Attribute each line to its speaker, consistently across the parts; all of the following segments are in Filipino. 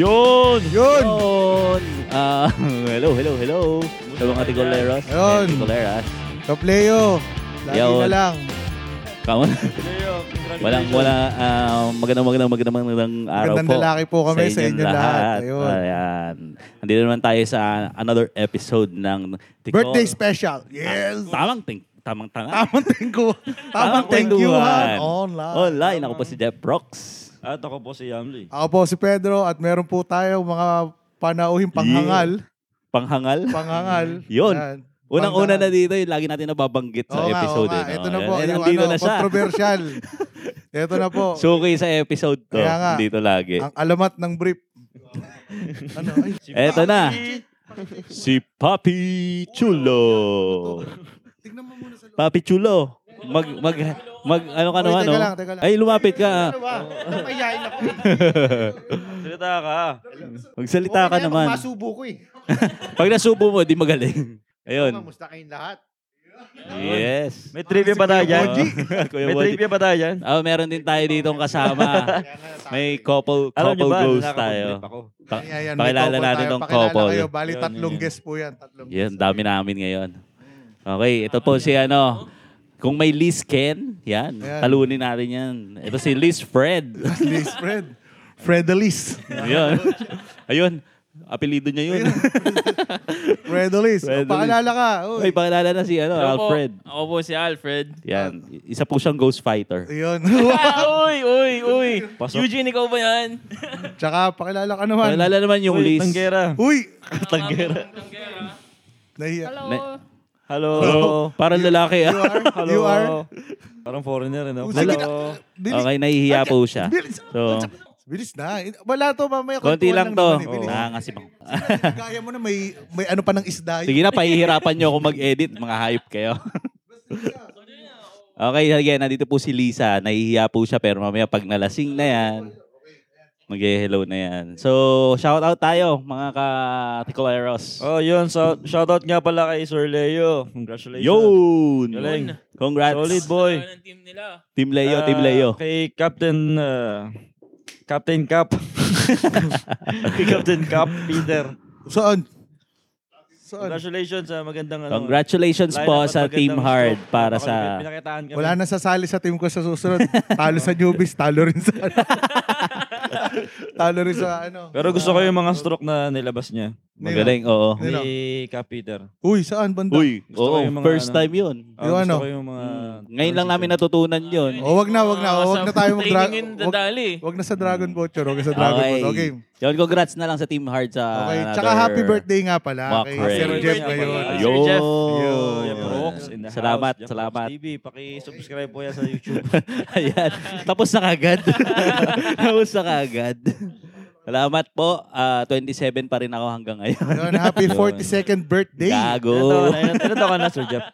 Speaker 1: Yun!
Speaker 2: Yun!
Speaker 1: Yun! Ah, hello, hello, hello. Sa mga tigoleros.
Speaker 2: Yun.
Speaker 1: eh, Tigoleras.
Speaker 2: Topleo. Lagi
Speaker 1: Yun.
Speaker 2: na lang.
Speaker 1: Kamo na. Walang, wala, ah, magandang, magandang, magandang, magandang araw
Speaker 2: Magandang
Speaker 1: po.
Speaker 2: lalaki po kami sa inyo lahat. Ayun.
Speaker 1: Ayan. Andito naman tayo sa another episode ng Tigol.
Speaker 2: Birthday special. Yes!
Speaker 1: Tamang ting. Tamang tanga.
Speaker 2: Tamang thank you. Ah, Tamang thank you.
Speaker 1: kwentuhan.
Speaker 2: Online.
Speaker 1: Online. Ako po si Jeff Brox.
Speaker 3: At ako po si Yamli.
Speaker 2: Ako po si Pedro at meron po tayo mga panauhin panghangal.
Speaker 1: Panghangal.
Speaker 2: Panghangal.
Speaker 1: Yun.
Speaker 2: Yan.
Speaker 1: Unang-una na
Speaker 2: Panghangal.
Speaker 1: dito, yung lagi natin nababanggit sa
Speaker 2: Oo nga,
Speaker 1: episode.
Speaker 2: oo nga.
Speaker 1: eh, no?
Speaker 2: Ito na po.
Speaker 1: Ayan,
Speaker 2: Yung
Speaker 1: nandito
Speaker 2: ano,
Speaker 1: na siya.
Speaker 2: controversial. Ito na po.
Speaker 1: Suki sa episode to.
Speaker 2: Kaya nga.
Speaker 1: Dito lagi.
Speaker 2: ang alamat ng brief. ano? Ay,
Speaker 1: Eto na. Si Papi Chulo.
Speaker 2: tignan mo muna sa loob.
Speaker 1: Papi Chulo. Mag, mag, mag, ano ka
Speaker 2: Oy,
Speaker 1: naman,
Speaker 2: teka
Speaker 1: no?
Speaker 2: lang, teka lang.
Speaker 1: Ay, lumapit ka. ah.
Speaker 4: Mayayain ako.
Speaker 3: Salita ka.
Speaker 1: Magsalita ka naman.
Speaker 4: Masubo ko eh.
Speaker 1: Pag nasubo mo, di magaling. Ayun.
Speaker 4: Kamusta kayong lahat?
Speaker 1: Yes.
Speaker 3: May trivia ba tayo dyan?
Speaker 1: Kuya
Speaker 3: May
Speaker 1: Boji.
Speaker 3: trivia ba tayo dyan?
Speaker 1: Ah, meron din tayo ditong kasama.
Speaker 4: Kaya nga natawa
Speaker 1: May
Speaker 4: ko
Speaker 1: couple,
Speaker 3: Alam niyo
Speaker 1: couple
Speaker 3: ba?
Speaker 1: goals
Speaker 3: Nakaka-complete
Speaker 1: tayo.
Speaker 3: Ako.
Speaker 1: Pa-
Speaker 2: Ayan, ayan, may
Speaker 1: Ah, pakilala
Speaker 2: couple
Speaker 1: natin
Speaker 2: tayo.
Speaker 1: tong
Speaker 2: Pakilala
Speaker 1: couple.
Speaker 2: Kayo. Bali,
Speaker 3: Yun,
Speaker 2: tatlong
Speaker 3: yun, yun.
Speaker 2: guest po yan. Tatlong
Speaker 1: Yes,
Speaker 2: guest.
Speaker 1: dami namin ngayon. Okay, ito po si ano. Kung may Liz Ken, yan.
Speaker 2: Ayan.
Speaker 1: Talunin natin yan. Ito si Liz Fred.
Speaker 2: Liz Fred. Fredelis.
Speaker 1: Ayun. Ayun. Apelido niya yun.
Speaker 2: Fredelis.
Speaker 1: Fredelis.
Speaker 2: Pakilala ka. Uy.
Speaker 1: Ay, pakilala na si ano,
Speaker 5: Hello po.
Speaker 1: Alfred.
Speaker 5: Ako po si Alfred.
Speaker 1: Yan. Isa po siyang ghost fighter.
Speaker 2: Ayun.
Speaker 5: Ah, uy, uy, uy.
Speaker 3: Pasok.
Speaker 5: Eugene, ikaw ba yan?
Speaker 2: Tsaka pakilala ka naman.
Speaker 1: Pakilala naman yung
Speaker 3: Uy,
Speaker 1: Liz.
Speaker 3: tanggera.
Speaker 2: Uy!
Speaker 3: Tanggera.
Speaker 2: Nahiya.
Speaker 1: Na-
Speaker 3: Hello.
Speaker 1: Parang lalaki
Speaker 2: You
Speaker 1: ah.
Speaker 2: are? You are?
Speaker 3: Parang foreigner, ano?
Speaker 2: Sige na.
Speaker 3: Hello.
Speaker 2: Bilis.
Speaker 1: Okay, nahihiya po siya.
Speaker 2: Bilis.
Speaker 1: So,
Speaker 2: Bilis na. Wala to mamaya.
Speaker 1: konti
Speaker 2: kwentuhan
Speaker 1: lang to.
Speaker 2: naman eh. Bilis.
Speaker 1: Nangangasip ako.
Speaker 2: Gaya mo na may, may ano pa ng isda. yun.
Speaker 1: Sige na, pahihirapan nyo ako mag-edit. Mga hype kayo. okay, again, nandito po si Lisa. Nahihiya po siya pero mamaya pag nalasing na yan, mag-hello na yan. So, shout out tayo mga ka-Ticoleros.
Speaker 3: Oh, yun. So, shoutout nga pala kay Sir Leo. Congratulations.
Speaker 1: Yun!
Speaker 3: Galing.
Speaker 1: Congrats.
Speaker 3: Solid boy.
Speaker 5: Ano ng team nila?
Speaker 1: Team Leo,
Speaker 3: Ah,
Speaker 1: Team Leo.
Speaker 3: Kay Captain... ah, Captain Cap. kay Captain Cap, Peter.
Speaker 2: Saan? Saan?
Speaker 3: Congratulations sa magandang... ano,
Speaker 1: Congratulations
Speaker 3: lineup
Speaker 1: po
Speaker 3: at
Speaker 1: sa
Speaker 3: magandang
Speaker 1: Team
Speaker 3: scope.
Speaker 1: Hard para
Speaker 3: Napakabigit.
Speaker 1: sa...
Speaker 3: Pinakitaan kami.
Speaker 2: Wala na sasali sa team ko sa susunod. Talo sa newbies, talo rin sa... ano. talo rin sa ano.
Speaker 3: Pero gusto ko yung mga stroke na nilabas niya.
Speaker 1: Magaling, oo.
Speaker 2: Nino.
Speaker 3: Ni Cap Peter.
Speaker 2: Uy, saan banda?
Speaker 1: Uy,
Speaker 3: Gusto ko
Speaker 1: oo,
Speaker 3: yung mga
Speaker 1: first
Speaker 3: ano.
Speaker 1: time yun.
Speaker 3: Ah,
Speaker 2: Yung ano?
Speaker 3: Gusto ko yung mga...
Speaker 1: Hmm. Ngayon lang namin natutunan yun.
Speaker 2: Oh, wag na, wag na.
Speaker 5: Ah,
Speaker 2: Wag
Speaker 5: sa
Speaker 2: na tayo mag-drag.
Speaker 5: Training in the
Speaker 2: Wag,
Speaker 5: Dali.
Speaker 2: wag na sa Dragon Boat yun. Wag na sa Dragon
Speaker 1: Hmm. Okay.
Speaker 2: Boat. Okay.
Speaker 1: Yun, congrats na lang sa Team Hard sa...
Speaker 2: Okay.
Speaker 1: Ah, another-
Speaker 2: Tsaka happy birthday nga pala
Speaker 1: Mock
Speaker 2: kay
Speaker 1: race.
Speaker 2: Sir
Speaker 5: Happy
Speaker 2: Jeff
Speaker 3: birthday
Speaker 2: ngayon.
Speaker 3: pala.
Speaker 5: Sir Jeff.
Speaker 2: Yun.
Speaker 3: Jeff Brooks in the
Speaker 1: Salamat,
Speaker 3: house. Jeff
Speaker 1: salamat.
Speaker 3: Brooks TV, paki-subscribe po yan sa YouTube.
Speaker 1: Ayan. Tapos na kagad. Tapos na kagad. Salamat po. Ah, 27 pa rin ako hanggang ngayon.
Speaker 2: Yun, happy 42nd birthday.
Speaker 1: Gago.
Speaker 3: Ilan taon ka na? Ilan- Ilan taon ka na, Sir Jeff?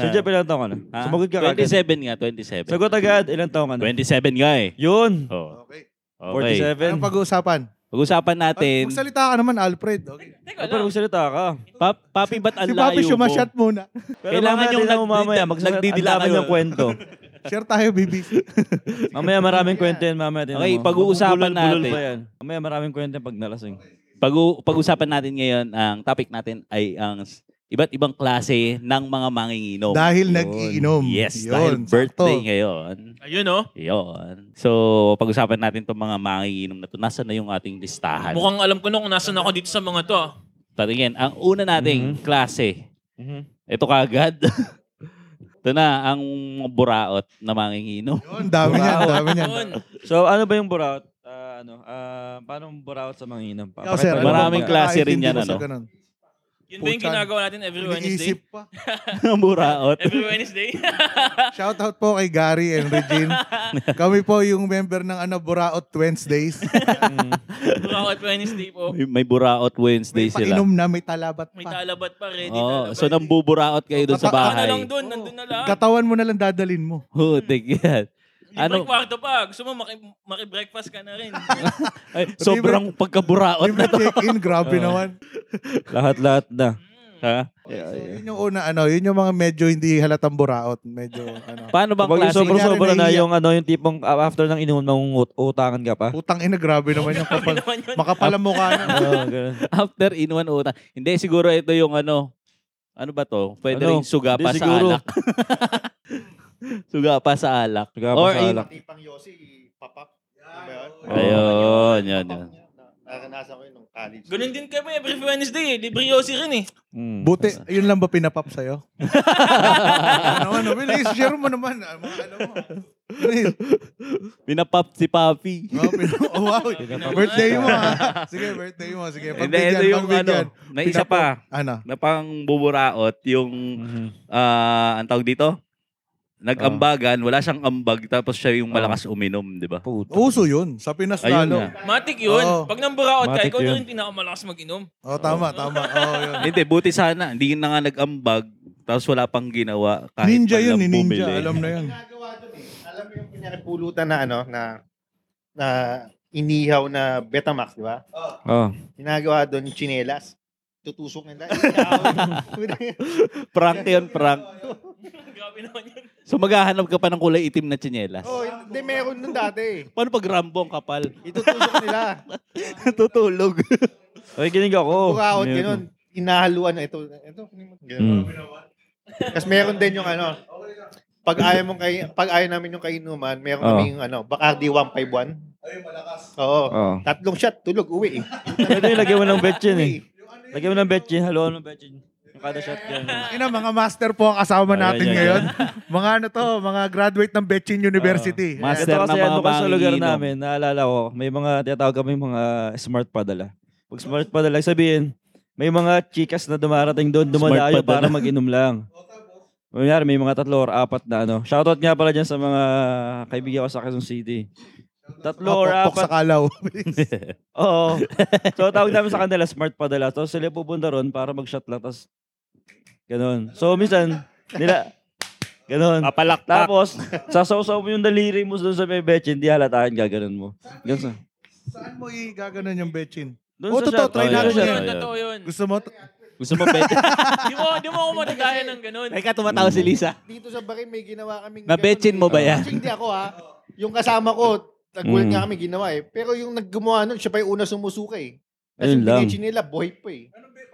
Speaker 3: Sir Jeff, ilan taon ka na?
Speaker 1: Oh. Ha?
Speaker 3: Sumagot ka agad.
Speaker 1: 27 nga, 27.
Speaker 3: Sagot agad, ilan taon ka na?
Speaker 1: 27 nga eh.
Speaker 3: Yun!
Speaker 1: Oh.
Speaker 2: Okay.
Speaker 1: Okay.
Speaker 3: 47.
Speaker 2: Anong pag-uusapan?
Speaker 1: Pag-usapan
Speaker 2: Ah,
Speaker 1: natin.
Speaker 2: Magsalita ka naman, Alfred. Okay.
Speaker 3: Ah,
Speaker 5: Teka lang.
Speaker 3: Pero magsalita ka.
Speaker 1: Pa- papi, ba't ang
Speaker 2: Si
Speaker 1: layo
Speaker 2: Papi
Speaker 1: mo?
Speaker 2: Shumashat muna.
Speaker 3: Pero
Speaker 1: Kailangan
Speaker 3: mamaya
Speaker 1: yung
Speaker 3: tingnan mo
Speaker 1: nagdi-
Speaker 3: mamaya, magsalita.
Speaker 1: nagdidila
Speaker 3: Ang dami
Speaker 1: kayo.
Speaker 3: niyang kwento.
Speaker 2: Share tayo, baby.
Speaker 3: Mamaya maraming kwento yan, mamaya tingnan
Speaker 1: Okay,
Speaker 3: mo.
Speaker 1: pag-uusapan
Speaker 3: Magugulol-gulol
Speaker 1: natin.
Speaker 3: pa yan. Mamaya maraming kwento yan pag nalasing.
Speaker 1: Pag- pag-usapan natin ngayon, ang topic natin ay ang s- iba't ibang klase ng mga manginginom.
Speaker 2: Dahil
Speaker 3: Yun.
Speaker 2: nag-iinom.
Speaker 1: yes,
Speaker 2: Yun,
Speaker 1: dahil
Speaker 2: sakto.
Speaker 1: birthday ngayon.
Speaker 5: Ayun oh.
Speaker 1: Yun. So, pag-usapan natin itong mga manginginom na to. Nasaan na yung ating listahan?
Speaker 5: Mukhang alam ko na kung nasan ako dito sa mga to. ah.
Speaker 1: Patingin, ang una nating klase.
Speaker 3: Mhm.
Speaker 1: Ito kaagad. Ito na, ang buraot na manginginom.
Speaker 2: Yun, dami niyan, dami niyan.
Speaker 5: Yun.
Speaker 3: So, ano ba yung burout? Ah, ano, ah, paano yung burout sa mga inam?
Speaker 2: Ikaw, sir, ano
Speaker 1: Maraming
Speaker 2: bang
Speaker 1: klase rin yan,
Speaker 2: pagkakaintindi mo sa
Speaker 1: ano?
Speaker 2: ganun?
Speaker 5: Yun ba yung
Speaker 2: Putan.
Speaker 5: ginagawa natin every Wednesday?
Speaker 2: Iniisip pa.
Speaker 1: Ang buraot.
Speaker 5: Every Wednesday?
Speaker 2: Shout out po kay Gary and Regine. Kami po yung member ng ano, Buraot Wednesdays.
Speaker 5: Burakot Wednesday po.
Speaker 1: May, may buraot Wednesday
Speaker 2: May
Speaker 1: sila.
Speaker 2: painom na, may talabat
Speaker 5: May
Speaker 2: pa.
Speaker 5: talabat pa, ready
Speaker 1: Oh,
Speaker 5: talabat.
Speaker 1: so nang buburaot kayo doon sa
Speaker 2: Tapa-
Speaker 5: Baka na
Speaker 1: bahay.
Speaker 5: ano lang dun, nandun na lahat.
Speaker 2: Katawan mo na lang dadalin mo.
Speaker 1: Hutik yan. Ano?
Speaker 5: Libre kwarto pa. Gusto mo, maki, maki-breakfast ka na rin.
Speaker 1: Ay, sobrang pagkaburaot na
Speaker 2: Libre
Speaker 1: to. Oh.
Speaker 2: check-in, grabe naman.
Speaker 3: Lahat-lahat na.
Speaker 5: Hmm.
Speaker 1: Ha?
Speaker 3: Yeah,
Speaker 2: So,
Speaker 3: yeah.
Speaker 2: yun yung una ano, yun yung mga medyo hindi halatang buraot, medyo ano.
Speaker 1: Paano bang
Speaker 3: Kapag yung
Speaker 1: klase?
Speaker 2: sobrang-
Speaker 3: sobra-sobra na
Speaker 2: Nangyari na
Speaker 3: yung ano, yung tipong uh, after ng inuman, mangungutangan ka pa.
Speaker 2: Putang ina, grabe naman yung kapal.
Speaker 5: Naman yun.
Speaker 2: Makapal ang mukha na.
Speaker 1: Oh.
Speaker 3: Oo, ganun.
Speaker 1: After in one utang. Hindi, siguro ito yung ano. Ano ba to? Pwede
Speaker 3: Ano?
Speaker 1: ring suga
Speaker 3: Hindi,
Speaker 1: pa sa
Speaker 3: siguro.
Speaker 1: alak. suga pa sa alak.
Speaker 3: Suga pa
Speaker 1: Or
Speaker 3: sa
Speaker 1: in-
Speaker 3: alak.
Speaker 4: Tipang Yossi, papak. Ano ba yun?
Speaker 3: Oo.
Speaker 1: Ayun, yun, yun.
Speaker 4: Nakanasan ko yun nung college.
Speaker 5: Ganun din kami every Wednesday eh. Libre yosi rin eh.
Speaker 3: Mm.
Speaker 2: Buti, yun lang ba pinapap sa'yo? ano naman, bilis, share mo naman. ah, Mga ano mo. Bilis.
Speaker 1: Pinapap si Papi.
Speaker 2: Oh, pin- oh, wow.
Speaker 5: Pinapap.
Speaker 2: birthday mo. ah. Sige, birthday mo. Sige,
Speaker 1: Hindi, ito
Speaker 2: pagbigyan,
Speaker 1: yung
Speaker 2: pagbigyan.
Speaker 1: ano. May isa pa.
Speaker 2: Ano?
Speaker 1: Na pang buburaot. Yung,
Speaker 3: Mhm.
Speaker 1: ah, ang tawag dito? Nag-ambagan. Wala siyang ambag. Tapos siya yung malakas uminom, di ba?
Speaker 3: Puta.
Speaker 2: Uso yun. Sa Pinas
Speaker 1: Ayun
Speaker 2: lalo.
Speaker 1: nga.
Speaker 5: Matik yun.
Speaker 2: Oo.
Speaker 5: Pag nambura ka,
Speaker 3: Matik
Speaker 5: ikaw na
Speaker 3: yun.
Speaker 5: rin pinakamalakas mag-inom.
Speaker 2: Oh, tama, tama. Oh, yun.
Speaker 1: Hindi, buti sana. Hindi na nga nag-ambag. Tapos wala pang ginawa. Kahit
Speaker 2: Ninja
Speaker 1: man
Speaker 2: yun,
Speaker 1: lang
Speaker 2: ni ninja.
Speaker 1: bumili.
Speaker 2: Alam na yun.
Speaker 4: Ginagawa dun eh. Alam mo yung pinakipulutan na ano, na, na inihaw na Betamax, di ba?
Speaker 3: Oh.
Speaker 4: Ginagawa doon yung chinelas. Tutusok nila.
Speaker 1: Prank yun, prank.
Speaker 5: Grabe naman yun.
Speaker 1: So maghahanap ka pa ng kulay itim na tsinelas.
Speaker 4: oh, hindi, meron nun dati eh.
Speaker 1: Paano pag Rambo ang kapal?
Speaker 4: Itutusok nila.
Speaker 1: Tutulog.
Speaker 3: Ay, ginig ako. Oh,
Speaker 4: Bukaot,
Speaker 3: Meron.
Speaker 4: ganun. Inahaluan na ito. Ito,
Speaker 3: Mm.
Speaker 4: ganun. Tapos meron din yung ano, pag ayaw mong kay pag ayaw namin yung kainuman, meron
Speaker 3: Oo.
Speaker 4: kami yung ano, Bacardi 151. Oo.
Speaker 3: Oo.
Speaker 4: Tatlong shot, tulog, uwi. eh.
Speaker 3: Oh. Pwede yung lagyan mo ng bet yun eh.
Speaker 4: Uwi.
Speaker 3: Lagyan mo ng bet yun. Haluan mo bet yun. Yung kada shot yan.
Speaker 2: Ina, mga master po ang kasama
Speaker 3: Ayan,
Speaker 2: natin
Speaker 3: ayan,
Speaker 2: ngayon. mga ano to, mga graduate ng Bechin University.
Speaker 1: Oo. Mas-
Speaker 3: Ito kasi
Speaker 1: Master na mga
Speaker 3: ano kasi sa lugar
Speaker 1: manginginom.
Speaker 3: namin, naalala ko, may mga tinatawag kami mga smart padala. Pag smart padala, sabihin, may mga chikas na dumarating doon, dumadayo
Speaker 1: padala.
Speaker 3: para mag-inom lang. Kunyari, may mga tatlo or apat na ano. Shoutout nga pala dyan sa mga kaibigan ko sa Quezon City. Tatlo or
Speaker 2: Papokpok
Speaker 3: apat
Speaker 2: sa kalaw.
Speaker 3: Oo. so, tawag namin sa kanila, smart padala. Tapos sila pupunta ron para mag-shot lang. Tapos, ganun. So, minsan, nila, ganun.
Speaker 1: Papalaktak.
Speaker 3: Tapos, sasawsaw mo yung daliri mo doon sa may betch, hindi halatahan ka, ganun mo. Ganun sa,
Speaker 2: Saan mo igaganon yung Bechin?
Speaker 3: doon
Speaker 2: Oh,
Speaker 3: sa
Speaker 2: totoo,
Speaker 3: shot.
Speaker 2: try
Speaker 3: Oo,
Speaker 2: natin
Speaker 3: sa shot.
Speaker 5: Yun,
Speaker 1: yun.
Speaker 5: totoo yun.
Speaker 2: Gusto mo?
Speaker 1: Gusto mo pwede?
Speaker 5: Di mo, di mo ako matagayan ng ganun.
Speaker 1: Teka, tumatawa si Lisa.
Speaker 4: Dito sa Barin may ginawa kaming
Speaker 1: Nabetchin
Speaker 4: ganun
Speaker 1: mo
Speaker 4: eh.
Speaker 1: ba yan?
Speaker 4: Actually, Hindi ako ha. Yung kasama ko, nagulat
Speaker 3: Mm.
Speaker 4: nga kami ginawa eh. Pero yung naggumawa nun, siya pa yung una sumusuka eh. Tapos
Speaker 3: Ayun
Speaker 4: yung
Speaker 3: lang.
Speaker 4: binitchin nila, buhay pa eh.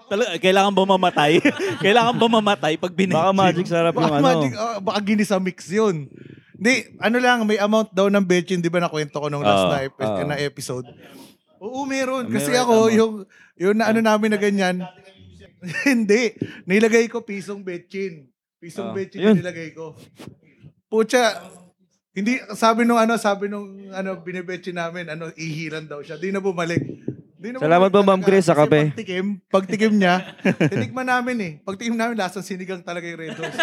Speaker 1: Talaga, kailangan ba mamatay? kailangan ba mamatay pag binigyan?
Speaker 3: Baka magic sarap yung
Speaker 2: Baka,
Speaker 3: ano.
Speaker 2: magic, ah, baka ginisa mix yun. Hindi, ano lang, may amount daw ng Bechin, di ba nakwento ko nung last
Speaker 1: Oo,
Speaker 2: na,
Speaker 3: Ah,
Speaker 2: epi-
Speaker 3: oo.
Speaker 2: na episode. Oo, meron.
Speaker 3: May
Speaker 2: Kasi
Speaker 3: right
Speaker 2: ako,
Speaker 3: amount.
Speaker 2: yung, yung na ano
Speaker 3: Ah.
Speaker 2: namin na ganyan, hindi. Nilagay ko pisong Bechin. Pisong
Speaker 3: Ah,
Speaker 2: Bechin
Speaker 3: yun.
Speaker 2: yung nilagay ko. Pucha, hindi, sabi nung ano, sabi nung ano, binibetchin namin, ano, ihilan daw siya. Di na bumalik. Di na
Speaker 3: Salamat
Speaker 2: bumalik
Speaker 3: po, Ma'am
Speaker 2: talaga.
Speaker 3: Grace, sa
Speaker 2: Kasi
Speaker 3: kape.
Speaker 2: Pagtikim, pagtikim niya, tinikman namin eh. Pagtikim namin, lasang sinigang talaga yung Red Horse.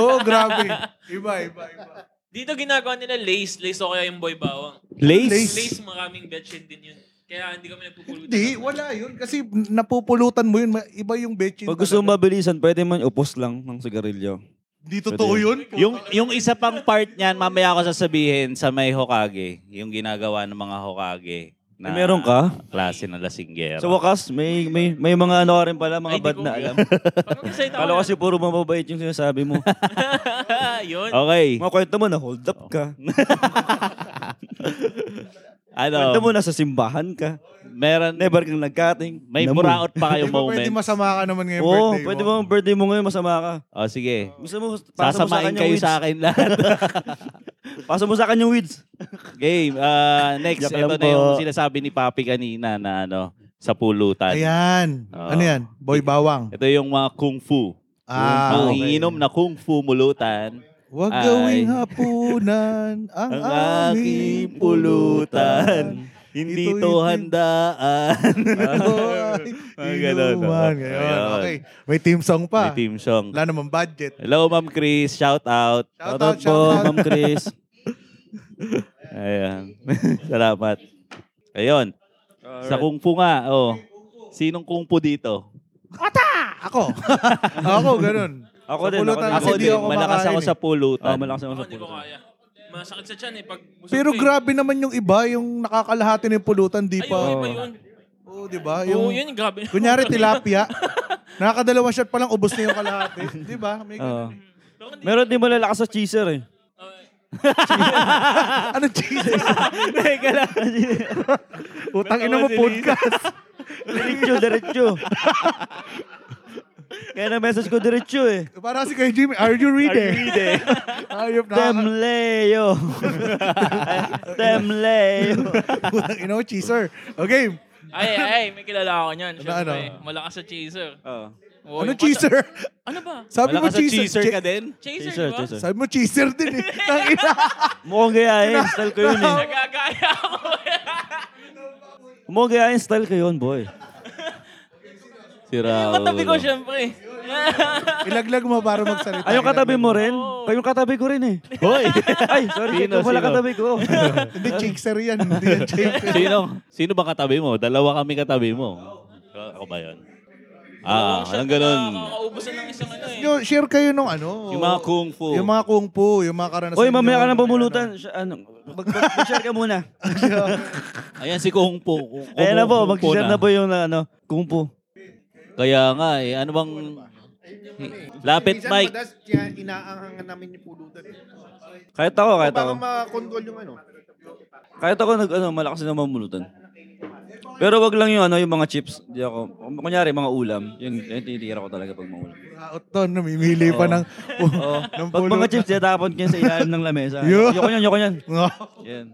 Speaker 2: Oo, grabe. Iba, iba, iba.
Speaker 5: Dito ginagawa nila lace. Lace o kaya yung boy bawang.
Speaker 1: Lace?
Speaker 5: Lace, maraming betchin din yun. Kaya hindi kami nagpupulutan.
Speaker 2: Hindi, wala yun. Kasi napupulutan mo yun. Ma- Iba yung betchin.
Speaker 3: Pag gusto mo mabilisan, pwede man upos lang ng sigarilyo.
Speaker 2: Hindi totoo yun.
Speaker 1: Yung, yung isa pang part niyan, mamaya ako sasabihin sa may Hokage. Yung ginagawa ng mga Hokage. Na
Speaker 3: Eh, meron ka?
Speaker 1: Klase ng lasinggero.
Speaker 3: Sa wakas, may may may mga ano ka rin pala, mga
Speaker 5: Ay, di
Speaker 3: bad
Speaker 5: ko
Speaker 3: na
Speaker 5: alam.
Speaker 3: alam.
Speaker 5: Pag mag-excite ako. "Ah,
Speaker 3: Kala ko kasi puro mababait yung sinasabi mo.
Speaker 5: yun.
Speaker 2: Ah,
Speaker 1: okay.
Speaker 3: Mga kwento mo na hold up ka.
Speaker 5: Oh.
Speaker 3: Kwento
Speaker 1: Ano,
Speaker 3: mo na sa simbahan ka.
Speaker 1: meron,
Speaker 3: Never kang nagkating.
Speaker 1: may
Speaker 3: Namo.
Speaker 1: buraot pa
Speaker 2: Di
Speaker 1: kayong
Speaker 2: ba pwede
Speaker 1: moment.
Speaker 2: masama ka naman ngayon
Speaker 3: Oo,
Speaker 2: birthday
Speaker 3: pwede
Speaker 2: mo?
Speaker 3: mo ang birthday mo ngayon, masama ka.
Speaker 1: O sige.
Speaker 3: Gusto mo, pasa mo sa
Speaker 1: Sasamain
Speaker 3: kanya
Speaker 1: kayo
Speaker 3: weeds.
Speaker 1: sa akin lahat.
Speaker 3: Pasa mo sa kanya weeds.
Speaker 1: Game. ah, next,
Speaker 3: Joke
Speaker 1: ito
Speaker 3: lang
Speaker 1: na yung
Speaker 3: po.
Speaker 1: sinasabi ni Papi kanina na ano, sa pulutan.
Speaker 2: Ayan.
Speaker 1: Oo.
Speaker 3: Ah.
Speaker 2: Ano yan? Boy Bawang.
Speaker 1: Ito yung mga kung fu.
Speaker 2: Ah,
Speaker 1: Ang iinom na kung fu mulutan.
Speaker 2: Huwag
Speaker 1: Ay.
Speaker 2: gawing hapunan ang,
Speaker 1: Ang
Speaker 2: aking
Speaker 1: aking pulutan.
Speaker 2: Ito
Speaker 1: Hindi
Speaker 2: yung
Speaker 1: to
Speaker 2: Ano tin-
Speaker 1: handaan. Ano Mga Ah, ganun, no?
Speaker 2: Inuman. Ngayon,
Speaker 1: Ayun.
Speaker 2: okay. May team song
Speaker 1: May
Speaker 2: pa.
Speaker 1: team song.
Speaker 2: Wala namang budget.
Speaker 1: Hello, Ma'am Chris. Shout out.
Speaker 2: Shout out,
Speaker 3: Shoutout
Speaker 2: shout
Speaker 3: po,
Speaker 2: out.
Speaker 3: Ma'am Chris.
Speaker 1: Ayan. Salamat. Ayun. Sa kung fu nga. Oh. Sinong kung fu dito?
Speaker 2: Ah, Ako. ako, ganun.
Speaker 3: Ako
Speaker 2: Sa
Speaker 3: din,
Speaker 2: pulutan
Speaker 3: ako din.
Speaker 2: kasi
Speaker 1: Ako
Speaker 2: di
Speaker 1: din.
Speaker 2: ako
Speaker 1: Malakas
Speaker 2: kumakain
Speaker 1: ako
Speaker 2: eh.
Speaker 1: sa pulutan.
Speaker 3: Oh, malakas ako
Speaker 5: Ako
Speaker 3: sa
Speaker 5: hindi ko
Speaker 3: puto.
Speaker 5: kaya. Masakit sa tiyan eh. Pag busog
Speaker 2: Pero
Speaker 5: ko eh.
Speaker 2: grabe naman yung iba, yung nakakalahati ng pulutan, di
Speaker 5: Ayun,
Speaker 2: pa.
Speaker 5: iba yun.
Speaker 2: Oo, di ba?
Speaker 5: Oo,
Speaker 2: Yung,
Speaker 5: yun. Grabe.
Speaker 2: kunyari tilapia. Nakakadalawa shot pa lang, ubos na yung kalahati. Di ba? May ganun.
Speaker 3: Oo. Meron din malalakas sa cheeser eh.
Speaker 2: Ano, Jesus?
Speaker 1: Teka lang.
Speaker 2: Utang ina
Speaker 1: Bitaw
Speaker 2: mo,
Speaker 1: si
Speaker 2: podcast.
Speaker 3: Diretso, diretso. Kaya na-message ko diretso eh.
Speaker 2: Para kasi kay Jimmy, are you reading?
Speaker 1: Hindi.
Speaker 2: Ayop na.
Speaker 3: Temleyo. Temleyo.
Speaker 2: Utang ina mo, cheeser. Okay.
Speaker 5: Ay, ay, may kilala ako niyan.
Speaker 2: Ano,
Speaker 5: Syempre,
Speaker 2: ano?
Speaker 5: malakas sa chaser.
Speaker 3: Oh.
Speaker 5: Oh,
Speaker 2: Ano
Speaker 5: yung
Speaker 2: cheeser?
Speaker 5: pata- Ano ba?
Speaker 2: Sabi mo
Speaker 1: Malakas sa
Speaker 2: cheeser.
Speaker 1: cheeser ka
Speaker 2: Che-
Speaker 1: din?
Speaker 5: Chaser,
Speaker 3: Chaser,
Speaker 5: di ba?
Speaker 3: chaser.
Speaker 2: Sabi mo cheeser din eh. Tang ina.
Speaker 3: Mukhang gayahin. Style ko yun eh.
Speaker 5: Nagagaya ako.
Speaker 3: Mukhang gayahin. Style ko yun, boy.
Speaker 1: Si
Speaker 5: Yung
Speaker 1: Raul.
Speaker 5: katabi ko, syempre.
Speaker 2: Ilaglag mo para magsalita.
Speaker 3: Ay, yung katabi mo rin?
Speaker 5: Oo.
Speaker 3: Ay, yung katabi ko rin eh.
Speaker 1: Hoy!
Speaker 3: Ay, sorry.
Speaker 1: Sino,
Speaker 3: Sino, wala
Speaker 1: sino?
Speaker 3: katabi ko.
Speaker 2: Hindi, cheeser yan. Hindi yan cheeser.
Speaker 1: sino, sino ba katabi mo? Dalawa kami katabi mo. Ako ba yun? Ah, anong ganun.
Speaker 5: Kakaubusan ng isang ano eh.
Speaker 2: Yo, share kayo nung ano.
Speaker 1: Yung mga kung fu.
Speaker 2: Yung mga kung fu, yung mga karanasan.
Speaker 3: Oy, mamaya
Speaker 2: nyo,
Speaker 3: ka na
Speaker 2: mga
Speaker 3: pumulutan. Siya- Ano, mag, mag- mag-share ka muna.
Speaker 1: Ayan si kung fu. Kung,
Speaker 3: Ayan na
Speaker 1: kung
Speaker 3: po,
Speaker 1: fu
Speaker 3: mag-share na po yung ano, kumpo.
Speaker 1: Kaya nga eh, ano bang... Lapit
Speaker 4: Minsan,
Speaker 1: mic.
Speaker 4: madalas, kaya inaanghangan namin yung pulutan. eh.
Speaker 3: Kahit ako, kahit
Speaker 4: Baka
Speaker 3: ako.
Speaker 4: makontrol yung ano.
Speaker 3: Kahit ako, nag, ano, malakas na mamulutan. Pero wag lang yung ano, yung mga chips. Di ako, kunyari, mga ulam. Yung, yung tinitira ko talaga pag maulam.
Speaker 2: Raot to, Ah, oh, namimili pa ng,
Speaker 3: Oo.
Speaker 2: ng
Speaker 3: Pag mga chips, tinatapon ko yun sa ilalim ng lamesa.
Speaker 2: Yun.
Speaker 3: Yoko yan, yoko yan.
Speaker 2: Oo.
Speaker 3: Yan.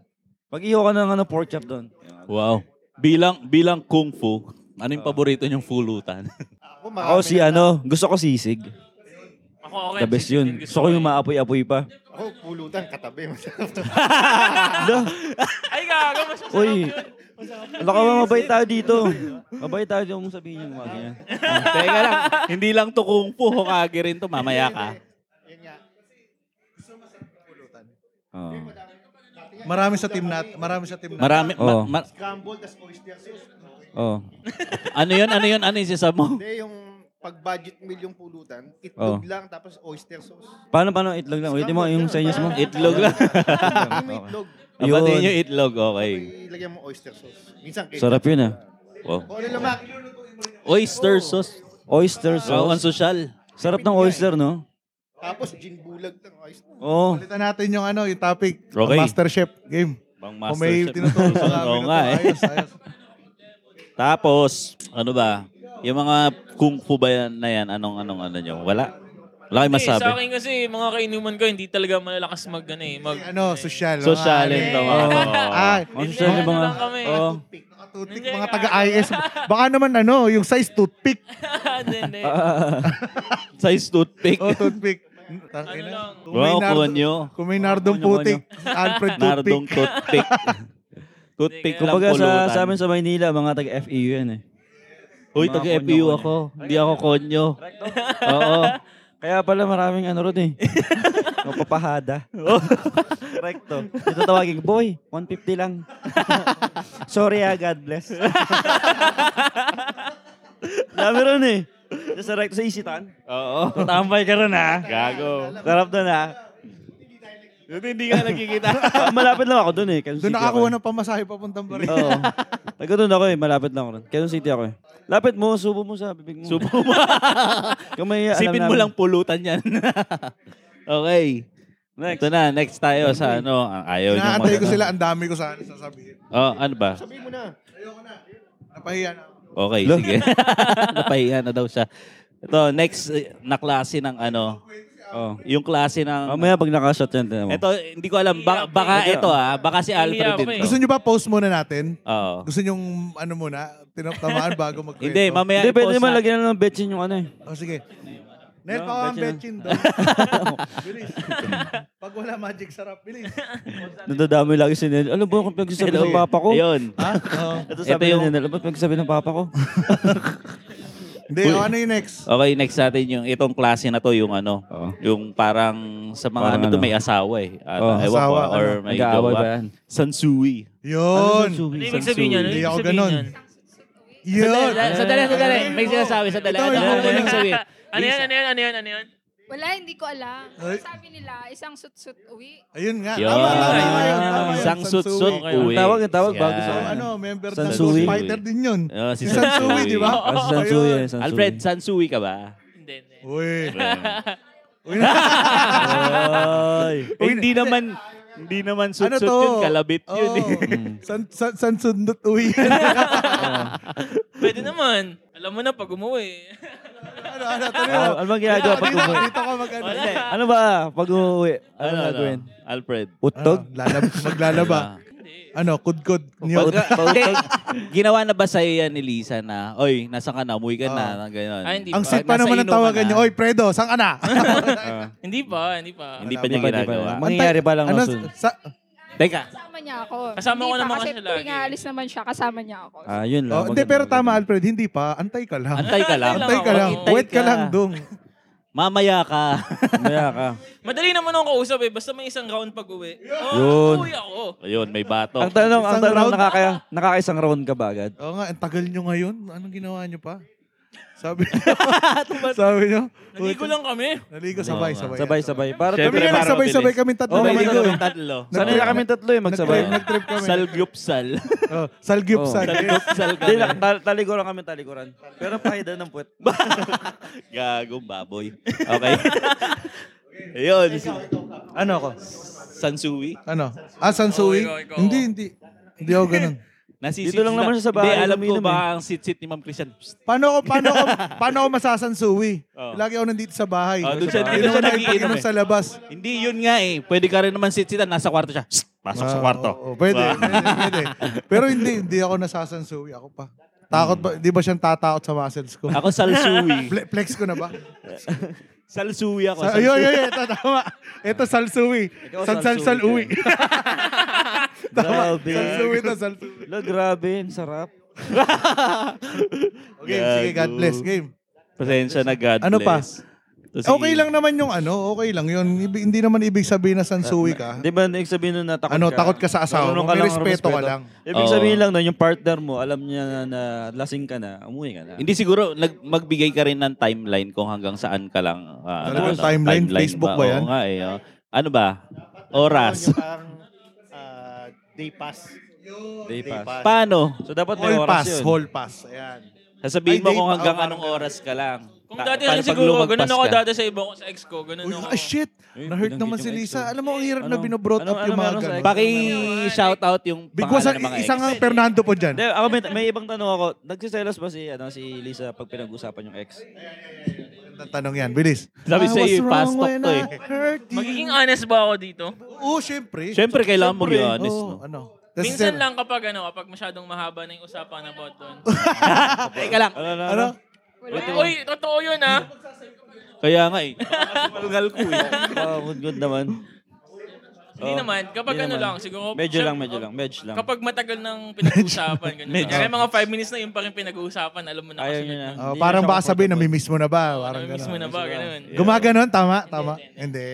Speaker 3: Pag iyo ka ng ano, pork chop doon.
Speaker 1: Wow. Bilang bilang kung fu, ano yung paborito niyong fulutan?
Speaker 4: Ako,
Speaker 3: Ako si
Speaker 4: na-
Speaker 3: ano, gusto ko sisig.
Speaker 5: Ako,
Speaker 3: The
Speaker 5: ako
Speaker 3: best yun. Gusto ko yung maapoy-apoy pa.
Speaker 4: Ako, pulutan, katabi.
Speaker 3: Ala,
Speaker 5: Ay, gago. Mas masarap
Speaker 3: Uy.
Speaker 5: yun.
Speaker 3: ala ka ba, mabait tayo dito. Mabait tayo dito mong sabihin yung mga ganyan.
Speaker 1: Teka lang, hindi lang to kung fu, Hokage rin to, mamaya ka.
Speaker 4: Yan nga.
Speaker 3: Oo.
Speaker 2: Marami sa team nat, marami sa team nat.
Speaker 1: Marami, ma-
Speaker 3: Oo.
Speaker 1: ma-
Speaker 4: Scramble, tas oyster sauce.
Speaker 3: Oo.
Speaker 1: ano yun, ano yun, ano yung sinasabi mo?
Speaker 4: Hindi, yung pag-budget meal yung pulutan,
Speaker 3: Oh.
Speaker 4: itlog lang, tapos oyster sauce.
Speaker 3: Paano, paano itlog lang? Ulitin mo yung senyas mo.
Speaker 1: Itlog lang.
Speaker 4: Hindi mo itlog.
Speaker 1: Yun.
Speaker 3: Yun.
Speaker 1: yung itlog, okay.
Speaker 4: Ilagyan mo oyster sauce. Minsan, kaya.
Speaker 3: Sarap yun ah.
Speaker 1: Wow.
Speaker 4: Kung ano lang, Mac.
Speaker 5: Oh.
Speaker 1: Oyster sauce.
Speaker 3: Oyster
Speaker 1: So, ang
Speaker 3: sauce.
Speaker 1: social.
Speaker 3: Sarap ng oyster, no?
Speaker 4: Tapos, gin bulag ng oyster.
Speaker 1: Oh.
Speaker 3: Oo.
Speaker 2: Palitan natin yung ano, yung topic.
Speaker 1: Okay.
Speaker 2: Masterchef game.
Speaker 1: Bang
Speaker 2: Kung may tinuturo sa amin.
Speaker 1: Oo
Speaker 2: na
Speaker 1: nga
Speaker 2: to,
Speaker 1: eh.
Speaker 2: Ayos, ayos.
Speaker 1: Tapos, ano ba? Yung mga kung fu ba yan- na yan, anong, anong, ano nyo? Wala. Wala kayong
Speaker 5: Hindi, Sa
Speaker 1: masabi.
Speaker 5: akin kasi, mga kainuman ko, hindi talaga malalakas mag, ano eh, mag...
Speaker 2: Ano, social.
Speaker 1: Social
Speaker 2: mga-
Speaker 1: and
Speaker 5: to.
Speaker 1: tama.
Speaker 2: Ah,
Speaker 3: Ang
Speaker 5: Hindi,
Speaker 3: social
Speaker 5: ano
Speaker 3: Oh. yung mga... Oh.
Speaker 5: lang kami.
Speaker 3: Oo.
Speaker 2: Nakatutik, mga taga-IS. Baka naman ano, yung size toothpick.
Speaker 5: Hindi, hindi.
Speaker 1: Size toothpick.
Speaker 2: Oh, toothpick. Tang
Speaker 5: Ano
Speaker 2: ina.
Speaker 5: lang.
Speaker 2: Kung may
Speaker 1: Wow,
Speaker 2: nard-
Speaker 1: kuha nyo.
Speaker 2: Kung may nardong
Speaker 3: Kuha nyo,
Speaker 2: putik, Alfred toothpick.
Speaker 1: Nardong toothpick. toothpick lang
Speaker 3: Kumbaga sa,
Speaker 1: pulutan.
Speaker 3: sa amin sa Maynila, mga taga-FEU yan eh.
Speaker 1: Uy,
Speaker 3: mga ano
Speaker 1: taga-FU
Speaker 3: konyo-konyo.
Speaker 1: ako. Hindi ako konyo. Oo.
Speaker 3: Kaya pala maraming ano ron eh. Mapapahada. Correcto. Ito tawagin, boy, 150 lang. Sorry ah, God bless. Dami ron eh. Sa recto sa isitan.
Speaker 1: Oo.
Speaker 3: Tambay ka ron ah.
Speaker 1: Gago.
Speaker 3: Sarap doon ah.
Speaker 1: Hindi ka nakikita.
Speaker 3: Ah, malapit lang ako doon eh. Quezon
Speaker 2: Doon
Speaker 3: City
Speaker 2: nakakuha
Speaker 3: ako eh.
Speaker 2: ng pamasahe papuntang baril.
Speaker 3: Oo. Taga doon ako eh. Malapit lang ako ron. Quezon City ako eh. Lapit mo, subo mo sa bibig mo.
Speaker 1: Subo mo.
Speaker 3: Kamay, alam
Speaker 1: Sipin mo
Speaker 3: namin.
Speaker 1: lang pulutan yan. okay.
Speaker 3: Next.
Speaker 1: Ito na, next tayo sa ano. ang Ayaw nyo
Speaker 2: Inaantay ko sila, ang dami ko sana sasabihin.
Speaker 1: Oh, ano ba?
Speaker 4: Sabihin mo na.
Speaker 2: Napahiya na. ako.
Speaker 1: Okay,
Speaker 3: Lo.
Speaker 1: sige. Napahiya na daw siya. Ito, next eh, na klase ng ano.
Speaker 3: Oh.
Speaker 1: Yung klase ng...
Speaker 3: Mamaya pag nakashot yan, tinan mo.
Speaker 2: Oh.
Speaker 1: Ito, hindi ko alam. Baka,
Speaker 5: Hihirap
Speaker 1: baka
Speaker 3: eh.
Speaker 1: ito ah. Baka si Alfred
Speaker 5: Hihirap
Speaker 1: din
Speaker 5: eh.
Speaker 1: to.
Speaker 2: Gusto nyo ba post muna natin?
Speaker 1: Oo.
Speaker 2: Gusto nyong ano muna, tinatamaan bago magkwento?
Speaker 1: Hindi, mamaya
Speaker 3: Hindi, pwede
Speaker 1: i-post
Speaker 3: naman
Speaker 1: na-
Speaker 3: lagyan na ng betchin yung ano eh.
Speaker 2: O sige. Net
Speaker 3: No,
Speaker 2: pa ang betchin
Speaker 3: betchin
Speaker 2: daw. Bilis. Pag wala magic sarap, bilis.
Speaker 3: Nadadami lagi si Nel. Alam ba kung pinagsasabi ng papa ko?
Speaker 1: Ayun.
Speaker 2: Ha? Oo.
Speaker 3: Ito
Speaker 1: Ito
Speaker 3: sabi
Speaker 1: yung-
Speaker 3: ni Nel. Alam ba pinagsasabi ng papa ko?
Speaker 2: Hindi, o ano yung next?
Speaker 1: Okay, next natin yung itong klase na to, yung ano,
Speaker 3: Oo.
Speaker 1: yung parang sa mga
Speaker 3: Parang
Speaker 1: ano, to,
Speaker 3: ano?
Speaker 1: may asawa eh. At,
Speaker 3: Oo,
Speaker 1: ewan ko,
Speaker 2: asawa,
Speaker 1: or
Speaker 2: ano?
Speaker 1: may
Speaker 3: Nag-aaway
Speaker 1: jowa.
Speaker 3: ba yan?
Speaker 1: Sansui.
Speaker 2: Yun.
Speaker 5: Ano ibig sabihin yan? Ano
Speaker 2: Hindi
Speaker 5: ibig
Speaker 2: ako
Speaker 5: sabihin
Speaker 2: ganun.
Speaker 5: yan?
Speaker 2: Yun.
Speaker 1: Sandali, sandali. May sinasabi, sandali.
Speaker 2: Ito, yung
Speaker 1: Ano
Speaker 2: kukunin.
Speaker 1: yung sabi?
Speaker 5: Ano yan, ano yan, ano yan, ano yan?
Speaker 6: Wala, hindi ko alam.
Speaker 2: Ay.
Speaker 6: Sabi nila, isang sut-sut uwi.
Speaker 2: Ayun nga.
Speaker 1: Yun.
Speaker 2: Tama, tama, tama yun, tama yun.
Speaker 1: Isang sut-sut
Speaker 5: Okay,
Speaker 1: uwi.
Speaker 3: Ang tawag, ang tawag, bago
Speaker 2: So,
Speaker 3: sa
Speaker 1: Yan.
Speaker 2: ano, member ng
Speaker 3: Sansui.
Speaker 2: Ghost Fighter din yun.
Speaker 1: Oh, si
Speaker 2: Si Sansui,
Speaker 1: Sansui.
Speaker 2: di ba?
Speaker 3: Ah, si
Speaker 2: Ayun.
Speaker 3: Sansui, eh, Sansui.
Speaker 1: Alfred, Sansui ka ba?
Speaker 5: Hindi, hindi.
Speaker 2: Uy.
Speaker 3: Ay.
Speaker 1: Eh, hindi naman, hindi naman
Speaker 2: Ano
Speaker 1: sut-sut
Speaker 2: to?
Speaker 1: yun, kalabit yun
Speaker 2: Oo.
Speaker 1: eh.
Speaker 2: San, san, san sundot uwi.
Speaker 5: Pwede naman. Alam mo na pag umuwi.
Speaker 2: ano, ano, tuloy mo.
Speaker 3: Ah, ano bang ginagawa pag
Speaker 2: Dito,
Speaker 3: umuwi?
Speaker 2: dito ka mag ano.
Speaker 5: Wala.
Speaker 3: Ano ba? Pag umuwi, ano
Speaker 1: Ano, ano?
Speaker 3: gagawin?
Speaker 1: Alfred.
Speaker 2: Ano,
Speaker 3: Uttog?
Speaker 2: lalab, maglalaba. ano, kudkod. Niyot.
Speaker 1: Pag- Hindi. ginawa na ba sa'yo yan ni Lisa na, oy, nasa ka na, umuwi ka
Speaker 2: Oo.
Speaker 1: na, na, ganun.
Speaker 5: Ah, hindi
Speaker 2: Ang
Speaker 5: pa.
Speaker 2: sit pa
Speaker 1: Nasa
Speaker 2: naman ang
Speaker 1: inuman
Speaker 2: tawagan
Speaker 1: na.
Speaker 2: niyo. Oy, Fredo, saan ka na?
Speaker 5: Hindi pa, hindi pa.
Speaker 1: Hindi pa niya
Speaker 3: Hindi pa, hindi pa.
Speaker 1: ginagawa.
Speaker 3: Mangyayari pa lang
Speaker 2: ano,
Speaker 3: nun.
Speaker 2: sa,
Speaker 1: Teka,
Speaker 6: Kasama niya ako.
Speaker 5: Kasama
Speaker 6: Hindi
Speaker 5: ko
Speaker 6: pa,
Speaker 5: naman
Speaker 6: kasi
Speaker 5: kasi lagi.
Speaker 6: tuwing aalis naman siya, kasama niya ako.
Speaker 3: Ah, yun lang.
Speaker 2: oh, hindi,
Speaker 3: Maganda,
Speaker 2: pero tama,
Speaker 3: maganda.
Speaker 2: Alfred. Hindi pa. Antay ka lang.
Speaker 1: antay ka lang.
Speaker 2: Antay ka lang.
Speaker 1: Antay
Speaker 2: Wait ka lang, Dung.
Speaker 1: Mamaya ka.
Speaker 3: Maya ka.
Speaker 5: Madali naman akong kausap eh. Basta may isang round pag uwi. Oh,
Speaker 3: Yun.
Speaker 5: Uwi ako.
Speaker 1: Ayun, may bato.
Speaker 3: Ang tanong, ang
Speaker 2: Isang
Speaker 3: tanong,
Speaker 2: round.
Speaker 3: nakakaya, nakakaisang round ka ba agad?
Speaker 2: Oo nga, ang tagal nyo ngayon. Anong ginawa nyo pa? Sabi sabi nyo.
Speaker 5: Naligo lang kami.
Speaker 2: Naligo, sabay, sabay.
Speaker 3: Sabay-sabay. Para
Speaker 2: Kami
Speaker 1: Siyempre,
Speaker 2: nga
Speaker 1: para
Speaker 2: nagsabay-sabay
Speaker 1: mabilis.
Speaker 2: kami tatlo.
Speaker 3: Oh,
Speaker 1: May
Speaker 2: naligo.
Speaker 1: ligo
Speaker 3: maligo.
Speaker 1: yung tatlo.
Speaker 3: Sana
Speaker 2: Nag-
Speaker 3: na kami tatlo eh, magsabay.
Speaker 2: Nag-trip, nag-trip kami.
Speaker 1: Salgyupsal.
Speaker 2: Oh, salgyupsal.
Speaker 3: Oh.
Speaker 2: Yes.
Speaker 1: Salgyupsal ka
Speaker 3: Hindi,
Speaker 1: na.
Speaker 3: nak- tal- taliguran kami, taliguran. Pero pahida ng puwet.
Speaker 1: Gagong baboy. Okay. Ayun.
Speaker 2: Ano ako?
Speaker 1: Sansui.
Speaker 2: Ano? Ah, Sansui?
Speaker 5: Oh, ikaw, ikaw.
Speaker 2: Hindi, hindi. Hindi ako ganun.
Speaker 1: Nasisit
Speaker 3: Dito lang naman siya sa bahay,
Speaker 1: Hindi, alam ko
Speaker 3: luminom
Speaker 1: ba ang sit-sit ni Ma'am Christian? Psst.
Speaker 2: Paano ako, paano ako, paano ako masasansui?
Speaker 1: Oh.
Speaker 2: Lagi ako nandito sa bahay.
Speaker 1: Oh, doon siya-
Speaker 2: Hindi
Speaker 1: doon siya
Speaker 2: ako
Speaker 1: nagiinom
Speaker 2: nakipag-inom
Speaker 1: eh.
Speaker 2: sa labas.
Speaker 1: Hindi, yun nga eh. Pwede ka rin naman sit-sitan. Nasa kwarto siya. Psst, Pasok sa
Speaker 2: Ah,
Speaker 1: kwarto.
Speaker 2: oo, oo, pwede,
Speaker 1: Wow.
Speaker 2: pwede, pwede. Pero hindi, hindi ako nasasansuwi. Ako pa. Takot ba? Di ba siyang tatakot sa muscles ko?
Speaker 1: Ako salsui.
Speaker 2: Fle- Flex ko na ba?
Speaker 1: salsui ako.
Speaker 2: Sa,
Speaker 1: salsui.
Speaker 2: ayun, ayun, ito, tama. Ito, salsuwi.
Speaker 3: Oh, Ikaw,
Speaker 2: Salsalsal
Speaker 3: salsuwi
Speaker 2: uwi. tama.
Speaker 3: Grabe.
Speaker 2: Salsuwi to, salsuwi.
Speaker 3: Lo, grabe, ang sarap.
Speaker 2: Okay, sige, God
Speaker 1: Gago.
Speaker 2: bless. Game.
Speaker 1: Pasensya na, God
Speaker 2: Ano pa?
Speaker 1: bless. To si-
Speaker 2: Okay lang naman yung ano, okay lang yun. Ibig- hindi naman ibig sabihin na sansuwi ka.
Speaker 3: Di ba, ibig sabihin nun na takot
Speaker 2: Ah. Ano,
Speaker 3: ka?
Speaker 2: takot ka sa asawa mo,
Speaker 3: Marunong
Speaker 2: may
Speaker 3: lang
Speaker 2: respeto ka lang.
Speaker 3: Ibig
Speaker 1: Oo.
Speaker 3: sabihin lang nun, yung partner mo, alam niya na, na lasing ka na, umuwi ka na.
Speaker 1: Hindi siguro nag, magbigay ka rin ng timeline kung hanggang saan ka lang. ah,
Speaker 2: Talagang Ano timeline? Facebook ba yan?
Speaker 1: Oo nga eh. oh. Ano ba? Oras.
Speaker 4: Yung parang ah, day pass.
Speaker 3: Day pass.
Speaker 1: Paano?
Speaker 3: So, dapat may
Speaker 2: Hall
Speaker 3: oras
Speaker 2: pass,
Speaker 3: yun.
Speaker 2: hall pass. Ayan.
Speaker 1: Sasabihin mo
Speaker 2: Ay, day
Speaker 1: kung
Speaker 2: pa-
Speaker 1: hanggang
Speaker 2: oh, parang
Speaker 1: anong oras ka lang.
Speaker 5: Kung
Speaker 1: Pa-
Speaker 5: dati
Speaker 1: paano
Speaker 5: na
Speaker 1: pag
Speaker 5: siguro,
Speaker 1: lumagpas
Speaker 5: ganun ako
Speaker 1: ka?
Speaker 5: dati sa iba, sa ex ko. Ganun
Speaker 2: Uy,
Speaker 5: ako.
Speaker 2: ah, shit.
Speaker 3: Uy,
Speaker 2: Na-hurt
Speaker 3: Ano? Eh, binanggit
Speaker 2: naman si
Speaker 3: yung ex
Speaker 2: Lisa.
Speaker 3: ko.
Speaker 2: Alam mo, ang hirap na
Speaker 3: Ano?
Speaker 2: binobrought
Speaker 3: Ano-
Speaker 2: up
Speaker 3: ano
Speaker 2: yung mga
Speaker 3: meron sa
Speaker 2: ganun.
Speaker 3: ex?
Speaker 1: Paki-shout out yung
Speaker 2: Bigwas
Speaker 1: pangalan
Speaker 2: ang
Speaker 1: ng mga
Speaker 2: isang
Speaker 1: ex.
Speaker 2: ang Fernando po dyan.
Speaker 3: Hindi, ako may, may ibang tanong ako. Nagsiselos ba si, ano, si Lisa pag pinag-usapan yung ex?
Speaker 2: Ang tanong yan, bilis.
Speaker 1: Sabi
Speaker 2: I
Speaker 1: sa'yo,
Speaker 2: was
Speaker 1: eh,
Speaker 2: Ah, wrong
Speaker 1: pastok
Speaker 2: when
Speaker 1: to
Speaker 2: I
Speaker 1: eh.
Speaker 2: hurt you.
Speaker 5: Magiging honest ba ako dito?
Speaker 2: Oo, syempre.
Speaker 1: Siyempre, kailangan mo
Speaker 2: Syempre,
Speaker 1: honest,
Speaker 2: oo,
Speaker 1: no?
Speaker 2: Ano? Tas-
Speaker 5: Minsan lang kapag ano, kapag masyadong mahaba na yung usapan about doon.
Speaker 1: Teka lang.
Speaker 3: Ano, ano,
Speaker 2: Ano?
Speaker 6: Wala.
Speaker 5: Uy, totoo yun ah.
Speaker 1: Kaya nga eh. Malgal ko eh.
Speaker 3: Oh, good, good naman.
Speaker 5: Hindi
Speaker 3: Oh,
Speaker 5: naman. Kapag
Speaker 3: hindi
Speaker 5: ano
Speaker 3: naman.
Speaker 5: lang, siguro.
Speaker 3: Medyo
Speaker 5: syem-
Speaker 3: lang, medyo lang, medyo lang.
Speaker 5: Kapag matagal nang pinag-uusapan, ganun.
Speaker 1: Medyo.
Speaker 5: Kaya mga 5 minutes na yun pa rin pinag-uusapan, alam mo na
Speaker 3: Ayaw
Speaker 5: kasi.
Speaker 3: niya na.
Speaker 2: Oh,
Speaker 3: Hindi
Speaker 2: parang
Speaker 3: na siya
Speaker 2: baka sabihin,
Speaker 3: comfortable.
Speaker 2: namimiss mo na ba? Parang
Speaker 5: Parang mismo na
Speaker 2: gano'n.
Speaker 5: ba, ganun.
Speaker 2: Gumaganon, tama? Tama? Hindi.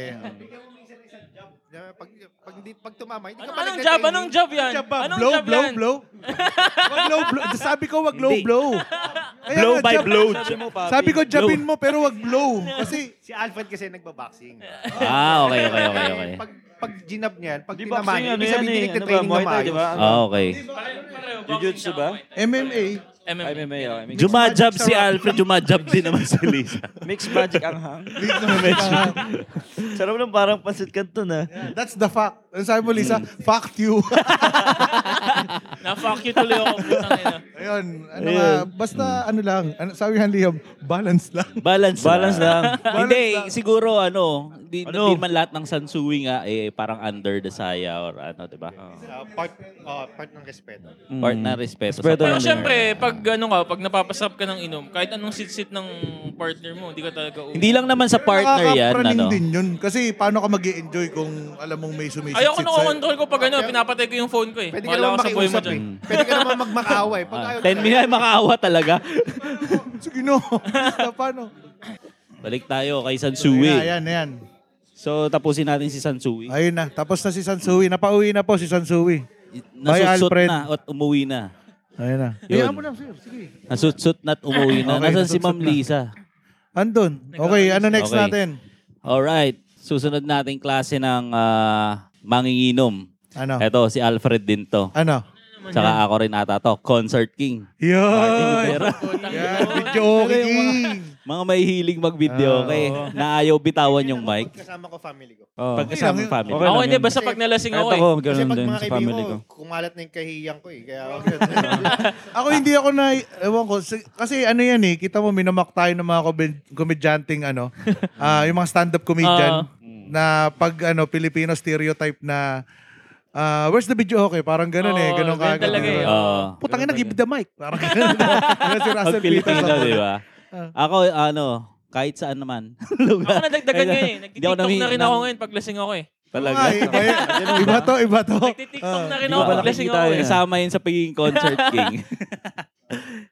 Speaker 4: Yeah, Pag, pag, hindi- pag tumama, hindi ka
Speaker 5: Ano,
Speaker 4: balik
Speaker 5: anong
Speaker 4: na
Speaker 5: job?
Speaker 4: training.
Speaker 5: Anong job yan?
Speaker 2: Siya ba?
Speaker 5: Anong
Speaker 2: blow,
Speaker 5: job
Speaker 2: ah? blow,
Speaker 5: yan?
Speaker 2: blow. Wag low blow. Sabi ko, wag low
Speaker 1: Hindi.
Speaker 2: blow. Kaya
Speaker 1: Blow
Speaker 2: nga,
Speaker 1: by
Speaker 2: jab-
Speaker 1: blow.
Speaker 3: Sabi mo, papi.
Speaker 2: Sabi ko, jabin mo, pero wag blow. Kasi,
Speaker 4: Si Alfred kasi nagbaboxing.
Speaker 1: Ah, okay, okay, okay, okay.
Speaker 4: Pag, pag ginab niyan, pag
Speaker 3: Di
Speaker 4: tinamaan,
Speaker 3: boxing, ano
Speaker 4: ibig
Speaker 3: yan
Speaker 4: sabihin
Speaker 3: eh. Ano
Speaker 4: hindi
Speaker 3: ba,
Speaker 4: training na
Speaker 3: Muay Thai,
Speaker 4: maayos.
Speaker 3: di ba? Ano?
Speaker 5: Oh.
Speaker 1: Ah, okay.
Speaker 5: Pareho, pareho.
Speaker 3: Jujutsu ba?
Speaker 2: MMA.
Speaker 3: Ay,
Speaker 5: MMA.
Speaker 3: may may, oh. Mix,
Speaker 1: Jumajab si Alfred, jumajab din naman si Lisa.
Speaker 3: mix magic ang hang.
Speaker 2: Wait lang, wait lang.
Speaker 3: Sarap lang parang pansit kanto na.
Speaker 5: ah.
Speaker 2: That's the fact. Ang sabi mo, Lisa,
Speaker 1: Hmm.
Speaker 2: fact you.
Speaker 5: Na-fuck you tuloy ako. Putang ina.
Speaker 2: Ayun, ano nga, basta ano lang, ano, sabi nga ni Liam, balance lang.
Speaker 1: Balance,
Speaker 3: Balance lang.
Speaker 1: Hindi, siguro ano, di,
Speaker 3: Ano?
Speaker 1: di man lahat ng sansui nga eh parang under the saya or ano, 'di ba?
Speaker 4: Ah, part, ah, part ng respeto.
Speaker 1: Part na respeto.
Speaker 3: Mm. Respeto
Speaker 1: sa
Speaker 5: Pero
Speaker 3: lang
Speaker 5: syempre, pag ano ka, pag napapasap ka ng inom, kahit anong sit-sit ng partner mo, hindi ka talaga uuwi.
Speaker 1: Hindi lang naman sa partner yan,
Speaker 2: Nakakapraning
Speaker 1: ano.
Speaker 2: din yun. Kasi paano ka mag enjoy kung alam mong may sumisit-sit
Speaker 5: Ayoko na
Speaker 2: sa'yo?
Speaker 5: control ko pag ano, pinapatay ko yung phone ko eh.
Speaker 4: Pwede ka
Speaker 5: Bahala ka
Speaker 4: naman
Speaker 5: sa buhay mo
Speaker 4: makiusap eh.
Speaker 5: dyan.
Speaker 4: Pwede ka naman magmakaaway.
Speaker 3: Ah,
Speaker 4: Pag ayaw,
Speaker 1: 10 minutes, makaawa talaga.
Speaker 2: Sige no, basta paano.
Speaker 1: Balik tayo kay Sansui.
Speaker 2: Ayan, ayan.
Speaker 1: So, tapusin natin si Sansui.
Speaker 2: Ayun na, tapos na si Sansui. Napauwi na po si Sansui. Bye,
Speaker 1: Nasutsut
Speaker 2: Alfred.
Speaker 1: na at umuwi na.
Speaker 2: Ayun na.
Speaker 1: Yun.
Speaker 2: Hayaan mo lang, sir. Sige.
Speaker 1: Nasutsut na at umuwi na.
Speaker 2: Okay,
Speaker 1: Nasaan si
Speaker 2: nasutsut
Speaker 1: Ma'am
Speaker 2: na.
Speaker 1: Lisa?
Speaker 2: Andun. Okay, ano next
Speaker 1: Okay.
Speaker 2: natin?
Speaker 1: Alright. Susunod nating klase ng ah, manginginom.
Speaker 2: Ano?
Speaker 3: Ah.
Speaker 1: Ito, si Alfred din to.
Speaker 2: Ano?
Speaker 1: Tsaka ako rin ata to, Concert King. Martin
Speaker 2: Yun!
Speaker 1: Rivera.
Speaker 2: Yan, video
Speaker 1: Pero yung mga-
Speaker 2: king!
Speaker 1: Mga may hilig
Speaker 3: Ah,
Speaker 1: mag-video, okay? Na ayaw bitawan yung mic.
Speaker 4: Kasama ko family ko.
Speaker 3: Oh.
Speaker 1: Pagkasama
Speaker 2: Okay lang yun.
Speaker 1: family.
Speaker 3: Okay lang
Speaker 5: Ako hindi,
Speaker 3: yun.
Speaker 5: basta pag nalasing ako
Speaker 3: Kahit
Speaker 5: eh.
Speaker 3: ako,
Speaker 4: Kasi
Speaker 3: ganun
Speaker 4: pag
Speaker 3: din
Speaker 4: mga
Speaker 3: sa
Speaker 4: kaibigan
Speaker 3: family
Speaker 4: ko,
Speaker 3: ko. Ah.
Speaker 4: kumalat na yung kahiyan ko eh. Kaya ako
Speaker 2: Ako hindi ako na, ewan ko, si- kasi ano yan eh, kita mo minamak tayo ng mga komedyanting komedyanting ano, ah, yung mga stand-up
Speaker 5: Ah.
Speaker 2: comedian na pag ano, Filipino stereotype na, ah, where's the video okay? Parang ganun eh,
Speaker 5: Oo,
Speaker 2: ganun
Speaker 5: ganun
Speaker 2: ka. ganun
Speaker 5: talaga eh.
Speaker 2: ka.
Speaker 1: Oo.
Speaker 2: Putang ina,
Speaker 3: Ganun
Speaker 2: give the mic. Parang ganun. Ganun si
Speaker 1: Ah. Pag eh.
Speaker 2: Russell Peters.
Speaker 1: Pilipino,
Speaker 2: ako.
Speaker 1: di ba? Ako, ano, kahit saan naman. lugar.
Speaker 5: Ako nadagdagan
Speaker 1: Kaya-
Speaker 5: ngayon eh.
Speaker 1: Hindi ako
Speaker 5: Nagtitiktok na
Speaker 1: nami-
Speaker 5: rin ako
Speaker 1: nam-
Speaker 5: ngayon pag lasing ako eh.
Speaker 1: Talaga.
Speaker 2: Ay, iba, yun. iba to, iba to.
Speaker 5: Nagtitiktok na rin
Speaker 1: Hindi
Speaker 5: ako
Speaker 1: ko pala
Speaker 5: pag lasing
Speaker 3: nakikita
Speaker 5: ako
Speaker 3: yun.
Speaker 5: eh.
Speaker 1: Kasama yun sa pagiging concert king.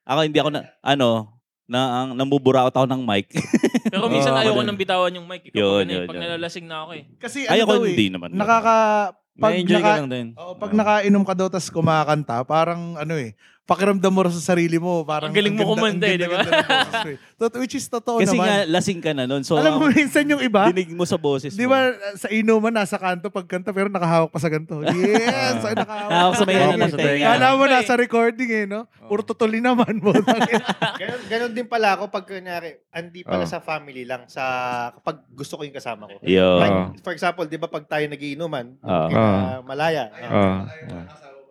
Speaker 1: ako hindi ako na, ano, na ang namubura ako ng mic.
Speaker 5: Pero minsan
Speaker 3: Oo,
Speaker 5: ayoko
Speaker 3: ako
Speaker 5: nang bitawan yung mic.
Speaker 1: Ah, Yun,
Speaker 5: Ikaw pag ano eh,
Speaker 1: yun,
Speaker 5: pag
Speaker 1: yun.
Speaker 5: nalalasing na ako eh.
Speaker 2: Kasi ano
Speaker 1: Ayoko
Speaker 2: daw eh,
Speaker 1: hindi naman.
Speaker 2: nakaka, pag
Speaker 3: Na-enjoy ka
Speaker 2: naka-
Speaker 3: lang din.
Speaker 2: Oo, pag nakainom ka daw tas kumakanta, parang ano eh, pakiramdam mo rin sa sarili mo. Parang
Speaker 5: Ang galing mo
Speaker 2: ganda-
Speaker 5: kumanta eh,
Speaker 2: ganda-
Speaker 5: di ba?
Speaker 2: ganda ng boses ko eh. Tot- Which is totoo
Speaker 1: Kasi
Speaker 2: naman.
Speaker 1: nga, lasing ka na nun. So,
Speaker 2: Alam
Speaker 1: ang
Speaker 2: mo minsan yung iba,
Speaker 1: dinig mo sa boses
Speaker 2: di
Speaker 1: mo.
Speaker 2: ba sa inuman, nasa kanto pagkanta, pero nakahawak pa sa ganito. Yes! ay,
Speaker 1: Ah.
Speaker 2: nakahawak.
Speaker 1: Nakahawak sa may
Speaker 2: Sige.
Speaker 1: ano na sa tenga.
Speaker 2: Kala mo
Speaker 5: Okay.
Speaker 2: nasa recording eh, no? Puro tutuli naman mo.
Speaker 4: ganun, ganun din pala ako pag kunyari, hindi pala
Speaker 3: Oo.
Speaker 4: sa family lang, sa kapag gusto ko yung kasama ko.
Speaker 3: Ah.
Speaker 1: Yo.
Speaker 4: Like, for example, di ba pag tayo nagiinuman,
Speaker 1: Oo.
Speaker 4: kina Malaya.
Speaker 3: Oo.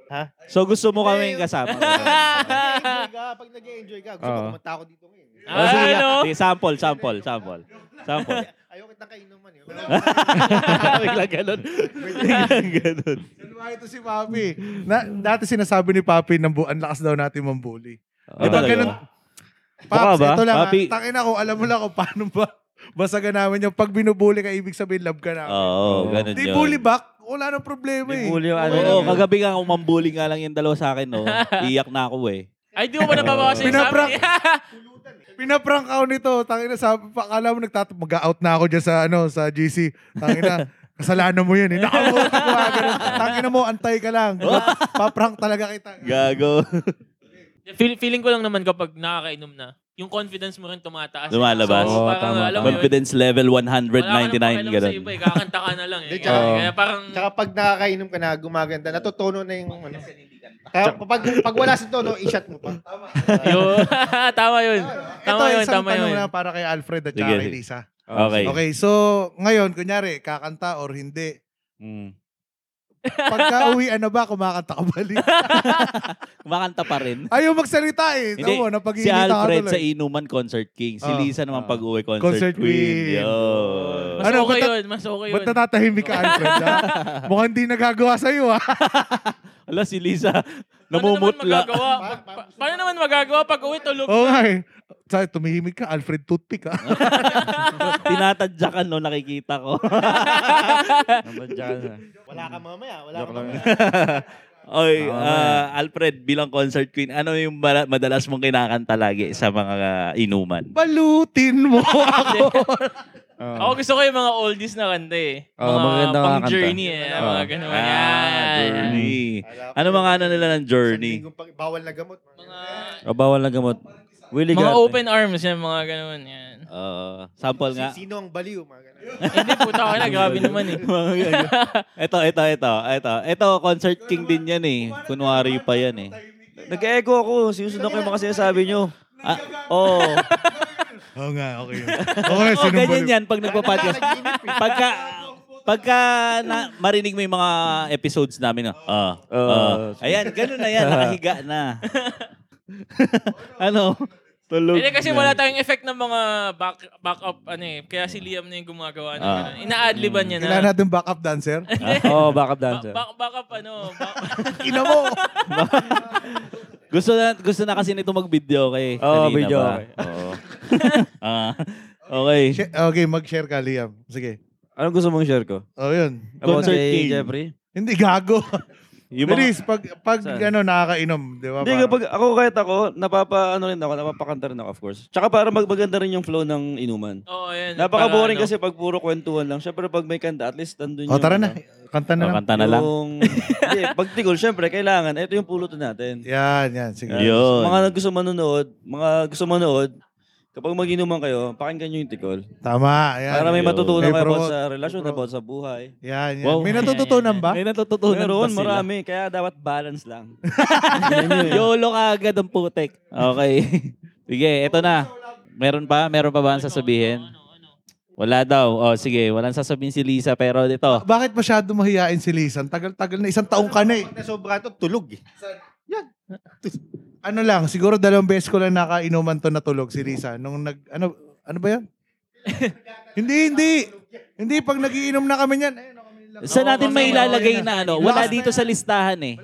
Speaker 1: Ah, So, gusto mo kami kasama.
Speaker 4: Nag-enjoy ka, pag nag-enjoy ka, gusto ko
Speaker 3: Oo.
Speaker 4: kumanta ako dito ngayon.
Speaker 1: O, Oh, sige
Speaker 5: Ah,
Speaker 1: nga.
Speaker 5: ano?
Speaker 1: Sige, sample, sample, sample. Sample.
Speaker 4: Ayaw kitang kainuman eh. yun.
Speaker 1: Biglang ganun. Biglang ganun.
Speaker 2: Dalawa ito si Papi. Na, dati sinasabi ni Papi, "Nambu- ang lakas daw natin mambuli. Di
Speaker 1: Ah,
Speaker 2: ba
Speaker 1: talaga?
Speaker 2: ganun?
Speaker 3: Baka
Speaker 2: Paps,
Speaker 3: ba?
Speaker 2: ito lang
Speaker 1: Papi.
Speaker 2: ha. Tangina ko, alam mo lang kung paano ba basagan namin yung pag binubuli ka, ibig sabihin love ka namin.
Speaker 1: Oo, ganun
Speaker 2: Di
Speaker 1: Ah, yun.
Speaker 2: bully back, wala nang problema eh.
Speaker 3: Di bully yung ano.
Speaker 1: Oo,
Speaker 3: yun.
Speaker 1: kagabi nga kung mambuli nga lang yung dalawa sa akin, no? Iyak na ako eh.
Speaker 5: Ay, di mo ba nababawasan yung
Speaker 2: Pinaprank.
Speaker 5: sabi?
Speaker 2: Pinaprank ako nito. Tangina, sabi pa, akala mo nagtat mag-out na ako dyan sa, ano, sa GC. Tangina, kasalanan mo yun eh. Nakamuti ko ha, ganun. Tangina mo, antay ka lang. Paprank talaga kita.
Speaker 1: Gago.
Speaker 5: Feel- Feeling ko lang naman kapag nakakainom na, yung confidence mo rin tumataas.
Speaker 1: Lumalabas.
Speaker 5: So,
Speaker 3: Oo,
Speaker 5: parang,
Speaker 3: tama,
Speaker 5: alam mo yun,
Speaker 1: Confidence level
Speaker 5: wala ka nang pakialam
Speaker 1: 199,
Speaker 5: sa
Speaker 1: ganun.
Speaker 5: iba eh. Kakanta ka na lang eh.
Speaker 4: Di,
Speaker 5: Kaya,
Speaker 3: tsaka-
Speaker 5: kaya parang,
Speaker 4: Tsaka pag nakakainom ka na, gumaganda, natutono na yung ano. Kaya pag, pag wala sa tono, i-shot mo pa.
Speaker 5: yun. tama yun. Tama
Speaker 2: Ito,
Speaker 5: yun,
Speaker 2: isang
Speaker 5: tama
Speaker 2: tanong
Speaker 5: yun.
Speaker 2: na para kay Alfred at
Speaker 1: Sige.
Speaker 2: saka kay Lisa.
Speaker 1: Okay.
Speaker 2: Okay, so ngayon, kunyari, kakanta or hindi.
Speaker 3: Mm.
Speaker 2: Pagka uwi, ano ba, kumakanta ka balik.
Speaker 1: Kumakanta pa rin.
Speaker 2: Ayaw magsalita eh.
Speaker 1: Hindi,
Speaker 2: Tama mo, napag
Speaker 1: Si Alfred sa Inuman Concert King. Si
Speaker 2: Ah.
Speaker 1: Lisa naman
Speaker 3: Ah.
Speaker 1: pag uwi Oh. Concert,
Speaker 2: Concert
Speaker 1: Queen.
Speaker 2: Queen.
Speaker 1: Yo.
Speaker 5: Mas
Speaker 2: Ano,
Speaker 5: okay
Speaker 2: ba't-
Speaker 5: yun, mas okay yun.
Speaker 2: Ba't natatahimik ka, Alfred? ha? Mukhang di nagagawa sa'yo, ha?
Speaker 1: Ala si Lisa,
Speaker 5: Paano Ano naman
Speaker 1: namumutla.
Speaker 5: magagawa? Pa- pa- paano naman magagawa pag uwi tulog?
Speaker 2: Oo nga eh. Sabi, tumihimik ka, Alfred Toothpick, ha?
Speaker 1: Tinatadyakan no, nakikita ko.
Speaker 3: Nabadyan na.
Speaker 4: Wala ka mamaya, wala ka
Speaker 3: Joke lang.
Speaker 4: mamaya.
Speaker 1: Oy,
Speaker 3: Tama
Speaker 1: ah, Alfred, bilang concert queen, ano yung mara- madalas mong kinakanta lagi sa mga inuman?
Speaker 2: Balutin mo ako.
Speaker 3: Oo.
Speaker 5: Ako gusto ko yung mga oldies na kanta eh.
Speaker 3: Oo, maganda mga
Speaker 5: pang
Speaker 3: kanta.
Speaker 5: journey eh.
Speaker 4: Oo.
Speaker 5: Mga ganun.
Speaker 1: Ah,
Speaker 5: Yan.
Speaker 1: journey. Ano mga ano nila ng journey?
Speaker 4: Isang linggong pag- Bawal na gamot.
Speaker 5: Mga-
Speaker 1: Ah,
Speaker 3: O, bawal na gamot. Willie
Speaker 5: Mga
Speaker 3: Garte.
Speaker 5: open arms yan, mga ganun. Yan.
Speaker 1: Ah, sample nga.
Speaker 4: Si- Sino ang baliw? Ano? Mga ganun.
Speaker 5: Hindi, puta ka na. Grabe naman eh.
Speaker 1: Mga ganyan. Ito, ito, ito, ito. Ito, concert king din yan eh. Kunwari pa yan eh.
Speaker 3: Nag-echo ako. Sinusunod ko yung mga sinasabi nyo.
Speaker 1: Ah,
Speaker 3: Oo. Oh.
Speaker 2: Oo nga, okay. yun. Okay,
Speaker 1: oh, ganyan
Speaker 2: sinumbalik.
Speaker 1: yan pag nagpa-podcast. pagka, pagka na, marinig mo yung mga episodes namin. Ah, ah, ah. ayan, ganun na yan. Nakahiga na. ano? Tulog.
Speaker 5: Hindi kasi wala tayong effect ng mga back, back up ano eh. Kaya si Liam na yung gumagawa ng
Speaker 1: Ah.
Speaker 5: ganun. Ina-adliban niya na.
Speaker 2: Kailangan natin backup dancer.
Speaker 3: Oo, backup
Speaker 5: Ba-
Speaker 3: dancer.
Speaker 5: back, back up ano. Back,
Speaker 2: Ina mo!
Speaker 1: Gusto na, gusto na kasi nito mag-video kay.
Speaker 3: Oo, video
Speaker 1: pa.
Speaker 3: kay.
Speaker 1: Oo. Ah, okay.
Speaker 2: Share- Okay, mag-share ka, Liam. Sige.
Speaker 3: Anong gusto mong share ko?
Speaker 2: Oh, yun.
Speaker 3: About
Speaker 1: Concert
Speaker 3: kay
Speaker 1: King.
Speaker 3: Jeffrey?
Speaker 2: Hindi, gago.
Speaker 1: Yung mga-
Speaker 2: Bilis, pag, pag
Speaker 3: Saan?
Speaker 2: ano, nakakainom, di ba?
Speaker 3: Hindi,
Speaker 2: parang-
Speaker 3: kapag ako kahit ako, napapa, ano rin ako, napapakanta rin ako, of course. Tsaka para magaganda rin yung flow ng inuman.
Speaker 5: oh, ayan.
Speaker 3: Napaka-boring
Speaker 5: Para, ano.
Speaker 3: kasi pag puro kwentuhan lang. Siyempre, pag may kanta, at least nandun
Speaker 2: O, tara na.
Speaker 3: ano,
Speaker 2: Kanta
Speaker 1: Oh,
Speaker 2: na lang.
Speaker 1: kanta na lang.
Speaker 3: Yung, hindi, pag tigol, syempre, kailangan. Ito yung pulutan natin.
Speaker 2: Yan, yan. Sige.
Speaker 1: Yun.
Speaker 3: Mga gusto manonood, mga gusto manood, kapag mag-inuman kayo, pakinggan nyo yung tikol.
Speaker 2: Tama. Yan.
Speaker 3: Para may
Speaker 1: Yo.
Speaker 3: matutunan
Speaker 2: May
Speaker 3: kayo about
Speaker 2: pro-
Speaker 3: sa relasyon,
Speaker 2: pro-
Speaker 3: about sa buhay.
Speaker 2: Yan, yan.
Speaker 1: Wow.
Speaker 2: May natututunan ba?
Speaker 1: May natututunan
Speaker 3: Meron,
Speaker 1: ba sila?
Speaker 3: marami. Kaya dapat balance lang.
Speaker 1: YOLO ka agad ang putek. Okay. Sige, eto na. Meron pa? Meron pa ba ang sasabihin? Wala daw. O, sige. Walang sasabihin si Lisa, pero dito.
Speaker 2: Bakit masyado mahihain si Lisan? Tagal-tagal na, isang taong ka na eh.
Speaker 4: Pag nasobra to, tulog eh.
Speaker 2: Ano lang, siguro dalawang beses ko lang nakainuman to natulog si Lisan. Nung nag, ano, ano ba yan? hindi, hindi. Hindi, pag nagiinom na kami niyan. Ayun, kami lang.
Speaker 1: Saan natin
Speaker 5: mamaya,
Speaker 1: may ilalagay
Speaker 2: mamaya
Speaker 1: na ano? Wala
Speaker 2: Last
Speaker 1: dito sa listahan eh.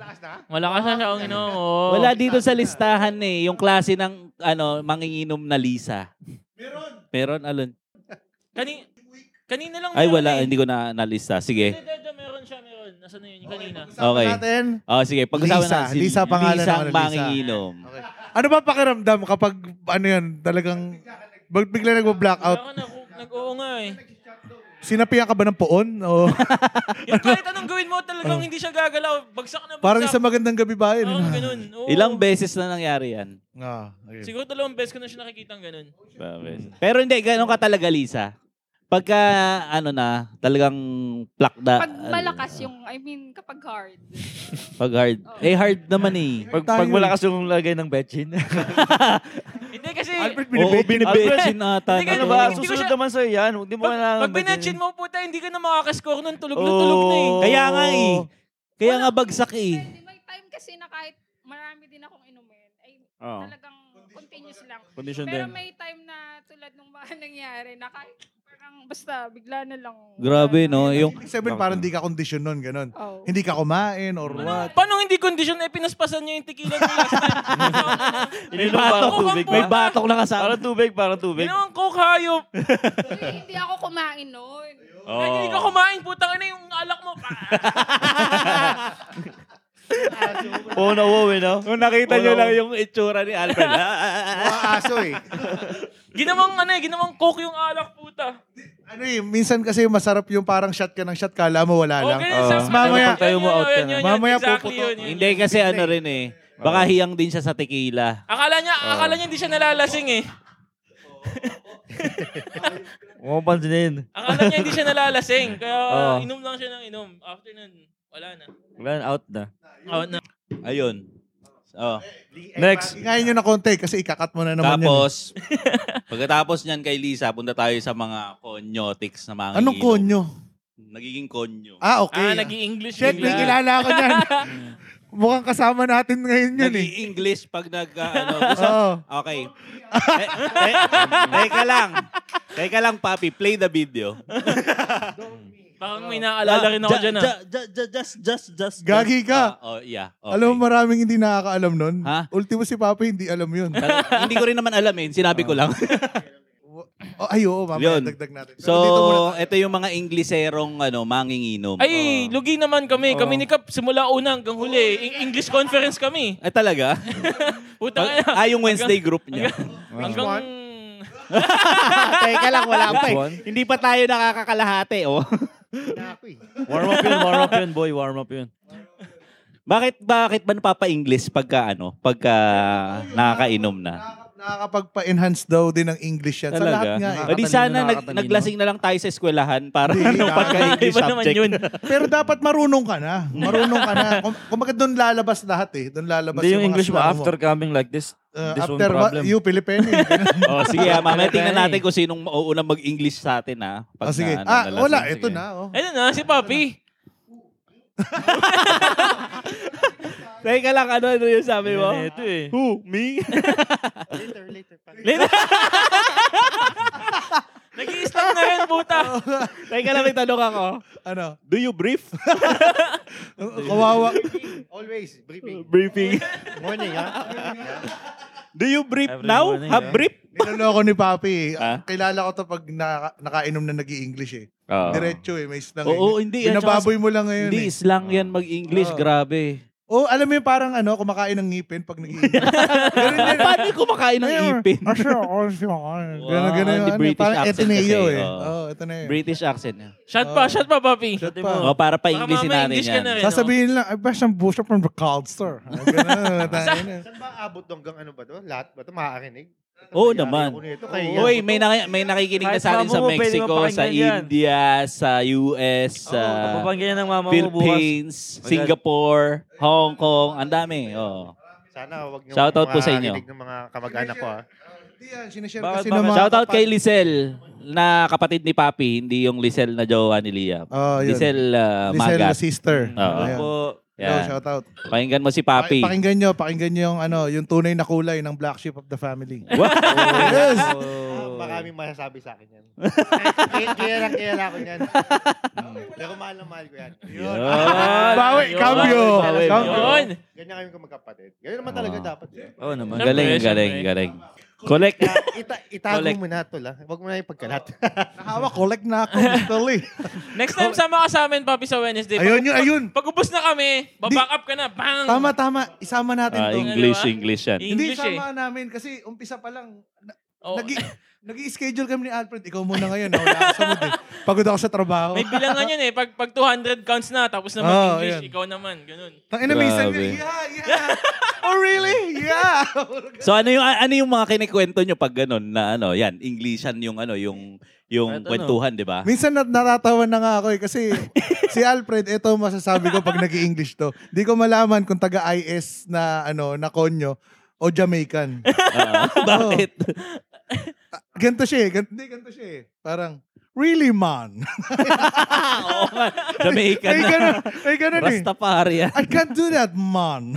Speaker 5: Wala ka sa siyang inom. oo.
Speaker 2: Oh.
Speaker 1: Wala dito sa listahan eh. Yung klase ng ano, manginginom na Lisa. Meron. Meron, alon.
Speaker 5: Kani kanina lang
Speaker 1: Ay,
Speaker 5: meron
Speaker 1: wala.
Speaker 5: eh.
Speaker 1: Hindi ko na nalista. Sige.
Speaker 5: Hindi, hindi, meron siya, meron. Nasaan na yun? Yung kanina.
Speaker 1: Okay.
Speaker 2: Natin.
Speaker 1: O, sige. Pag-usapan
Speaker 2: Lisa.
Speaker 1: natin si
Speaker 2: Lisa
Speaker 1: Lisa
Speaker 2: pangalan ng ano,
Speaker 1: ang
Speaker 2: Lisa.
Speaker 1: manginginom.
Speaker 2: Okay. Ano ba pakiramdam kapag, ano yan, talagang, bag bigla nagwa-blackout,
Speaker 5: Wala ka na, nag-oo nga eh.
Speaker 2: sinapian ka ba ng poon? O,
Speaker 5: Yung kahit anong gawin mo, talagang hindi siya gagalaw. Bagsak na bagsak.
Speaker 2: parang isang magandang gabi ba yun?
Speaker 5: Parang ganun. Oo.
Speaker 1: Ilang beses na nangyari yan?
Speaker 2: Ah, okay.
Speaker 5: Siguro dalawang beses ko na siya nakikita ganun.
Speaker 1: Pero hindi, ganun ka talaga, Lisa. Pagka, ano na, talagang plak na. ano.
Speaker 6: Pag malakas yung, I mean, kapag hard. Oh.
Speaker 1: Pag hard. Eh, hard naman eh.
Speaker 3: Pag,
Speaker 2: Tayo.
Speaker 3: pag malakas yung lagay ng betchin.
Speaker 5: Hindi kasi,
Speaker 2: Alfred
Speaker 1: Oo,
Speaker 2: Binibig.
Speaker 1: binibetsin ata.
Speaker 5: Hindi ka
Speaker 3: ano
Speaker 1: no?
Speaker 3: ba?
Speaker 5: Hindi ko
Speaker 3: Susunod
Speaker 5: siya-
Speaker 3: naman sa'yo yan. Hindi mo kailangan
Speaker 5: pag, pag
Speaker 3: betchin.
Speaker 5: binetchin mo puta, hindi ka na makakascore nun. Tulog na tulog na eh.
Speaker 1: Kaya nga eh. Kaya nga bagsak eh.
Speaker 6: Depende. May time kasi na kahit marami din akong inumin, ay
Speaker 1: Oo.
Speaker 6: talagang continuous lang.
Speaker 3: Condition Oh.
Speaker 6: Pero
Speaker 3: din.
Speaker 6: may time na tulad nung mga nangyari na kahit parang basta bigla na lang.
Speaker 1: Grabe, no? Yung,
Speaker 2: Seven, parang di ka kondisyon nun, ganun.
Speaker 6: Oh.
Speaker 2: Hindi ka kumain or
Speaker 5: Ano,
Speaker 2: what.
Speaker 5: paano hindi condition eh, pinaspasan niya yung tequila niya last time.
Speaker 1: may
Speaker 3: Ininom parang
Speaker 1: batok.
Speaker 3: tubig
Speaker 1: May
Speaker 3: ba?
Speaker 1: batok na kasama.
Speaker 3: Parang tubig, parang tubig.
Speaker 5: Ginawang coke hayop.
Speaker 6: Kasi hindi ako kumain noon.
Speaker 5: Lagi hindi ka kumain, putang ina yung alak mo.
Speaker 3: Oo na wow eh, no?
Speaker 1: Kung nakita
Speaker 3: niyo lang
Speaker 1: yung itsura ni Alfred.
Speaker 4: Mga aso eh.
Speaker 5: ginawang ano eh, ginawang coke yung alak, puta.
Speaker 2: Ano eh, minsan kasi masarap yung parang shot ka ng shot, kala mo wala lang.
Speaker 5: Okay,
Speaker 3: Oo.
Speaker 5: sa
Speaker 2: Mamaya-
Speaker 5: yun, yun,
Speaker 3: Mamaya-
Speaker 5: yun, yun, yun,
Speaker 2: Mamaya
Speaker 5: exactly
Speaker 2: puputo.
Speaker 5: yun, yun.
Speaker 1: Hindi kasi ano rin eh. Baka hiyang din siya sa tequila.
Speaker 5: Akala niya, akala niya hindi siya nalalasing eh.
Speaker 3: Huwag mong pansinin.
Speaker 5: Akala niya hindi siya nalalasing. Kaya
Speaker 3: Oo.
Speaker 5: inom lang siya ng inom. After nun, wala na.
Speaker 3: Wala, na, out na.
Speaker 5: Out na.
Speaker 1: Ayun. Oh.
Speaker 3: Next.
Speaker 2: Ingayin nyo na konti kasi ikakat mo na naman Ano yun. eh.
Speaker 1: Tapos, pagkatapos niyan kay Lisa, punta tayo sa mga konyotics na mga
Speaker 2: Anong konyo?
Speaker 1: Nagiging konyo.
Speaker 2: Ah, okay.
Speaker 5: Ah, nag-i-English
Speaker 2: Shit, may
Speaker 5: bigla.
Speaker 2: kilala ako niyan. Mukhang kasama natin ngayon yun eh.
Speaker 1: Nag-i-English pag nag, ah, ano, gusto.
Speaker 2: Oo.
Speaker 1: Okay. Te- te- Teka lang. Teka lang, papi. Play the video.
Speaker 5: Parang may naalala rin ako
Speaker 1: Ju-
Speaker 5: dyan ah.
Speaker 1: ju- ju- ju- Just, just, just.
Speaker 2: Gagi
Speaker 1: just-
Speaker 2: ka.
Speaker 1: Ah, oh, yeah. Okay.
Speaker 2: Alam mo, maraming hindi nakakaalam nun.
Speaker 1: Ha?
Speaker 2: Ultimo si Papa, hindi alam yun.
Speaker 1: Tal- hindi ko rin naman alam eh. Sinabi ko
Speaker 2: Ah.
Speaker 1: lang.
Speaker 2: oh, ay, oo, mamaya
Speaker 1: Yun.
Speaker 2: dagdag natin. Pero dito muna
Speaker 1: so, ito yung mga Ingleserong ano, manginginom.
Speaker 5: Ay, lugi naman kami. Kami ni Kap, simula una hanggang huli. Eng- English conference kami.
Speaker 1: Ay, Eh, talaga?
Speaker 5: Puta ka
Speaker 1: Pag, ah, yung Wednesday group niya.
Speaker 5: Hanggang...
Speaker 4: Teka lang, wala pa eh.
Speaker 1: Hindi pa tayo nakakakalahate, oh.
Speaker 4: Hina ako eh.
Speaker 3: Warm up yun, warm up yun, boy. Warm up yun.
Speaker 1: bakit bakit ba napapa-English pagka ano, pagka nakakainom na?
Speaker 2: Nakaka- Nakakapagpa-enhance daw din ng English yan. Sa
Speaker 1: Talaga? O di
Speaker 2: lahat nga eh.
Speaker 3: Nakakatalino,
Speaker 1: sana nag,
Speaker 3: nakakatalino.
Speaker 1: naglasing na lang tayo sa eskwelahan para
Speaker 2: Hindi,
Speaker 1: ano, pagka-English
Speaker 5: Iba naman
Speaker 1: subject.
Speaker 5: yun.
Speaker 2: Pero dapat marunong ka na. Marunong ka na. Kung, kumbaga doon lalabas lahat eh. Doon lalabas
Speaker 3: Hindi yung
Speaker 2: mga
Speaker 3: English mo,
Speaker 2: slur
Speaker 3: after coming like this,
Speaker 2: Uh,
Speaker 3: this one
Speaker 2: after what?
Speaker 3: problem.
Speaker 2: you, Pilipino.
Speaker 1: O
Speaker 2: Oh,
Speaker 1: sige, ah, mamaya
Speaker 3: Talaga
Speaker 1: tingnan
Speaker 3: eh.
Speaker 1: natin kung sinong mauunang mag-English sa atin ha.
Speaker 2: Ah, sige.
Speaker 1: na- ano,
Speaker 2: ah,
Speaker 1: nalasing.
Speaker 2: wala.
Speaker 1: Sige.
Speaker 2: Ito na. Oh.
Speaker 5: Ayun na, si Papi.
Speaker 1: Teka lang, ano, ano yung sabi mo?
Speaker 3: Yun, Ito eh.
Speaker 1: Who? Me?
Speaker 4: Later, later. pa.
Speaker 5: Nag-i-slam na rin, puta.
Speaker 1: Teka lang, may tanong ako.
Speaker 2: Ano?
Speaker 1: Do you brief?
Speaker 2: Kawawa.
Speaker 4: Always, briefing.
Speaker 1: Briefing.
Speaker 4: Morning, ha?
Speaker 1: Do you brief
Speaker 3: Every
Speaker 1: now?
Speaker 3: morning,
Speaker 1: Have
Speaker 3: ah.
Speaker 1: brief?
Speaker 2: Niloloko ni Papi. eh.
Speaker 1: Ah?
Speaker 2: Kilala ko to pag naka- nakainom na nag english eh.
Speaker 1: Oo.
Speaker 2: Diretso eh. May slang
Speaker 1: Ah. Oo,
Speaker 2: eh.
Speaker 1: hindi. ah, At saka-
Speaker 2: Binababoy mo lang ngayon
Speaker 1: Hindi,
Speaker 2: eh.
Speaker 1: slang yan mag-English.
Speaker 2: Oo.
Speaker 1: Grabe.
Speaker 2: Oh, alam mo yung parang ano, kumakain ng ngipin pag nag-iingay.
Speaker 1: Ah, Paano yung kumakain ng ipin?
Speaker 2: Ah, sure. Oh, sure. Ganun,
Speaker 1: Wow,
Speaker 2: ganun.
Speaker 1: hindi
Speaker 2: yung ano,
Speaker 1: British
Speaker 2: Parang
Speaker 1: accent
Speaker 2: eto na
Speaker 1: kasi,
Speaker 2: iyo eh.
Speaker 1: oo.
Speaker 2: Oh, eto na iyo.
Speaker 1: British accent. niya.
Speaker 5: Shot pa, shot pa, Papi.
Speaker 2: Oh. Shot
Speaker 3: pa.
Speaker 2: pa.
Speaker 1: O, para pa
Speaker 5: Baka
Speaker 1: Englishin
Speaker 5: mamaya
Speaker 1: natin
Speaker 5: English ka
Speaker 1: yan.
Speaker 5: na rin. eh, no?
Speaker 2: Sasabihin lang, ay, best ang booster from the culture. Ano, Ganun, eh. tayo na.
Speaker 4: Saan ba abot hanggang ano ba to? Lahat ba to? Makakarinig?
Speaker 1: Oo naman.
Speaker 4: Ayoko nito, kaya yan.
Speaker 1: Uy, may, naki- may nakikinig na
Speaker 3: Kahit
Speaker 1: sa atin
Speaker 3: mama
Speaker 1: sa
Speaker 3: mo, pwede
Speaker 1: Mexico,
Speaker 3: mapakinggan
Speaker 1: sa
Speaker 3: yan.
Speaker 1: India, sa US, sa
Speaker 3: Kapapangyan ng mama mo bukas.
Speaker 1: Philippines, Singapore, Hong Kong. Ang dami. Oh.
Speaker 4: Sana wag niyo
Speaker 1: Shoutout po sa inyo.
Speaker 4: makinig ng mga kamag-anak ko. ah.
Speaker 2: Hindi yan, sinishare
Speaker 3: Bakit,
Speaker 2: kasi
Speaker 3: bakit?
Speaker 2: ng mga...
Speaker 1: Shoutout
Speaker 2: kapatid.
Speaker 1: kay Lisel na kapatid ni Papi, hindi yung Lisel na jowa ni Lia.
Speaker 2: Oh, yun. Lisel,
Speaker 1: Lisel uh, Magat.
Speaker 2: sister.
Speaker 1: Oo.
Speaker 2: Ayan.
Speaker 3: Po,
Speaker 2: Hello,
Speaker 1: Yan.
Speaker 2: shoutout.
Speaker 1: Pakinggan mo si
Speaker 2: Pa-
Speaker 1: Papi.
Speaker 2: Pakinggan nyo, pakinggan nyo yung, ano, yung tunay na kulay ng black sheep of the family.
Speaker 3: yes.
Speaker 4: Ah, maraming masasabi sa akin yan. kaya, kaya lang, kaya lang ako yan. Pero mahal na mahal ko yan.
Speaker 1: Yun.
Speaker 2: Bawi,
Speaker 5: Yun.
Speaker 2: cambio.
Speaker 1: Bawi,
Speaker 2: Cambio.
Speaker 5: Yun.
Speaker 4: Ganyan kami kung magkapatid. Ganyan naman talaga
Speaker 1: Ah.
Speaker 4: dapat. Eh.
Speaker 3: Oo naman.
Speaker 5: Siyempre,
Speaker 1: Galing,
Speaker 5: siyempre.
Speaker 1: galing, galing. Collect. uh,
Speaker 4: Kaya ita, itago
Speaker 1: Correct.
Speaker 4: mo na ito lang. Huwag mo na ipagkalat.
Speaker 2: Nahawa, collect na ako, Mr. Lee.
Speaker 5: Next time, sama ka sa amin, Papi, sa Wednesday.
Speaker 2: Oh. Ayun yun, ayun.
Speaker 5: Pag ubos na kami, baback up ka na. Bang!
Speaker 2: Tama, tama. Isama natin
Speaker 1: Ah,
Speaker 2: to.
Speaker 1: English,
Speaker 5: Ano ba?
Speaker 1: English yan.
Speaker 2: Hindi,
Speaker 5: English eh.
Speaker 2: isama namin kasi umpisa pa lang. Na,
Speaker 5: Oo.
Speaker 2: nag Nag-schedule kami ni Alfred. Ikaw muna ngayon. ah, Wala ako sa mood eh. Pagod ako sa trabaho.
Speaker 5: May bilangan yan eh. Pag, pag 200 counts na, tapos
Speaker 2: Oo,
Speaker 5: na mag-English,
Speaker 2: Oh, yun.
Speaker 5: ikaw naman. Ganun.
Speaker 2: Ang ina, minsan,
Speaker 1: Grabe.
Speaker 2: yeah, yeah. oh, really? Yeah.
Speaker 1: So ano yung ano yung mga kinikwento nyo pag ganun na ano, yan, Englishan yung ano, yung yung
Speaker 3: Kahit ano.
Speaker 1: kwentuhan, di ba?
Speaker 2: minsan nat natatawa na nga ako eh. Kasi si Alfred, ito ang masasabi ko pag nag english to. Di ko malaman kung taga-IS na, ano, na konyo o Jamaican.
Speaker 1: Ah,
Speaker 2: Oh.
Speaker 1: bakit?
Speaker 2: Ganto siya eh. Gan- Hindi, ganto siya eh. Parang, really man?
Speaker 1: Oo nga. Jamaican
Speaker 2: Ay,
Speaker 1: na.
Speaker 2: ganun. Ay, ganun eh.
Speaker 1: Rastafari yan.
Speaker 2: I can't do that, man.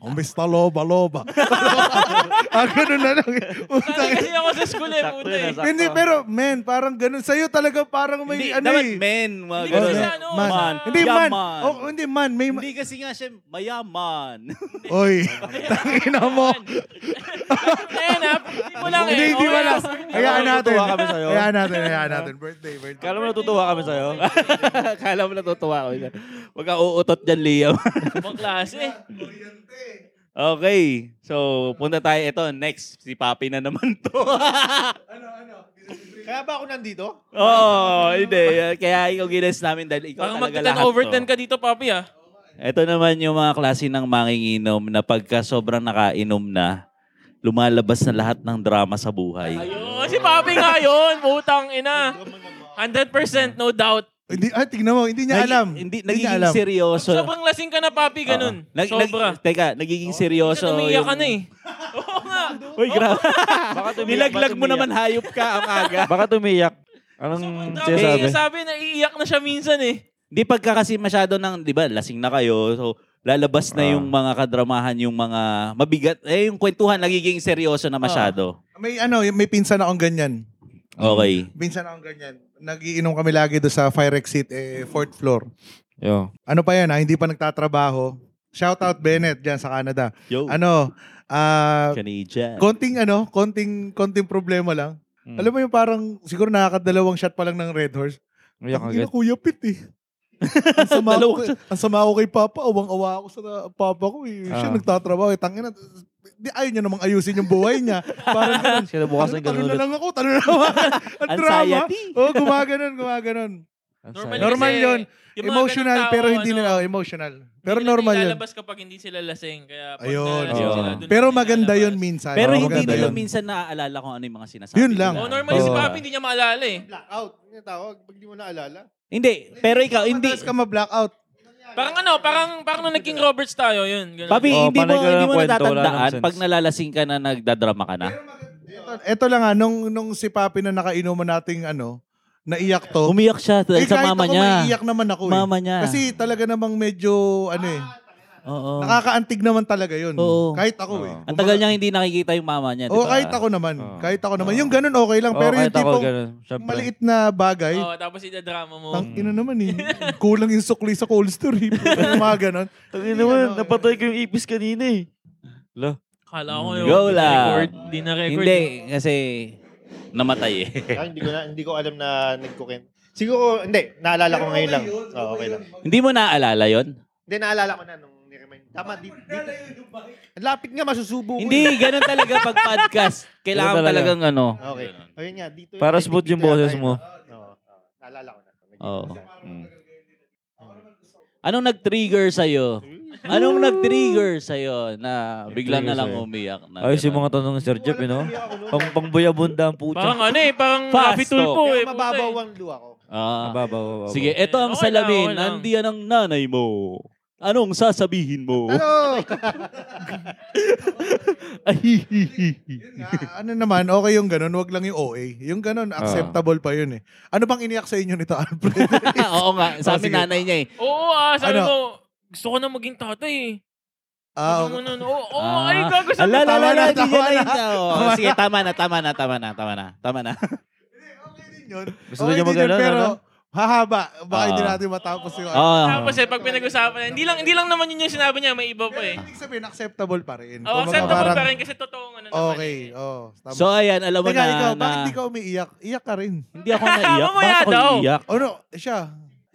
Speaker 2: oh, Mr. Loba, Loba. ah, ganun na lang.
Speaker 5: Sana kasi ako sa school eh,
Speaker 3: Sakto
Speaker 5: puta
Speaker 3: yun,
Speaker 5: eh.
Speaker 3: sakto.
Speaker 2: Hindi, pero men, parang ganun. Sa'yo talaga parang may
Speaker 1: Hindi,
Speaker 2: ano
Speaker 1: dapat
Speaker 2: eh.
Speaker 1: men. Mga
Speaker 5: Hindi
Speaker 1: ganun.
Speaker 5: kasi
Speaker 2: Man.
Speaker 5: sa ano,
Speaker 2: Man.
Speaker 5: sa-
Speaker 2: Hindi, man.
Speaker 1: Yaman.
Speaker 2: Oh, hindi, man. May ma-
Speaker 1: Hindi kasi nga siya mayaman.
Speaker 2: Oy, tangina mo.
Speaker 5: Ayun ah, hindi mo lang eh.
Speaker 2: Hindi, hindi
Speaker 5: Okay
Speaker 2: wala.
Speaker 5: lang.
Speaker 2: Hayaan natin.
Speaker 3: Tutuwa kami sa'yo.
Speaker 2: Hayaan natin, hayaan natin. Birthday, birthday.
Speaker 3: Kala mo natutuwa kami sa'yo.
Speaker 1: Akala mo natutuwa ako. Huwag ka uutot dyan, Liam.
Speaker 5: Ibang klase.
Speaker 1: okay. So, punta tayo ito. Next, si Papi na naman to.
Speaker 4: Kaya ba ako nandito?
Speaker 1: Oo, oh, hindi. Kaya ikaw gines namin dahil ikaw
Speaker 5: Baka
Speaker 1: talaga
Speaker 5: mag-10
Speaker 1: lahat
Speaker 5: over
Speaker 1: to.
Speaker 5: 10 ka dito, papi ah.
Speaker 1: Ito naman yung mga klase ng manginginom na pagka sobrang nakainom na, lumalabas na lahat ng drama sa buhay.
Speaker 5: Ayun, si papi nga yun. Putang ina. 100% no doubt.
Speaker 2: Hindi, ah, tignan mo, hindi niya
Speaker 1: Nagi-
Speaker 2: alam.
Speaker 1: Hindi,
Speaker 2: Hindi
Speaker 1: nagiging
Speaker 2: niya alam.
Speaker 1: seryoso.
Speaker 5: Sobrang lasing ka na, papi, ganun.
Speaker 1: Oo. Nag- nag-
Speaker 5: Sobra.
Speaker 1: teka, nagiging seryoso.
Speaker 5: Kasi umiiyak ka
Speaker 1: yung-
Speaker 5: na eh. Oo nga.
Speaker 1: Uy, grabe.
Speaker 3: Baka tumiyak,
Speaker 1: Nilaglag
Speaker 3: baka
Speaker 1: mo
Speaker 3: tumiyak.
Speaker 1: naman hayop ka ang aga.
Speaker 3: Baka tumiyak. Anong
Speaker 5: Grabe
Speaker 1: Sinasabi.
Speaker 5: yung
Speaker 3: sinasabi?
Speaker 5: sabi, naiiyak na siya minsan eh.
Speaker 1: Hindi pagka kasi masyado ng, di ba, lasing na kayo. So, lalabas na
Speaker 3: Ah.
Speaker 1: yung mga kadramahan, yung mga mabigat. Eh, yung kwentuhan, nagiging seryoso
Speaker 2: Ah.
Speaker 1: na masyado.
Speaker 2: May ano, may pinsan akong ganyan. Mm.
Speaker 1: Okay.
Speaker 2: Pinsan akong ganyan. Nagiinom kami lagi doon sa fire exit, eh, fourth floor.
Speaker 3: Yo.
Speaker 2: Ano pa yan, ah, hindi pa nagtatrabaho. Shout out Bennett dyan sa Canada.
Speaker 1: Yo,
Speaker 2: Ano, ah,
Speaker 1: Canadian.
Speaker 2: konting ano, konting, konting problema lang.
Speaker 3: Hmm.
Speaker 2: Alam mo yung parang, siguro nakakadalawang shot pa lang ng Red Horse.
Speaker 3: Umiyak
Speaker 2: Ang
Speaker 3: agad.
Speaker 2: ina, kuya Pit eh. ang sama ko, kay- ang sama ko kay Papa, awang-awa ako sa Papa ko eh. Siya
Speaker 3: Ah.
Speaker 2: nagtatrabaho eh, tangina. Di, ayaw niya namang ayusin yung buhay niya. Parang ganun.
Speaker 3: Sila bukas
Speaker 2: Talo-
Speaker 3: ng
Speaker 2: talo
Speaker 3: ganun
Speaker 2: na
Speaker 3: ulit.
Speaker 2: lang ako, talo na lang ako. Ang drama.
Speaker 1: Anxiety.
Speaker 2: Oo, gumaganon, gumaganon.
Speaker 5: Normally
Speaker 2: Normal
Speaker 5: kasi
Speaker 2: yun.
Speaker 5: yung mga
Speaker 2: Emotional,
Speaker 5: ganung tao,
Speaker 2: pero hindi
Speaker 5: ano,
Speaker 2: nila, oh, emotional. Pero
Speaker 5: hindi nila
Speaker 2: normal yun.
Speaker 5: nilalabas kapag hindi sila lasing. Kaya pagka
Speaker 2: Ayun.
Speaker 5: lasing
Speaker 3: Oo.
Speaker 5: sila, dun
Speaker 2: Pero
Speaker 5: nila
Speaker 2: maganda
Speaker 5: nilalabas.
Speaker 2: yun minsan.
Speaker 1: Pero
Speaker 2: Oo,
Speaker 1: hindi
Speaker 2: maganda
Speaker 1: nila
Speaker 2: yun.
Speaker 1: minsan naaalala kung ano yung mga sinasabi.
Speaker 2: Yun lang.
Speaker 5: Oh,
Speaker 1: nila.
Speaker 5: normally si
Speaker 3: Oo.
Speaker 5: Papi hindi niya maalala eh.
Speaker 4: Blackout. Ano tawag? Pag di mo naalala.
Speaker 1: Hindi, pero ikaw, hindi.
Speaker 2: Madalas ka ma-blackout.
Speaker 5: Parang ano, parang parang nung naging Roberts tayo, yun. Ganun.
Speaker 1: Papi,
Speaker 3: Oo,
Speaker 1: hindi mo,
Speaker 3: panay ko
Speaker 1: hindi
Speaker 3: ng
Speaker 1: mo
Speaker 3: kwento, wala
Speaker 1: natatandaan
Speaker 3: nonsense.
Speaker 1: pag nalalasing ka na nagdadrama ka na.
Speaker 2: Ito, ito lang nga, nung, nung si Papi na nakainuman nating ano, naiyak to.
Speaker 1: Umiyak siya dahil
Speaker 2: eh,
Speaker 1: sa
Speaker 2: kahit
Speaker 1: mama
Speaker 2: ako,
Speaker 1: niya.
Speaker 2: maiiyak naman ako eh.
Speaker 1: Mama niya.
Speaker 2: Kasi talaga namang medyo, ano eh,
Speaker 1: Oo.
Speaker 2: nakakaantig naman talaga yun.
Speaker 1: Oo.
Speaker 2: Kahit ako eh.
Speaker 3: Oo.
Speaker 1: Ang tagal niyang hindi nakikita yung mama niya, di
Speaker 2: Oo,
Speaker 1: ba?
Speaker 2: kahit ako naman.
Speaker 3: Oo.
Speaker 2: Kahit ako naman. Yung ganun okay lang. pero yung tipong maliit na bagay,
Speaker 5: Oh, tapos idadrama mo.
Speaker 2: Tang ina naman eh. Kulang yung sukli sa coldster eh. Yung mga ganon.
Speaker 3: Tangin naman, napatay ko yung ipis kanina eh. Lo.
Speaker 5: Kala ko
Speaker 1: Go
Speaker 5: yun.
Speaker 1: lang.
Speaker 5: Record. Di na record. eh.
Speaker 1: Hindi, kasi namatay eh.
Speaker 4: Ah, hindi ko na, hindi ko alam na nagkukin. Siguro, hindi. Naalala ko ngayon lang. Oo, okay lang.
Speaker 1: hindi mo naaalala yon?
Speaker 4: Hindi, naalala ko na nung niremind. Tama, di, di, Ang lapit nga, masusubo ko. eh.
Speaker 1: Hindi, ganun talaga pag podcast. Kailangan
Speaker 3: talaga.
Speaker 1: talagang ano.
Speaker 4: Okay. Ayun nga, dito.
Speaker 3: Para
Speaker 4: I think
Speaker 3: smooth yung
Speaker 4: dito
Speaker 3: boses
Speaker 4: yata
Speaker 3: mo.
Speaker 4: yun. Oo. oo. Naalala ko na.
Speaker 1: Oo. Anong nag-trigger sa'yo? Anong nag-trigger sa'yo na bigla na lang
Speaker 3: sa'yo?
Speaker 1: umiyak na?
Speaker 3: Ayos yung
Speaker 1: ganun?
Speaker 3: mga tanong ni Sir Jeff, you know? Pang pangbuyabunda ang
Speaker 5: Parang
Speaker 3: putya.
Speaker 5: ano eh, parang
Speaker 1: Fast
Speaker 5: abitul
Speaker 1: talk.
Speaker 5: po eh.
Speaker 4: Kaya
Speaker 5: puta
Speaker 4: mababaw
Speaker 5: eh.
Speaker 4: ang luha ko.
Speaker 1: Ah.
Speaker 3: Mababa, mababa.
Speaker 1: Sige, eto ang
Speaker 5: Okay lang,
Speaker 1: salamin.
Speaker 5: okay lang.
Speaker 1: Nandiyan ang nanay mo. Anong sasabihin mo?
Speaker 2: Ano?
Speaker 1: Ahihihihi.
Speaker 2: Yun nga, ano naman, okay yung ganun, wag lang yung OA. Yung ganun, acceptable pa yun eh. Ano bang iniyak sa inyo nito, Alfred?
Speaker 1: Oo nga,
Speaker 2: Oh,
Speaker 1: sa amin
Speaker 2: sige.
Speaker 1: nanay niya eh.
Speaker 5: Oo, ah, sabi
Speaker 2: Ano?
Speaker 5: ko, gusto ko na maging tatay eh.
Speaker 2: ah,
Speaker 5: Ano,
Speaker 2: okay.
Speaker 5: ano, ano, Oo, oh,
Speaker 1: Ah.
Speaker 5: ay, gago sabi
Speaker 1: Ala, ala,
Speaker 5: ko.
Speaker 2: tama
Speaker 1: ala,
Speaker 2: na,
Speaker 1: ala, di
Speaker 2: tama
Speaker 1: niya na
Speaker 2: na.
Speaker 1: yun. Oo,
Speaker 2: Tama
Speaker 1: Sige, tama na, tama na, tama na, tama na, tama na.
Speaker 2: Okay din yun.
Speaker 3: Gusto
Speaker 2: okay din
Speaker 3: niyo
Speaker 2: yun,
Speaker 3: mag-ano,
Speaker 2: pero
Speaker 3: ano?
Speaker 2: hahaba. Baka
Speaker 1: Ah.
Speaker 2: hindi natin matapos yung... ano.
Speaker 1: Oo.
Speaker 5: Tapos eh, pag pinag-usapan na, hindi lang, hindi lang naman yun yung sinabi niya, may iba pa
Speaker 2: Pero
Speaker 5: eh.
Speaker 2: ibig sabihin, acceptable pa
Speaker 1: Oh,
Speaker 2: rin.
Speaker 5: Oo,
Speaker 2: Kumbaga,
Speaker 5: acceptable
Speaker 2: parang,
Speaker 5: pa rin kasi totoo ano naman.
Speaker 2: Okay,
Speaker 5: eh.
Speaker 2: oo. tama.
Speaker 1: So ayan, alam mo
Speaker 2: Teka,
Speaker 1: na,
Speaker 2: ikaw,
Speaker 1: na
Speaker 2: bakit di ka umiiyak? Iyak ka rin.
Speaker 1: hindi ako naiyak.
Speaker 5: Mamaya
Speaker 1: Bakit ako
Speaker 5: daw.
Speaker 1: iiyak?
Speaker 2: Oh no, siya.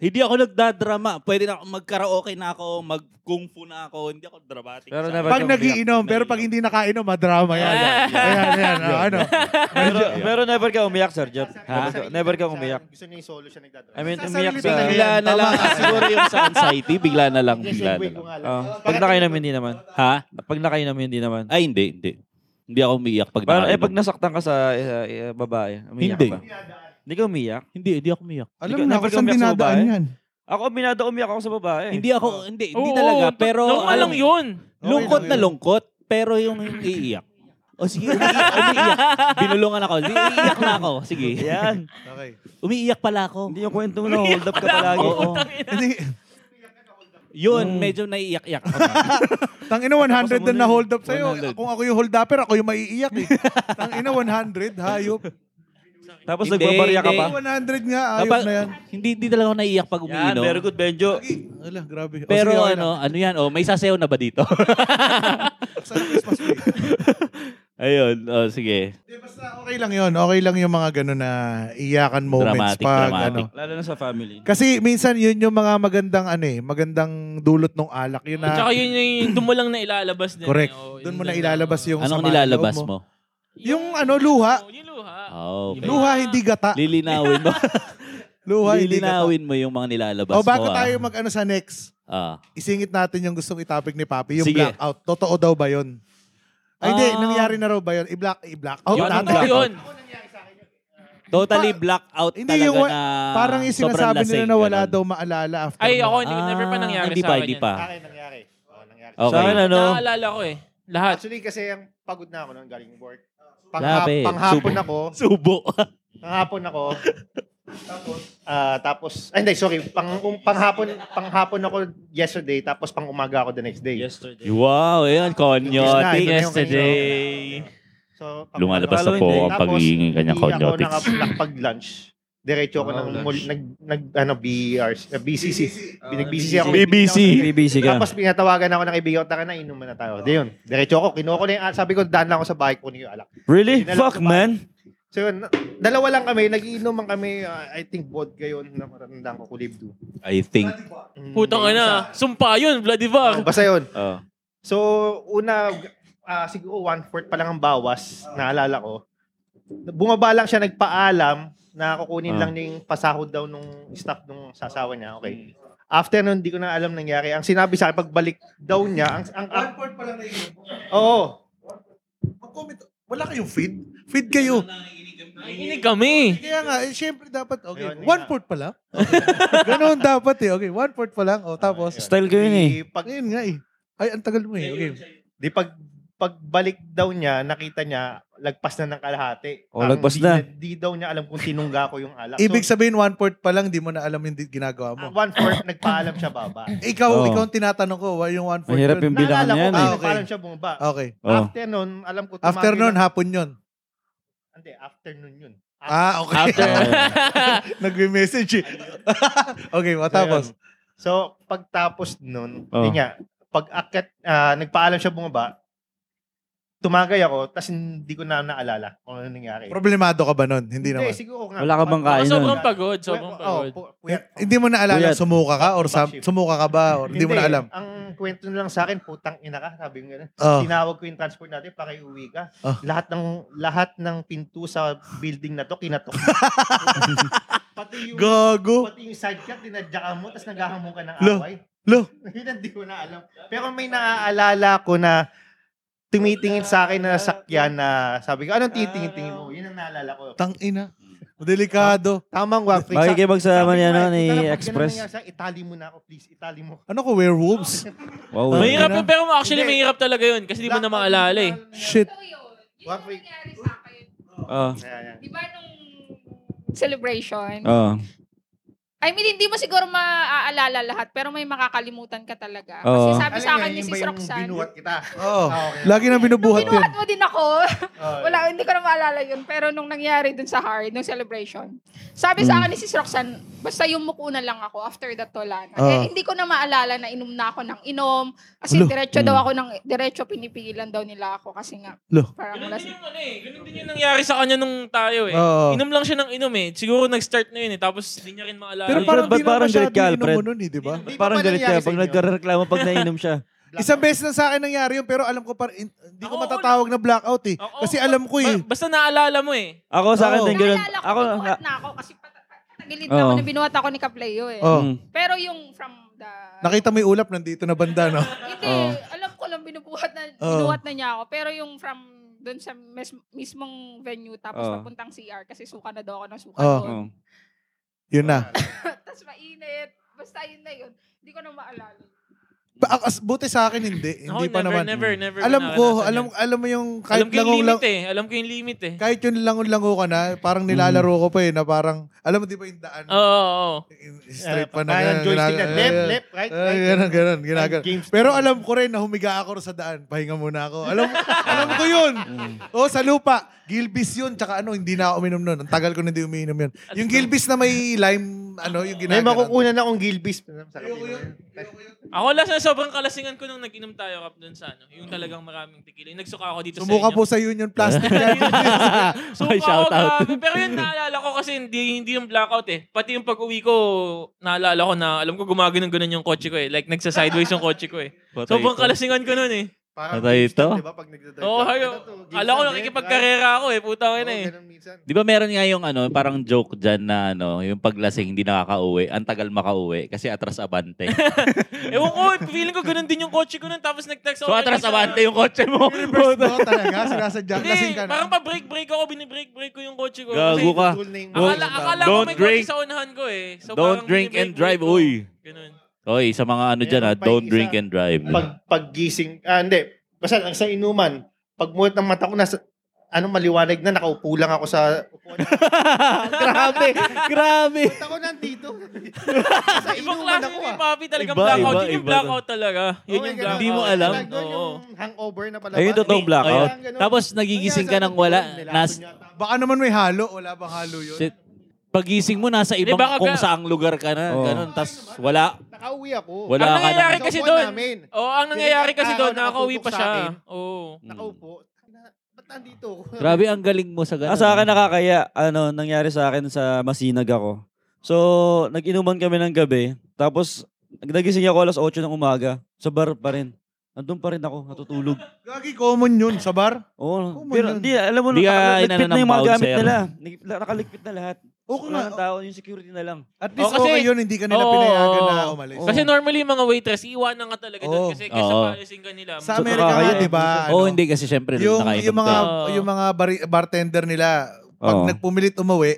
Speaker 1: Hindi ako nagdadrama. Pwede na ako magkaraoke na ako, mag-kung fu na ako. Hindi ako dramatic.
Speaker 3: Pero
Speaker 1: sa-
Speaker 3: never-
Speaker 2: Pag
Speaker 3: ka
Speaker 2: nagiinom,
Speaker 1: umiyak?
Speaker 2: pero pag hindi nakainom, madrama yan.
Speaker 5: Ah.
Speaker 2: Ayan, ayan, ah, ano.
Speaker 3: Pero, pero never ka umiyak, Sir Jeff.
Speaker 1: Ha?
Speaker 3: Never ka- Never ka umiyak.
Speaker 4: Gusto niya yung solo siya nagdadrive.
Speaker 3: I mean,
Speaker 2: Sa
Speaker 3: umiyak
Speaker 2: sarili
Speaker 3: sa...
Speaker 2: mo
Speaker 1: Bigla na
Speaker 2: Tama.
Speaker 1: lang. Siguro yung sa anxiety, bigla na lang,
Speaker 4: Yes,
Speaker 1: bigla na
Speaker 4: wait
Speaker 1: lang.
Speaker 4: ko nga lang.
Speaker 3: Oh, pag nakainom, hindi naman.
Speaker 1: Ha?
Speaker 3: Pag nakainom, hindi naman.
Speaker 1: Ay, hindi, hindi. Hindi ako umiiyak pag
Speaker 3: Parang, eh,
Speaker 1: nakainom.
Speaker 3: pag nasaktan ka sa eh, eh, babae, umiyak
Speaker 1: Hindi.
Speaker 3: ka ba? Hindi ka umiyak.
Speaker 1: Hindi, hindi ako umiyak.
Speaker 2: Alam
Speaker 3: Ikaw,
Speaker 2: na, kung
Speaker 3: never ka
Speaker 2: saan
Speaker 3: umiyak sa
Speaker 2: dinadaan
Speaker 3: babae?
Speaker 2: yan.
Speaker 3: Ako, minada umiyak ako sa babae.
Speaker 1: Hindi ako, hindi, hindi
Speaker 5: Oo,
Speaker 1: talaga.
Speaker 5: to-
Speaker 1: Pero,
Speaker 5: normal
Speaker 1: alam,
Speaker 5: lang yun.
Speaker 1: lungkot
Speaker 2: lang
Speaker 1: na
Speaker 2: yun.
Speaker 1: lungkot, pero yung iiyak. O sige, umiiyak, umiiyak. Binulungan ako. Hindi, Iiyak na ako. Sige.
Speaker 3: Yan.
Speaker 2: Okay.
Speaker 1: Umiiyak pala ako.
Speaker 3: Hindi yung kwento mo na hold up ka palagi.
Speaker 1: Oo.
Speaker 2: Hindi,
Speaker 3: Mm.
Speaker 1: Yun, medyo naiiyak-iyak ako.
Speaker 2: Tangina 100 na na-hold up sa'yo.
Speaker 1: 100.
Speaker 2: Kung ako yung hold upper, ako yung maiiyak eh. Tangina 100, hayop.
Speaker 1: Eh.
Speaker 3: Tapos
Speaker 1: Hindi,
Speaker 3: nagbabarya ka pa.
Speaker 1: hindi.
Speaker 2: 100 nga, hayop
Speaker 1: Kapag,
Speaker 2: Ah, na yan.
Speaker 1: hindi, hindi talaga ako naiiyak pag
Speaker 3: Yan,
Speaker 1: umiinom.
Speaker 3: very good, Benjo.
Speaker 2: Ala, grabe. O,
Speaker 1: Pero
Speaker 2: sige, okay
Speaker 1: ano, ano yan? Oh, may sasayaw na ba dito?
Speaker 2: lang. Sa Christmas week.
Speaker 1: Ayun, oh, sige.
Speaker 2: Di, basta okay lang yun. Okay lang yung mga gano'n na iyakan moments.
Speaker 1: Dramatic,
Speaker 2: pag,
Speaker 1: dramatic.
Speaker 2: Ano.
Speaker 3: Lalo na sa family.
Speaker 2: Kasi minsan yun yung mga magandang ano eh, magandang dulot ng alak. Yun
Speaker 5: At saka
Speaker 2: na,
Speaker 5: yun yung doon mo lang na ilalabas din.
Speaker 2: correct.
Speaker 5: eh. Oo, yun
Speaker 2: Doon mo na
Speaker 5: lang.
Speaker 2: ilalabas yung
Speaker 1: Anong
Speaker 2: sama ng loob
Speaker 1: nilalabas mo?
Speaker 2: Yung ano, luha.
Speaker 5: Oo, Yung luha.
Speaker 1: Oh, okay.
Speaker 2: Luha, hindi gata.
Speaker 1: Lilinawin mo.
Speaker 2: Luha, hindi gata.
Speaker 1: Lilinawin mo yung mga nilalabas
Speaker 2: O bago
Speaker 1: mo, ah.
Speaker 2: tayo mag ano sa next,
Speaker 1: Ah.
Speaker 2: isingit natin yung gustong itopic ni Papi, yung
Speaker 1: Sige.
Speaker 2: blackout. Totoo daw ba yun? Ay, hindi.
Speaker 1: Ah.
Speaker 2: nangyari na raw ba yun? I-black, i-blackout
Speaker 1: Yun,
Speaker 2: natin.
Speaker 5: Ano yun?
Speaker 1: Totally blackout
Speaker 2: Hindi,
Speaker 1: talaga
Speaker 2: yung wa-
Speaker 1: na
Speaker 2: parang yung
Speaker 1: Ah, sobrang
Speaker 2: sinasabi nila
Speaker 1: lasing,
Speaker 2: na wala
Speaker 1: ganun.
Speaker 2: daw maalala after.
Speaker 5: Ay,
Speaker 2: nun.
Speaker 5: ako, hindi, never pa
Speaker 1: Ah,
Speaker 5: nangyari
Speaker 1: hindi
Speaker 5: sa
Speaker 1: pa,
Speaker 5: akin
Speaker 1: hindi
Speaker 5: yan.
Speaker 1: pa.
Speaker 4: Sa akin nangyari. Oo, nangyari.
Speaker 1: Okay.
Speaker 3: Sa akin, ano?
Speaker 5: Naaalala ko eh. Lahat.
Speaker 4: Actually, kasi ang pagod na ako nung galing work. Pangha-
Speaker 1: Grabe.
Speaker 4: panghapon
Speaker 1: Subo.
Speaker 4: ako.
Speaker 1: Subo.
Speaker 4: Panghapon ako. tapos, ah, tapos, ay, hindi, sorry. Pang, um, panghapon, panghapon ako yesterday, tapos pang umaga ako the next day.
Speaker 3: Yesterday.
Speaker 1: wow, yun.
Speaker 3: Oh,
Speaker 1: Konyotik.
Speaker 4: Yes na,
Speaker 1: Yesterday.
Speaker 4: So, pang-
Speaker 1: Lumalabas na po
Speaker 3: Following day.
Speaker 1: ang pagiging kanyang
Speaker 4: hindi ako
Speaker 1: konyotik.
Speaker 4: nakapag-lunch. Diretso ako
Speaker 3: Oh,
Speaker 4: ng
Speaker 3: lunch.
Speaker 4: mul- nag, nag, ano, BRC, uh, BCC. Nag-BCC ako.
Speaker 1: BBC.
Speaker 3: BBC ka.
Speaker 4: Tapos pinatawagan ako ng kaibigan ko, tara na, inuman na tayo. Di yun. Diretso ako, kinuha ko na yung, ah, sabi ko, daan lang ako sa bahay, kunin yung alak.
Speaker 3: Really?
Speaker 4: Dinala
Speaker 3: Fuck,
Speaker 4: ko pa.
Speaker 3: man.
Speaker 4: So yun, na- dalawa lang kami, nagiinuman kami, uh, I think vodka yun, na matandaan ko, kulibdo.
Speaker 1: I think.
Speaker 4: Mm,
Speaker 5: Putang
Speaker 4: may
Speaker 5: ina. Ah.
Speaker 4: isa.
Speaker 5: Sumpa yun,
Speaker 4: Oh,
Speaker 5: Vladivar.
Speaker 4: basta yun.
Speaker 1: Oh.
Speaker 3: Ah.
Speaker 4: So, una, ah, siguro one-fourth pa lang ang bawas, naalala ko. Bumaba lang siya, nagpaalam na kukunin
Speaker 3: Ah.
Speaker 4: lang niya yung pasahod daw nung staff nung sasawa niya.
Speaker 5: Hmm.
Speaker 4: Okay. After nun, di ko na alam nangyari. Ang sinabi sa akin, pagbalik daw niya, ang, ang, ang
Speaker 2: One point pa lang na yun.
Speaker 4: oo,
Speaker 2: Mag-comment. Wala kayong feed? Feed kayo.
Speaker 5: Inig kami.
Speaker 2: Kaya nga, eh, syempre dapat, okay,
Speaker 4: Ayun, yun
Speaker 2: one
Speaker 4: nga.
Speaker 2: fourth pa lang. Ganun dapat eh. Okay, one fourth pa lang. O, tapos,
Speaker 4: Ayun.
Speaker 3: Style ko yun eh.
Speaker 4: Di, pag,
Speaker 2: Ayun nga eh. Ay, ang tagal mo eh. Okay.
Speaker 4: di pag, pagbalik daw niya, nakita niya, lagpas na ng kalahati.
Speaker 3: Oh,
Speaker 4: Ang
Speaker 3: lagpas
Speaker 4: di,
Speaker 3: na.
Speaker 4: Di daw niya alam kung tinungga ko yung alak.
Speaker 2: Ibig
Speaker 4: so,
Speaker 2: sabihin, one fourth pa lang, di mo na alam yung di- ginagawa mo.
Speaker 4: one-fourth, nagpaalam siya baba.
Speaker 2: Ikaw,
Speaker 3: Oo.
Speaker 2: ikaw ang tinatanong ko, why yung one fourth?
Speaker 3: Mahirap
Speaker 2: yun?
Speaker 3: yung bilangan
Speaker 4: Naalala
Speaker 3: na
Speaker 2: Ah,
Speaker 3: yan
Speaker 4: ko, kasi
Speaker 3: eh.
Speaker 2: okay.
Speaker 4: nagpaalam siya bumaba.
Speaker 2: Okay.
Speaker 3: Oh.
Speaker 4: After nun, alam ko tumaki
Speaker 2: After nun,
Speaker 4: na-
Speaker 2: hapon yun.
Speaker 4: Hindi, after nun yun.
Speaker 2: Ah, okay.
Speaker 5: After.
Speaker 2: Nagme-message eh. okay, matapos.
Speaker 4: So, pagtapos nun,
Speaker 3: Oh.
Speaker 4: yun nga, pag akit, ah, nagpaalam siya bumaba, tumagay ako, tapos hindi ko na naalala kung ano nangyari.
Speaker 2: Problemado ka ba nun? Hindi naman.
Speaker 4: siguro nga. oh,
Speaker 3: Wala ka bang kain nun?
Speaker 5: Sobrang pagod. Sobrang pagod.
Speaker 2: Eh, Hindi mo na alala
Speaker 3: Puyat.
Speaker 2: sumuka ka or sam- sumuka ka ba or hindi mo na alam.
Speaker 4: Ang kwento na lang sa akin, putang ina ka, sabi ko gano'n.
Speaker 2: Oh.
Speaker 4: Tinawag ko yung transport natin, pakiuwi ka.
Speaker 2: Oh.
Speaker 4: Lahat ng lahat ng pinto sa building na to, kinatok. pati yung
Speaker 2: Gago.
Speaker 4: pati yung sidecut, dinadyakan mo, tapos naghahamon ka ng
Speaker 2: Lo.
Speaker 4: away.
Speaker 2: Lo,
Speaker 4: Yun ang di ko na alam. Pero may naaalala ko na tumitingin sa akin na sakyan na sabi ko, anong titingin-tingin mo? Yun ang naalala ko.
Speaker 2: tang ina. Delikado.
Speaker 4: Tamang wag.
Speaker 3: Makikipagsama niya, no, ano, ni
Speaker 4: Pag ganun
Speaker 3: Express.
Speaker 4: nangyari, itali mo na ako, please. Itali mo. ako.
Speaker 2: Ano ko,
Speaker 4: Ah,
Speaker 2: werewolves?
Speaker 3: Wow.
Speaker 2: May-
Speaker 5: Mahirap yun, pero actually
Speaker 4: Hindi.
Speaker 5: mahirap talaga yun kasi di mo na maalala eh.
Speaker 2: Shit.
Speaker 6: So yun, yun
Speaker 4: What
Speaker 6: yung
Speaker 4: we-
Speaker 6: nangyari sa akin.
Speaker 3: Ah.
Speaker 4: Ayan, ayan.
Speaker 6: Di ba nung celebration?
Speaker 3: Ah.
Speaker 6: I mean, hindi mo siguro maaalala lahat, pero may makakalimutan ka talaga.
Speaker 3: Oo.
Speaker 6: Kasi sabi
Speaker 4: Alam
Speaker 6: sa akin
Speaker 4: niyo,
Speaker 6: ni
Speaker 4: yun ba
Speaker 6: Sis
Speaker 4: yung
Speaker 6: Roxanne,
Speaker 4: Binuhat kita.
Speaker 2: Oo.
Speaker 4: Ah, okay.
Speaker 2: Lagi na binubuhat yun.
Speaker 6: binuhat mo din ako.
Speaker 4: Ah,
Speaker 6: Wala, hindi ko na maalala yun. Pero nung nangyari dun sa hard, nung celebration, sabi
Speaker 3: Mm.
Speaker 6: sa akin ni Sis Roxanne, basta yung muko na lang ako. After that, wala na.
Speaker 2: Ah.
Speaker 6: Eh, hindi ko na maalala na inom na ako ng inom. Kasi
Speaker 2: Alo.
Speaker 6: diretso daw
Speaker 3: Mm.
Speaker 6: ako ng, diretso pinipigilan daw nila ako. Kasi nga,
Speaker 2: Alo.
Speaker 6: parang
Speaker 5: Ganun
Speaker 6: las...
Speaker 5: din yung ano eh. Ganun din yung nangyari sa kanya nung tayo eh.
Speaker 2: Oo.
Speaker 5: Inom lang siya ng inom eh. Siguro nag-start na yun eh. Tapos di niya rin maalala.
Speaker 2: Pero
Speaker 5: eh.
Speaker 2: parang
Speaker 3: Ba't
Speaker 2: di na
Speaker 3: parang
Speaker 2: masyado
Speaker 3: galit ka,
Speaker 2: inom
Speaker 3: Alfred?
Speaker 2: mo nun eh, di ba?
Speaker 4: Hindi pa
Speaker 3: Parang
Speaker 4: ba
Speaker 3: galit
Speaker 4: nangyari
Speaker 3: ka
Speaker 4: sa
Speaker 3: pag
Speaker 4: inyo?
Speaker 3: nagreklamo pag nainom siya.
Speaker 2: Isang beses na sa akin nangyari yun, pero alam ko par, in- hindi ko
Speaker 5: Ako,
Speaker 2: matatawag na blackout eh.
Speaker 5: Oo,
Speaker 2: Kasi
Speaker 5: ba-
Speaker 2: alam ko eh.
Speaker 5: ba- basta naalala mo eh.
Speaker 3: Ako sa akin
Speaker 2: Oo.
Speaker 3: din ganun.
Speaker 6: Naalala ko,
Speaker 3: Ako ah,
Speaker 6: binuhat na ako. Kasi pat- patagilid na ako
Speaker 3: Oo.
Speaker 6: na binuhat ako ni Kapleyo eh.
Speaker 2: Oh.
Speaker 3: Mm.
Speaker 6: Pero yung from the...
Speaker 2: Nakita mo yung ulap nandito na banda, no?
Speaker 6: Hindi,
Speaker 3: Oo.
Speaker 6: alam ko lang binubuhat na,
Speaker 2: Oo.
Speaker 6: binuhat na niya ako. Pero yung from doon sa mes- mismong venue tapos
Speaker 3: Oo.
Speaker 6: papuntang CR kasi suka na daw ako ng suka
Speaker 4: Oh.
Speaker 2: Oo.
Speaker 6: doon.
Speaker 3: Oo.
Speaker 2: Yun na.
Speaker 6: Tapos mainit. Basta yun na yun. Hindi ko na maalala.
Speaker 2: Pa- as- Buti sa akin hindi.
Speaker 5: Ako,
Speaker 2: Hindi pa
Speaker 5: never,
Speaker 2: naman.
Speaker 5: Never, never. ko
Speaker 2: Alam ko,
Speaker 5: naranasan
Speaker 2: alam
Speaker 5: yun.
Speaker 2: alam mo yung
Speaker 5: alam
Speaker 2: kahit
Speaker 5: ko yung
Speaker 2: langong lang
Speaker 5: limit eh. Alam ko yung limit eh.
Speaker 2: kahit yung langon-lango ka na, parang nilalaro ko pa eh, na parang, alam mo di ba yung daan,
Speaker 5: Oo, oo, oo.
Speaker 2: straight pa na.
Speaker 4: Parang
Speaker 2: ganun,
Speaker 4: joystick na.
Speaker 2: ginag-
Speaker 4: Left,
Speaker 2: Ah,
Speaker 4: left, right,
Speaker 2: ah,
Speaker 4: right.
Speaker 2: ganun, ganun, ginagano.
Speaker 4: Games.
Speaker 2: Pero alam ko rin na humiga ako sa daan, pahinga muna ako. Alam, alam ko yun.
Speaker 5: Mm.
Speaker 2: Oo, sa lupa. Gilbis yun, tsaka ano, hindi na ako uminom nun. Ang tagal ko na hindi umiinom yun. Yung Gilbis na may lime, ano, yung
Speaker 4: May
Speaker 2: ginagano.
Speaker 4: makukunan akong Gilbis.
Speaker 2: Ayoko yun.
Speaker 5: Ako last na sobrang kalasingan ko nung nag-inom tayo kap dun sa ano. Yung talagang maraming tequila. Yung nagsuka ako dito
Speaker 2: Sumuka
Speaker 5: sa inyo.
Speaker 2: po sa Union Plastic. yan.
Speaker 5: Suka
Speaker 1: Ay,
Speaker 5: ako,
Speaker 1: shout out.
Speaker 5: grabe. Pero yun naalala ko kasi hindi, hindi yung blackout eh. Pati yung pag-uwi ko, naalala ko na alam ko gumagano'n ganun yung kotse ko eh. Like nagsa-sideways yung kotse ko eh. Sobrang kalasingan ko nun eh.
Speaker 1: Patay ito?
Speaker 4: Diba pag nagdadrive
Speaker 5: Oo,
Speaker 4: ka?
Speaker 5: hayo.
Speaker 4: Ano to?
Speaker 5: Alam ko
Speaker 4: Games na, left, right.
Speaker 5: nakikipagkarera ako eh. Puta ko na
Speaker 4: Oo,
Speaker 5: eh.
Speaker 4: ganun minsan.
Speaker 1: Di ba meron nga yung ano, parang joke dyan na ano, yung paglasing hindi nakakauwi, ang tagal makauwi kasi atras abante.
Speaker 5: Ewan ko, eh, feeling ko ganun din yung kotse ko nun. Tapos
Speaker 1: so
Speaker 5: nag-text ako.
Speaker 1: atras abante yung kotse mo.
Speaker 2: First mo talaga, sinasadya
Speaker 5: Hindi,
Speaker 2: lasing ka na.
Speaker 5: parang pa-break-break ako. Binibreak-break ko yung kotse ko.
Speaker 1: Gago
Speaker 5: Kasi
Speaker 1: ka.
Speaker 4: Control na yung-
Speaker 5: Akala, akala ko
Speaker 1: Don't
Speaker 5: may
Speaker 1: drink.
Speaker 5: kotse sa unahan ko eh. So,
Speaker 1: Don't
Speaker 5: parang
Speaker 1: drink and
Speaker 5: binibreak-break
Speaker 1: drive,
Speaker 5: ko.
Speaker 1: uy.
Speaker 5: Ganun.
Speaker 1: Oy, sa mga ano dyan ha,
Speaker 4: Meron pa
Speaker 1: don't
Speaker 4: yung isa.
Speaker 1: drink and drive.
Speaker 4: pag paggising, ah, hindi, basta ang sa inuman, pag muhat ng mata ko nasa ano maliwanag na nakaupo lang ako sa upuan. Grabe.
Speaker 1: Grabe.
Speaker 4: Punta ko nandito. sa
Speaker 5: Ibang
Speaker 4: inuman
Speaker 5: klase
Speaker 4: ako
Speaker 5: yung
Speaker 4: ah.
Speaker 5: papi talagang
Speaker 3: Iba, iba,
Speaker 5: blackout. yun yung
Speaker 3: iba.
Speaker 5: blackout talaga. Yun
Speaker 4: Oo,
Speaker 5: yung
Speaker 4: ganun.
Speaker 5: blackout.
Speaker 1: Hindi mo alam?
Speaker 4: Like, doon
Speaker 5: Oo.
Speaker 4: oh. yung hangover na pala.
Speaker 3: Ayun, totoong blackout.
Speaker 1: oh. Tapos nagigising ka ng wala. Nas,
Speaker 2: Baka naman may halo. Wala bang halo yun?
Speaker 1: shit. Pagising mo, nasa
Speaker 5: Hindi,
Speaker 1: ibang
Speaker 5: baka
Speaker 1: kung
Speaker 5: ga-
Speaker 1: saang lugar ka na.
Speaker 3: Oo.
Speaker 1: Ganun, tas wala.
Speaker 4: Nakauwi ako.
Speaker 1: Wala
Speaker 5: ang
Speaker 1: ka na.
Speaker 5: nangyayari
Speaker 4: Sa
Speaker 5: Ah, kasi
Speaker 4: upuan
Speaker 5: doon.
Speaker 4: namin.
Speaker 5: Oo, ang nangyayari kasi
Speaker 4: Ah,
Speaker 5: doon,
Speaker 4: nakaupo
Speaker 5: nakauwi pa
Speaker 4: sa
Speaker 5: siya.
Speaker 4: akin.
Speaker 5: Oo.
Speaker 1: Hmm.
Speaker 4: Nakaupo. Na- Ba't nandito ako?
Speaker 1: Grabe, ang galing mo sa ganun.
Speaker 3: Ah, sa akin nakakaya, ano, nangyari sa akin sa masinag ako. So, nag-inuman kami ng gabi. Tapos, nagising ako alas 8 ng umaga. Sa bar pa rin. Nandun pa rin ako, natutulog.
Speaker 2: Gagi, common yun sa bar.
Speaker 3: Oo.
Speaker 2: Common
Speaker 3: Pero,
Speaker 2: yun.
Speaker 3: di, alam mo,
Speaker 1: Di ka
Speaker 3: nakaligpit
Speaker 1: inano
Speaker 3: na
Speaker 1: ng
Speaker 3: yung mga gamit
Speaker 1: bouncer.
Speaker 3: nila. Nik- Nakaligpit na lahat.
Speaker 2: Okay
Speaker 3: Wala ng
Speaker 2: nga. oh.
Speaker 3: tao, yung security na lang.
Speaker 2: At least
Speaker 5: Oh, kasi-
Speaker 2: okay yun. Hindi ka nila
Speaker 5: Oo.
Speaker 2: pinayagan na umalis.
Speaker 3: Oo.
Speaker 5: Kasi normally yung mga waitress, iiwanan ka talaga doon
Speaker 2: Oo.
Speaker 5: kasi kesa
Speaker 1: Oo. eh.
Speaker 5: paalisin ka nila.
Speaker 2: Sa
Speaker 3: So,
Speaker 2: Amerika nga,
Speaker 3: nakakaya.
Speaker 2: di ba?
Speaker 1: Oo,
Speaker 2: ano,
Speaker 1: hindi kasi syempre.
Speaker 2: Yung,
Speaker 1: nakainom
Speaker 2: yung mga,
Speaker 1: ka.
Speaker 5: Oo.
Speaker 2: yung mga bari- bartender nila, pag
Speaker 3: Oo.
Speaker 2: nagpumilit umuwi,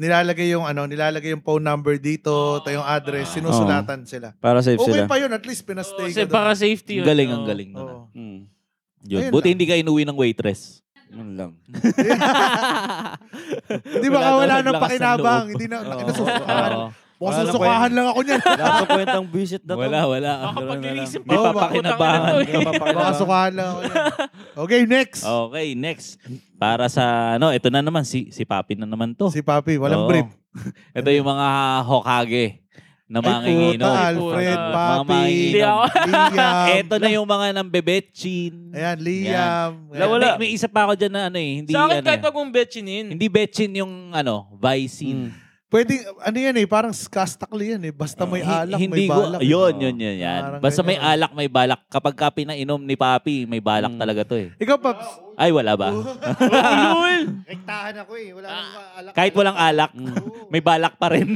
Speaker 2: nilalagay yung ano, nilalagay yung phone number dito, tayo yung
Speaker 1: Ah.
Speaker 2: address, sinusulatan sila.
Speaker 3: Para safe
Speaker 2: Okay
Speaker 3: sila.
Speaker 2: pa yun, at least
Speaker 5: Oo,
Speaker 2: pinastay
Speaker 5: kasi
Speaker 2: ka
Speaker 5: para
Speaker 2: doon.
Speaker 5: safety
Speaker 1: Ang
Speaker 5: yun.
Speaker 1: galing, ang
Speaker 5: Oo.
Speaker 1: galing. nun.
Speaker 2: Oo.
Speaker 3: Hmm.
Speaker 1: Yun.
Speaker 2: Oh. Ayun
Speaker 1: Buti
Speaker 2: lang.
Speaker 1: hindi ka inuwi ng waitress.
Speaker 3: Yun lang.
Speaker 2: Di ba
Speaker 1: Wala
Speaker 2: ka
Speaker 1: daw
Speaker 2: wala
Speaker 1: naglakas
Speaker 2: nang
Speaker 1: ng
Speaker 2: pakinabang?
Speaker 1: loob.
Speaker 2: Hindi na,
Speaker 3: Oo.
Speaker 2: kinasusukahan.
Speaker 1: Oo.
Speaker 2: Mukhang
Speaker 3: Wala na
Speaker 2: susukahan lang ako niyan.
Speaker 3: Wala pa kwentang visit na to.
Speaker 1: Wala, wala.
Speaker 5: Baka
Speaker 3: Ganun na
Speaker 5: pag nilisip
Speaker 1: Hindi
Speaker 5: pa,
Speaker 2: Oo, Ano,
Speaker 1: papakinabangan.
Speaker 5: putang ina to eh.
Speaker 2: Baka sukahan lang ako niyan. Okay, next.
Speaker 1: Okay, next. Para sa, ano, ito na naman, si, si Papi na naman to.
Speaker 2: Si Papi, walang
Speaker 1: Oo.
Speaker 2: brief.
Speaker 1: Ito yung mga Hokage na manginginom.
Speaker 2: puta,
Speaker 5: Ay,
Speaker 2: Alfred,
Speaker 5: puta.
Speaker 2: Papi.
Speaker 5: Hindi ako.
Speaker 2: Liam.
Speaker 1: Ito na yung mga ng Bebetchin.
Speaker 2: Ayan, Liam.
Speaker 3: Wala, wala.
Speaker 1: May, may isa pa ako dyan na ano eh. Hindi,
Speaker 5: Sa akin
Speaker 1: ano,
Speaker 5: kahit
Speaker 1: eh.
Speaker 5: wag mong betchinin.
Speaker 1: hindi Betchin yung ano, Vicin.
Speaker 3: Hmm.
Speaker 2: Pwede, ano yan eh, parang skastakli yan eh. Mm. Basta may
Speaker 1: Hi-
Speaker 2: alak,
Speaker 1: hindi
Speaker 2: may balak.
Speaker 1: Ko, yun,
Speaker 3: Oo.
Speaker 1: yun, yun, yan.
Speaker 2: Parang
Speaker 1: Basta may
Speaker 2: ganyan.
Speaker 1: alak, may balak. Kapag ka pinainom ni Papi, may balak
Speaker 2: Mm.
Speaker 3: Hmm.
Speaker 1: talaga to eh.
Speaker 2: Ikaw, Paps.
Speaker 1: Ay, wala ba?
Speaker 5: Ah,
Speaker 4: Rektahan ako eh. Wala akong alak.
Speaker 1: Mm. Kahit walang alak, may balak pa rin.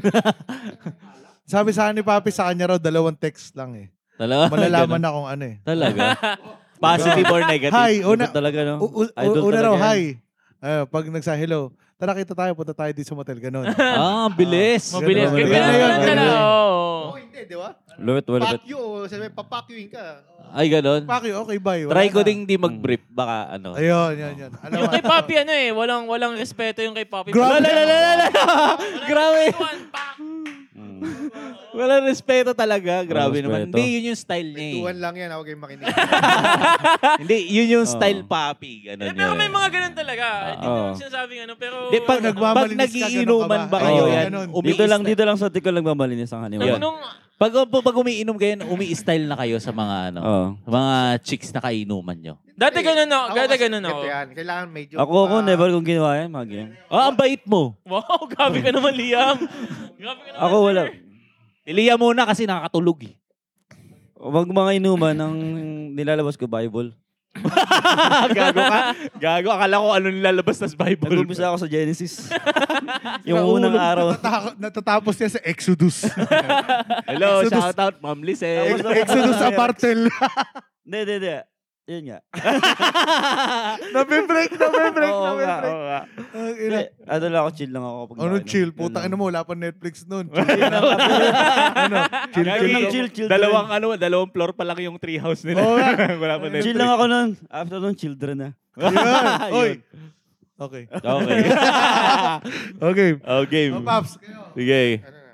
Speaker 2: Sabi sa akin ni Papi, sa kanya raw, dalawang text lang eh.
Speaker 1: Talaga?
Speaker 2: Malalaman
Speaker 1: Ganun.
Speaker 2: na kung ano eh.
Speaker 1: Talaga?
Speaker 3: Ah,
Speaker 1: Positive or negative?
Speaker 2: Hi, una,
Speaker 3: Una, talaga, no?
Speaker 2: u- u-
Speaker 3: Oh, Idol
Speaker 2: una
Speaker 3: talaga
Speaker 2: raw,
Speaker 3: yan.
Speaker 2: hi. Eh, pag nagsa hello, tara kita tayo, punta tayo dito sa motel, ganun.
Speaker 1: Ah, ang bilis.
Speaker 5: Mabilis.
Speaker 2: Ganun.
Speaker 5: Ganun
Speaker 2: Ganun
Speaker 5: lang
Speaker 2: yun,
Speaker 5: talaga.
Speaker 2: ganun.
Speaker 5: oo.
Speaker 4: Oo, Oh, hindi, di ba?
Speaker 3: Lupit, walupit.
Speaker 4: Fuck you, o sabi, papakyuin ka.
Speaker 1: Ay, ganun.
Speaker 2: Paki, okay, bye. Wala
Speaker 1: Try ko
Speaker 2: na. Mm.
Speaker 1: ding di mag-brief. Baka ano.
Speaker 2: Ayun, yun, yun. Alam
Speaker 5: Yung
Speaker 2: mo,
Speaker 5: kay Papi, ano eh, walang walang respeto yung kay Papi.
Speaker 2: Grabe.
Speaker 5: Wala- wala- wala- wala-
Speaker 1: Wala- Grabe.
Speaker 5: Tuwan, pak!
Speaker 1: Walang respeto talaga. Grabe naman.
Speaker 3: respeto.
Speaker 1: Hindi, yun yung style niya. eh.
Speaker 4: Tuwan lang yan, huwag kayong makinig.
Speaker 1: Hindi, yun yung
Speaker 3: Oo.
Speaker 1: style papi. Ganun
Speaker 5: Eh, Pero
Speaker 1: yun.
Speaker 5: may mga ganun talaga. Hindi ko
Speaker 3: Oo.
Speaker 5: naman sinasabing ano, pero...
Speaker 1: Di, pag,
Speaker 5: ano,
Speaker 2: nagmam-
Speaker 1: pag
Speaker 2: nagmamalinis ka,
Speaker 1: nagiinuman
Speaker 2: ganun ka
Speaker 1: ba
Speaker 2: ba?
Speaker 1: kayo
Speaker 3: Oo,
Speaker 1: yan,
Speaker 2: ganun.
Speaker 3: Dito lang,
Speaker 1: umi-style-
Speaker 3: dito lang sa tikol nagmamalinis ang
Speaker 5: nung-
Speaker 3: kaniwa.
Speaker 1: Yun.
Speaker 5: nung,
Speaker 1: Pag, pag, pag umiinom kayo, umi-style na kayo sa mga ano,
Speaker 3: Oo.
Speaker 1: sa mga chicks na kainuman nyo.
Speaker 5: dati ganun ako, dati
Speaker 4: kasi
Speaker 5: ganun ako.
Speaker 4: ganito yan. Kailangan medyo...
Speaker 3: Ako, ako,
Speaker 4: ah,
Speaker 3: never kong ginawa yan, mga ganyan.
Speaker 1: Oh, ang bait mo.
Speaker 5: Wow, grabe ka naman, Liam. Grabe ka naman.
Speaker 3: Ako, wala.
Speaker 1: Iliya muna kasi nakakatulog eh.
Speaker 3: Wag mga inuman, ang nilalabas ko, Bible.
Speaker 1: Gago ka? Gago. Akala ko ano nilalabas na Bible.
Speaker 3: Nag-umpisa ako sa Genesis. yung
Speaker 2: Nahulog.
Speaker 3: unang araw.
Speaker 2: Natata- natatapos niya sa Exodus.
Speaker 1: Hello,
Speaker 2: Exodus.
Speaker 1: shout out Ma'am Lisette.
Speaker 3: Tapos-
Speaker 2: Exodus sa Bartel.
Speaker 3: Hindi, hindi, hindi. Yun nga.
Speaker 2: Nabibreak, nabibreak,
Speaker 3: Oo nga,
Speaker 2: nabibreak.
Speaker 3: oo nga.
Speaker 2: Ang ina.
Speaker 3: Hindi, Ano lang ako, chill lang ako. Pag
Speaker 2: Ano
Speaker 3: nakainom.
Speaker 2: chill?
Speaker 3: Yun
Speaker 2: Puta,
Speaker 3: lang.
Speaker 2: ano mo, wala pa Netflix nun.
Speaker 1: Chill, Oh.
Speaker 3: Chill lang, chill, chill.
Speaker 1: Dalawang ano, dalawang floor pa lang yung tree house nila.
Speaker 2: Oo nga.
Speaker 1: Wala pa
Speaker 3: Chill lang ako nun. After nun, children na.
Speaker 2: Yun. Oy.
Speaker 1: Yun.
Speaker 2: Okay.
Speaker 1: Okay.
Speaker 2: Okay.
Speaker 1: okay.
Speaker 2: Oh, Paps, kayo.
Speaker 1: Sige.
Speaker 4: Ano na?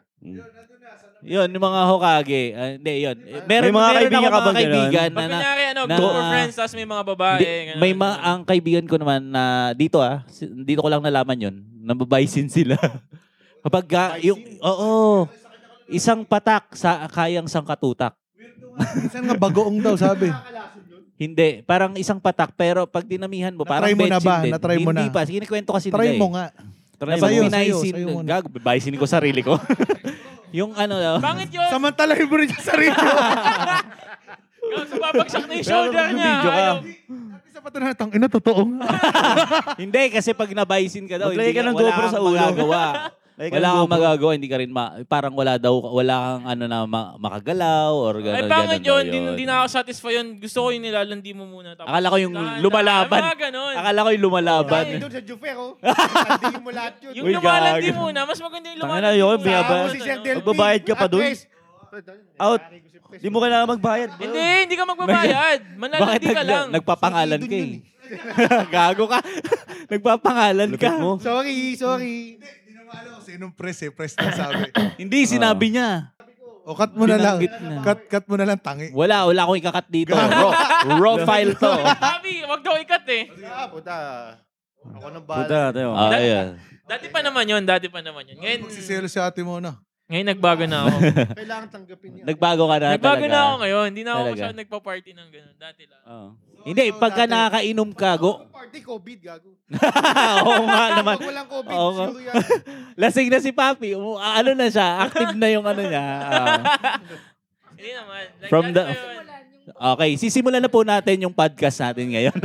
Speaker 1: Yun, yung mga Hokage. Ah, hindi, yun. Eh, Meron,
Speaker 3: May mga
Speaker 1: meron ako
Speaker 3: kaibigan ka
Speaker 1: mga
Speaker 3: bang ganun?
Speaker 1: kaibigan na,
Speaker 5: Pag
Speaker 1: na,
Speaker 5: kunyari, ano,
Speaker 1: na-
Speaker 5: group of friends, tapos may mga babae.
Speaker 1: Di-
Speaker 5: ganun.
Speaker 1: may ma ah. ang kaibigan ko naman na dito ah, si- dito ko lang nalaman yun, nababaisin sila. Kapag ga- yung, oo, isang patak sa kayang sangkatutak.
Speaker 2: Minsan nga bagoong daw, sabi.
Speaker 1: Hindi, parang isang patak pero pag dinamihan mo, parang
Speaker 2: Na-try mo na
Speaker 1: betchin
Speaker 2: ba?
Speaker 1: din.
Speaker 2: Na-try mo
Speaker 1: Hindi
Speaker 2: na?
Speaker 1: pa, kinikwento kasi nila
Speaker 2: Try
Speaker 1: eh.
Speaker 2: mo nga.
Speaker 1: Try
Speaker 2: Try
Speaker 1: mo.
Speaker 2: mo. Sa'yo, sa'yo,
Speaker 1: Pinaisin,
Speaker 2: sa'yo muna.
Speaker 1: gago, baisin ko sarili ko. yung ano daw.
Speaker 5: Pangit yun.
Speaker 2: Samantalahin mo rin yung sarili mo.
Speaker 5: Gago, babagsak na yung shoulder
Speaker 3: Pero
Speaker 5: niya.
Speaker 3: video ka.
Speaker 5: Ayaw.
Speaker 2: Isa pa na tang ina, totoo nga.
Speaker 1: hindi, kasi pag nabaisin ka daw,
Speaker 3: Maglagay
Speaker 1: hindi
Speaker 3: ka
Speaker 1: ka,
Speaker 3: ng
Speaker 1: wala
Speaker 3: GoPro
Speaker 1: kang
Speaker 3: sa ulo.
Speaker 1: magagawa.
Speaker 3: Like,
Speaker 1: wala
Speaker 3: ang
Speaker 1: kang
Speaker 3: bobo.
Speaker 1: magagawa, hindi ka rin ma- parang wala daw, wala kang ano na ma- makagalaw or gano'n.
Speaker 5: Ay,
Speaker 1: gano'n
Speaker 5: pangit yun.
Speaker 1: daw
Speaker 5: Di, di na ako satisfy yun. Gusto ko yung nilalandi mo muna. Tapos,
Speaker 1: Akala ko yung
Speaker 5: dahan-dahan.
Speaker 1: lumalaban.
Speaker 5: Ay, Mga ganun.
Speaker 1: Akala ko yung lumalaban.
Speaker 4: Ay, doon sa Jufero. Hindi mo lahat yun.
Speaker 5: Yung
Speaker 1: Uy,
Speaker 5: lumalandi
Speaker 1: gago.
Speaker 5: muna, mas maganda yung
Speaker 3: Tangina,
Speaker 5: lumalandi
Speaker 3: yun,
Speaker 5: muna.
Speaker 3: binaba-
Speaker 5: Tapos,
Speaker 4: Ako si Sir
Speaker 5: ano.
Speaker 4: Del P.
Speaker 3: Magbabayad ka pa dun?
Speaker 4: At least-
Speaker 3: Out. Di mo kailangan magbayad. bro.
Speaker 5: Hindi, hindi ka magbabayad.
Speaker 1: Bakit
Speaker 5: Manlalandi ka
Speaker 1: nag-
Speaker 5: lang.
Speaker 1: nagpapangalan ka eh? Gago ka. nagpapangalan ka.
Speaker 3: Mo.
Speaker 4: Sorry, sorry.
Speaker 2: Hindi na maalaw kasi nung press eh. Press na sabi.
Speaker 1: Hindi,
Speaker 3: Ah.
Speaker 1: sinabi niya.
Speaker 2: O cut mo na lang.
Speaker 1: Binanggit na.
Speaker 2: Cut, cut mo na lang, tangi.
Speaker 1: Wala, wala akong ikakat dito. raw, raw file to.
Speaker 5: Sabi, wag daw ikat eh.
Speaker 4: Ah, puta. Ako nang
Speaker 3: Puta,
Speaker 4: bahala.
Speaker 3: tayo.
Speaker 1: Ah, ayan.
Speaker 5: Dati pa naman yun, dati pa naman yun. Ngayon,
Speaker 2: Magsiselo si ate mo na.
Speaker 5: ngayon nagbago na ako.
Speaker 4: Kailangan tanggapin yan.
Speaker 1: Nagbago ka na
Speaker 5: nagbago
Speaker 1: talaga. Oh.
Speaker 5: na ako ngayon. Hindi na ako
Speaker 1: Talaga. Ah.
Speaker 5: masyadong nagpa-party ng ganun. Dati lang.
Speaker 3: Oo.
Speaker 1: Hindi, pagka nakakainom ka, go.
Speaker 4: Party COVID, gago.
Speaker 1: Oo nga
Speaker 3: Ano
Speaker 1: naman.
Speaker 4: Pag walang COVID, ah.
Speaker 1: Oo nga.
Speaker 4: sure yan.
Speaker 1: Lasing na si Papi. Umu- ah, ano na siya? Active na yung ano niya. Ah.
Speaker 5: Hindi naman. Like,
Speaker 1: From
Speaker 5: From
Speaker 1: the-
Speaker 5: the...
Speaker 1: okay, sisimulan na po natin yung podcast natin ngayon.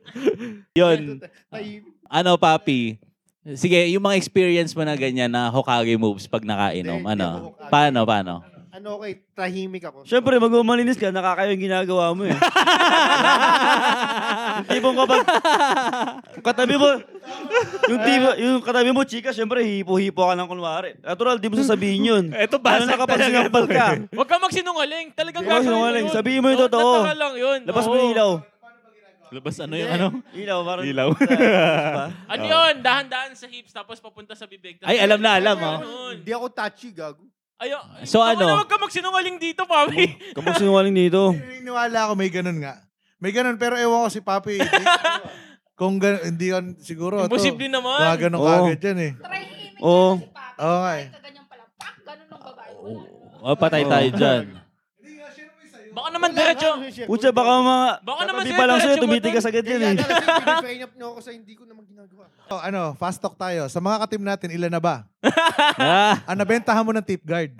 Speaker 1: Yun.
Speaker 4: Tay-
Speaker 1: Ano, Papi? Sige, yung mga experience mo na ganyan na Hokage moves pag nakainom.
Speaker 4: Hindi,
Speaker 1: Ano?
Speaker 4: hindi ako Hokage.
Speaker 1: Paano, paano?
Speaker 4: Ano ko eh, tahimik ako.
Speaker 3: Siyempre, magmamalinis ka, nakakayo yung ginagawa mo eh. yung tipong kapag... yung katabi mo... Yung, tipo, yung katabi mo, chika, siyempre, hipo-hipo ka ng kunwari. Natural, di mo sasabihin yun.
Speaker 1: Ito,
Speaker 3: Lalo na kapag sinampal ka.
Speaker 1: eh.
Speaker 5: Huwag ka magsinungaling. Talagang
Speaker 3: Huwag
Speaker 5: gagawin mo
Speaker 3: sinungaling.
Speaker 5: yun.
Speaker 3: Sabihin mo yung
Speaker 5: Oo,
Speaker 3: totoo.
Speaker 5: Natural lang yun.
Speaker 3: Labas mo
Speaker 5: Oo.
Speaker 3: yung ilaw.
Speaker 1: Labas ano yung ano?
Speaker 3: Ilaw, parang...
Speaker 1: Ilaw.
Speaker 3: Diba?
Speaker 5: Ano yun? Dahan-dahan sa hips tapos papunta sa bibig. Tapos-
Speaker 1: Ay, alam na, alam, oh.
Speaker 3: ah.
Speaker 5: Ganun.
Speaker 4: Hindi ako touchy, gago.
Speaker 5: Ayo.
Speaker 1: So,
Speaker 5: Tama
Speaker 1: ano?
Speaker 5: na, Huwag ka magsinungaling dito, Papi.
Speaker 3: Kapag sinungaling dito.
Speaker 2: Naniniwala ako may ganun nga. May ganun, pero ewan ko si Papi. hindi- kung ganun, hindi yun siguro. ito,
Speaker 5: Imposible naman.
Speaker 2: Baka ganun
Speaker 3: Oo.
Speaker 2: kagad yan eh.
Speaker 6: Try himing
Speaker 3: Oo.
Speaker 6: si Papi.
Speaker 2: Oo nga eh.
Speaker 6: Kahit ka ganyan pala. Pak! Ganun ng babae. Wala.
Speaker 1: O, Oh, patay tayo dyan.
Speaker 5: Baka naman diretso.
Speaker 3: Putya, baka mga...
Speaker 5: Baka naman
Speaker 3: Katabi
Speaker 5: sila
Speaker 3: pa lang sa'yo,
Speaker 5: diretso mo
Speaker 3: tumitigas
Speaker 5: dun.
Speaker 3: agad
Speaker 4: Kaya
Speaker 3: yan eh.
Speaker 4: talaga, piniframe up niyo ako sa hindi ko naman ginagawa.
Speaker 2: O, ano, fast talk tayo. Sa mga katim natin, ilan na ba?
Speaker 1: Ah,
Speaker 2: Ang nabentahan mo ng tip guard?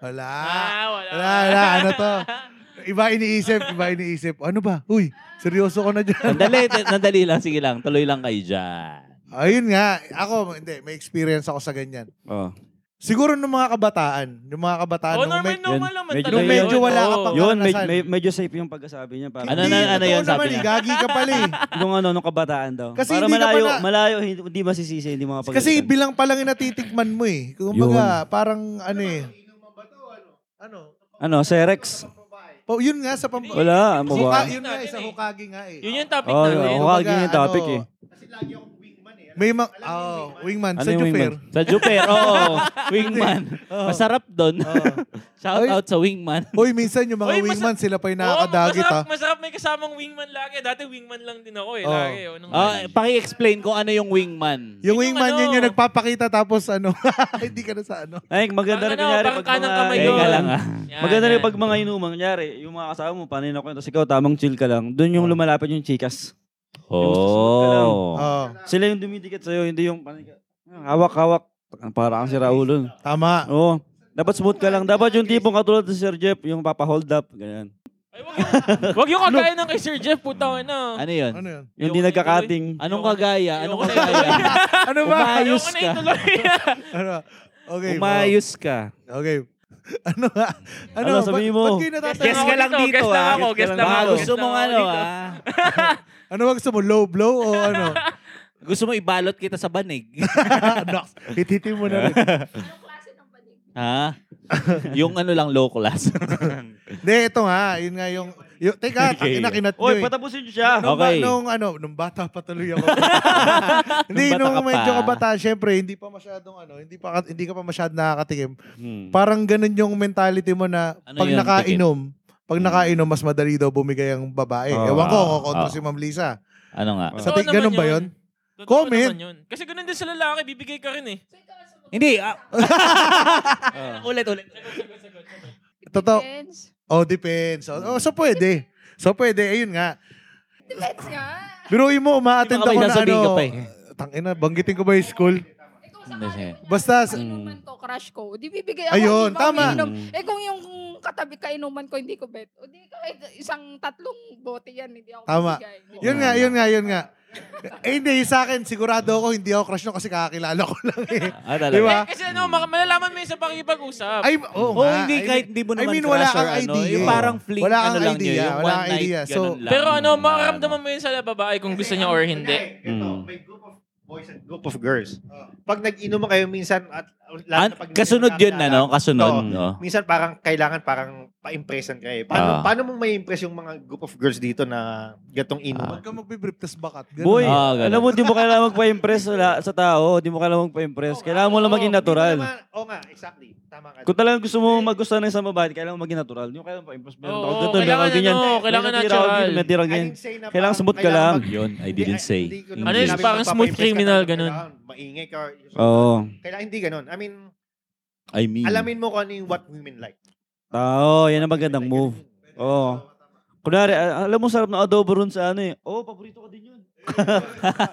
Speaker 2: Wala.
Speaker 5: Ah, wala.
Speaker 2: Wala, wala. Ano to? Iba iniisip, iba iniisip. Ano ba? Uy, seryoso ko na dyan.
Speaker 1: nandali, nandali lang. Sige lang. Tuloy lang kayo dyan.
Speaker 2: Ayun nga. Ako, hindi. May experience ako sa ganyan.
Speaker 3: Oo.
Speaker 2: Siguro nung mga kabataan. Nung mga kabataan.
Speaker 5: Oh,
Speaker 2: nung
Speaker 5: normal,
Speaker 2: may-
Speaker 5: normal naman
Speaker 3: Medyo-
Speaker 5: talaga
Speaker 3: Nung medyo
Speaker 5: yun.
Speaker 2: wala ka
Speaker 5: Oo.
Speaker 2: pang-
Speaker 3: Yun, med-
Speaker 2: Karanasan.
Speaker 3: med- medyo safe yung pagkasabi niya. Parang,
Speaker 1: Ano na- ano
Speaker 2: totoo
Speaker 1: yun sabi
Speaker 2: naman,
Speaker 1: niya?
Speaker 2: eh. Gagi ka pala eh.
Speaker 3: Yung ano, nung kabataan daw.
Speaker 2: Kasi
Speaker 3: Para
Speaker 2: hindi ka
Speaker 3: malayo,
Speaker 2: pa na-
Speaker 3: malayo, hindi, hindi masisisi, hindi mga
Speaker 2: Kasi bilang pa lang yung natitikman mo eh. Kung baga, parang ano eh. Ano?
Speaker 3: Ano, Serex?
Speaker 2: Po, Oh, yun nga sa pam...
Speaker 3: Wala, ano
Speaker 2: Huka,
Speaker 4: Ah,
Speaker 3: ba?
Speaker 2: yun nga, isang hukage nga eh.
Speaker 5: Yun yung topic
Speaker 3: Oh,
Speaker 5: natin.
Speaker 3: oh, wag yun yung
Speaker 2: Kumbaga,
Speaker 3: topic
Speaker 2: ano,
Speaker 3: eh.
Speaker 2: May ma... Oh, wingman.
Speaker 3: Ano
Speaker 2: sa
Speaker 3: yung
Speaker 2: Juper.
Speaker 3: wingman?
Speaker 1: Sa Juper, oo. Wingman. Masarap doon. Shout
Speaker 2: Oy.
Speaker 1: out sa Wingman.
Speaker 2: Hoy, minsan yung mga
Speaker 5: Oy, masa-
Speaker 2: wingman, sila pa yung
Speaker 5: Oo,
Speaker 2: nakakadagit ah. ha.
Speaker 5: masarap,
Speaker 3: ah.
Speaker 5: masarap may kasamang wingman lagi. Dati wingman lang din ako eh.
Speaker 2: Oo.
Speaker 5: Lagi. Oh, nung-
Speaker 1: Ah, paki-explain ko ano yung Wingman.
Speaker 2: Yung
Speaker 5: Yung
Speaker 2: wingman
Speaker 5: ano-
Speaker 2: yun yung nagpapakita tapos ano, hindi ka na sa ano.
Speaker 3: Ay, maganda
Speaker 5: Parang
Speaker 3: rin
Speaker 5: ano,
Speaker 3: kunyari
Speaker 5: parang
Speaker 3: pag
Speaker 5: kanang
Speaker 3: mga...
Speaker 5: kamay
Speaker 1: Teka
Speaker 5: yun.
Speaker 1: lang ah.
Speaker 5: Yan,
Speaker 3: Maganda rin
Speaker 5: yan.
Speaker 3: pag mga inuman. Kunyari, yung mga kasama mo, paano na kwento? Tapos ikaw, tamang chill ka lang. Doon
Speaker 2: Oh.
Speaker 3: yung lumalapit yung chikas.
Speaker 1: Oh.
Speaker 2: Oo,
Speaker 3: Sila yung dumidikit sa'yo, hindi yung paano ka- hawak-hawak. Parang si Raulon.
Speaker 2: tama.
Speaker 3: Oo. Dapat smooth ka lang. Dapat yung tipong katulad ni Sir Jeff, yung papa-hold up. Ganyan.
Speaker 5: Ay, wag yung, wag yung kagaya ng kay Sir Jeff. Puta ko na.
Speaker 1: Ano yun?
Speaker 2: Ano yun?
Speaker 3: Yung
Speaker 5: Yung-
Speaker 3: di nagka-cutting.
Speaker 1: Anong
Speaker 5: Ayoko na-
Speaker 1: kagaya? Anong
Speaker 5: ayoko na
Speaker 1: kagaya?
Speaker 2: Ano ba?
Speaker 1: Umayos
Speaker 5: Ayoko na
Speaker 1: ka.
Speaker 5: ituloy.
Speaker 2: Ano? Okay.
Speaker 1: Umayos ka.
Speaker 2: Okay. Ano nga? Ano?
Speaker 3: Ano, sabihin mo?
Speaker 2: Ba't kayo natatanong?
Speaker 1: Guess ka lang
Speaker 5: dito,
Speaker 1: dito
Speaker 5: guess lang
Speaker 1: ah.
Speaker 5: ako, guess lang
Speaker 1: Baka
Speaker 5: ako.
Speaker 1: gusto
Speaker 5: Guess
Speaker 1: mong
Speaker 5: lang ako
Speaker 1: ano
Speaker 5: dito.
Speaker 1: ah.
Speaker 2: Ano ba gusto mo? Low blow o ano?
Speaker 1: Gusto mo ibalot kita sa banig.
Speaker 2: Nox, Hititin mo na rin.
Speaker 6: Anong klase ng banig?
Speaker 1: ha? Yung ano lang low class.
Speaker 2: Hindi, ito nga. Yun nga yung... yung teka,
Speaker 1: Okay.
Speaker 2: okay. kinakinat nyo eh.
Speaker 3: Oy, patapusin niyo siya.
Speaker 2: Nung, ba-
Speaker 1: Okay.
Speaker 2: nung ano, nung bata pa tuloy ako.
Speaker 1: Nung
Speaker 2: hindi,
Speaker 1: bata
Speaker 2: nung
Speaker 1: ka pa.
Speaker 2: medyo kabata, syempre, hindi pa masyadong ano, hindi pa ka- hindi ka pa masyadong nakakatikim. Parang ganun yung mentality mo na
Speaker 1: Hmm. Ano
Speaker 2: pag
Speaker 1: yun, Hmm.
Speaker 2: nakainom, pag nakainom, mas madali daw bumigay ang babae.
Speaker 3: Ah.
Speaker 2: Ewan ko, kung kontra
Speaker 1: Ah.
Speaker 2: si Ma'am Lisa.
Speaker 1: ano nga?
Speaker 2: Sa
Speaker 5: Oo
Speaker 2: tingin,
Speaker 5: naman
Speaker 2: ganun ba yun?
Speaker 5: Totoo
Speaker 2: Comment.
Speaker 5: naman yun. Kasi ganun din sa lalaki, bibigay ka rin eh.
Speaker 6: So, ikaw ang sumagot.
Speaker 1: Hindi. ah. ulit, ulit.
Speaker 2: Totoo.
Speaker 6: Depends.
Speaker 2: Oh, depends. Oh, so pwede. So pwede, ayun nga.
Speaker 6: Depends nga.
Speaker 2: Biruin mo, umaattend
Speaker 1: Hindi
Speaker 2: ako
Speaker 1: mo
Speaker 2: na
Speaker 1: sabihin
Speaker 2: ano.
Speaker 1: ka pa eh.
Speaker 2: Tangina, banggitin ko ba yung school?
Speaker 6: Eh kung sakali
Speaker 1: Hindi.
Speaker 6: kunyari,
Speaker 2: Basta-
Speaker 6: kung inuman ko, crush ko, di bibigay ako.
Speaker 2: Ayun,
Speaker 6: di ba ako
Speaker 2: tama.
Speaker 6: iinom?
Speaker 1: Mm.
Speaker 6: Eh kung yung katabi ka inuman ko, hindi ko bet. O di kahit isang tatlong bote yan, hindi ako
Speaker 2: Tama.
Speaker 6: bibigay. Di ba?
Speaker 2: Yun nga, yun nga, yun nga. Eh, hindi, sa akin, sigurado ako hindi ako crush nyo kasi kakakilala ko lang eh.
Speaker 1: Ah, talaga.
Speaker 2: Di
Speaker 3: Diba?
Speaker 2: ba?
Speaker 5: Eh, kasi ano, mak- malalaman mo yun sa pakikipag-usap.
Speaker 2: Ay,
Speaker 1: Oh,
Speaker 2: oo nga.
Speaker 1: hindi
Speaker 2: I
Speaker 1: kahit
Speaker 2: mean-
Speaker 1: hindi mo
Speaker 2: I
Speaker 1: naman
Speaker 2: mean,
Speaker 1: crush
Speaker 2: wala
Speaker 1: or
Speaker 2: kang
Speaker 1: ano.
Speaker 2: idea.
Speaker 1: Yung parang fling,
Speaker 2: Wala
Speaker 1: ano
Speaker 2: kang
Speaker 1: lang yun.
Speaker 2: idea,
Speaker 1: Yung
Speaker 2: wala
Speaker 1: one
Speaker 2: kang
Speaker 1: night,
Speaker 2: idea. So,
Speaker 1: ganun lang.
Speaker 5: Pero ano,
Speaker 1: Yung
Speaker 5: makaramdaman mo yun sa babae kung gusto niya or hindi.
Speaker 4: Ito,
Speaker 3: Mm.
Speaker 4: may group of boys and Hmm. group of girls. Oh. Pag nag-inom kayo minsan at lalo
Speaker 1: An-
Speaker 4: na pag
Speaker 1: kasunod yun na, no?
Speaker 3: ano?
Speaker 1: Kasunod.
Speaker 4: Oo.
Speaker 1: no?
Speaker 4: Minsan parang kailangan parang pa-impressan ka eh. Paano,
Speaker 1: Ah.
Speaker 4: paano mong may impress yung mga group of girls dito na gatong inuman?
Speaker 2: Huwag kang magbibrip, tas bakat. Ganun.
Speaker 3: Boy,
Speaker 1: Ah, ganun.
Speaker 3: alam mo, di mo kailangan magpa-impress sa, sa tao. Di mo kailangan magpa-impress. Ah, Kailangan mo lang maging natural.
Speaker 4: Oo nga, exactly. Tama ka.
Speaker 3: Kung talagang gusto mo magustuhan ng isang babae, kailangan maging natural. Yung kailangan pa-impress. Meron
Speaker 5: Oo,
Speaker 3: ako ganito, meron
Speaker 5: kailangan
Speaker 3: ako ganyan.
Speaker 5: ano, kailangan
Speaker 3: Meron tira ako
Speaker 5: natural.
Speaker 3: ganyan, Meron tira ako
Speaker 4: I
Speaker 3: ganyan.
Speaker 4: didn't say na
Speaker 3: Kailangan
Speaker 4: parang-
Speaker 3: smooth ka
Speaker 4: kailangan
Speaker 3: lang.
Speaker 4: mag-
Speaker 1: Yun, I
Speaker 4: Hindi,
Speaker 1: didn't
Speaker 4: ay-
Speaker 1: say.
Speaker 4: hindi ko
Speaker 1: Ano
Speaker 4: naman
Speaker 1: yun,
Speaker 4: sinabi
Speaker 5: parang
Speaker 4: na
Speaker 5: smooth
Speaker 4: papaimpress ka
Speaker 5: criminal,
Speaker 4: talaga,
Speaker 5: ganun.
Speaker 4: kailangan Maingay ka. or-
Speaker 3: Oo. Hmm.
Speaker 4: Kailangan hindi ganun. I mean,
Speaker 1: I mean,
Speaker 4: alamin mo kung ano yung what women like.
Speaker 3: Oo, yan ang magandang move. Oo. Kunwari, a- alam mo, sarap ng adobo ron sa ano eh. Oo, paborito ko din yun.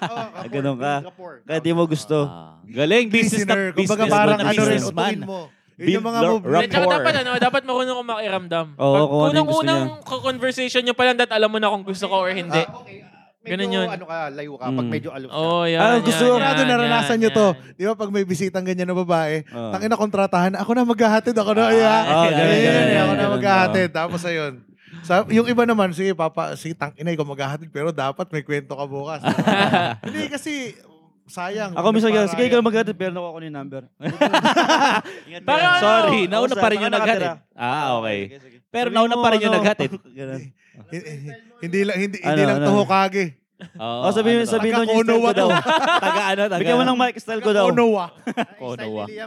Speaker 4: Ah,
Speaker 3: Ganun ka. Kaya di mo gusto.
Speaker 1: ah, galing. Business
Speaker 2: Listener,
Speaker 1: na business.
Speaker 2: kumbaga parang
Speaker 1: na
Speaker 2: ano rin,
Speaker 1: businessman.
Speaker 2: utuin mo. Yun
Speaker 1: Build
Speaker 2: yung mga
Speaker 1: lo-
Speaker 2: move.
Speaker 1: rap-
Speaker 5: At saka
Speaker 1: Rapport.
Speaker 5: dapat ano, dapat marunong kong makiramdam.
Speaker 3: Oo,
Speaker 5: Pag
Speaker 3: kung ano yung gusto
Speaker 5: unang-unang conversation nyo pa lang, that alam mo na kung gusto ko or hindi.
Speaker 4: Ah, okay. Ah, medyo,
Speaker 5: Ganun yun.
Speaker 4: ano ka, layo ka. Pag
Speaker 3: Mm.
Speaker 4: medyo aloof ka.
Speaker 5: Oo, oh, yan.
Speaker 3: Ah,
Speaker 5: yan,
Speaker 3: gusto-
Speaker 5: yan,
Speaker 2: Sigurado
Speaker 5: yan,
Speaker 2: naranasan nyo
Speaker 5: yan.
Speaker 2: to. Di ba pag may bisitang ganyan na babae,
Speaker 3: Oo.
Speaker 2: tangin na kontratahan, ako na maghahatid, ako na, yeah.
Speaker 3: Ah, ganun,
Speaker 2: Ayun,
Speaker 3: ganun,
Speaker 2: ako na
Speaker 3: ganun,
Speaker 2: maghahatid. Tapos ayun. Sa, yung iba naman, sige papa, sige tang ina, ikaw maghahatid, pero dapat may kwento ka bukas. Hindi kasi, sayang.
Speaker 3: Ako minsan
Speaker 2: Parang-
Speaker 3: gano'n, sige ikaw maghatid, pero nakuha ko na yung number.
Speaker 5: Parang ano,
Speaker 1: Sorry, nauna
Speaker 3: Kausap,
Speaker 1: pa rin
Speaker 3: baka
Speaker 1: yung naghatid.
Speaker 3: nakatira.
Speaker 1: Ah, okay.
Speaker 3: Sige, sige.
Speaker 1: Pero
Speaker 3: Sabihin
Speaker 1: nauna
Speaker 3: mo,
Speaker 1: pa rin yung
Speaker 3: ano,
Speaker 1: naghatid.
Speaker 3: ganun.
Speaker 2: Hindi- Hindi lang hindi, hindi
Speaker 3: Ano,
Speaker 2: lang
Speaker 3: ano?
Speaker 2: to hokage.
Speaker 1: Oo,
Speaker 3: Oh,
Speaker 1: ano
Speaker 3: sabihin
Speaker 1: to?
Speaker 3: sabihin
Speaker 2: Taga
Speaker 3: doon yung style
Speaker 2: Konoha
Speaker 3: ko daw.
Speaker 2: to.
Speaker 1: Taga ano, taga.
Speaker 3: Bigyan mo ng mic style ko daw.
Speaker 2: Konoha.
Speaker 1: Konoha. Ay!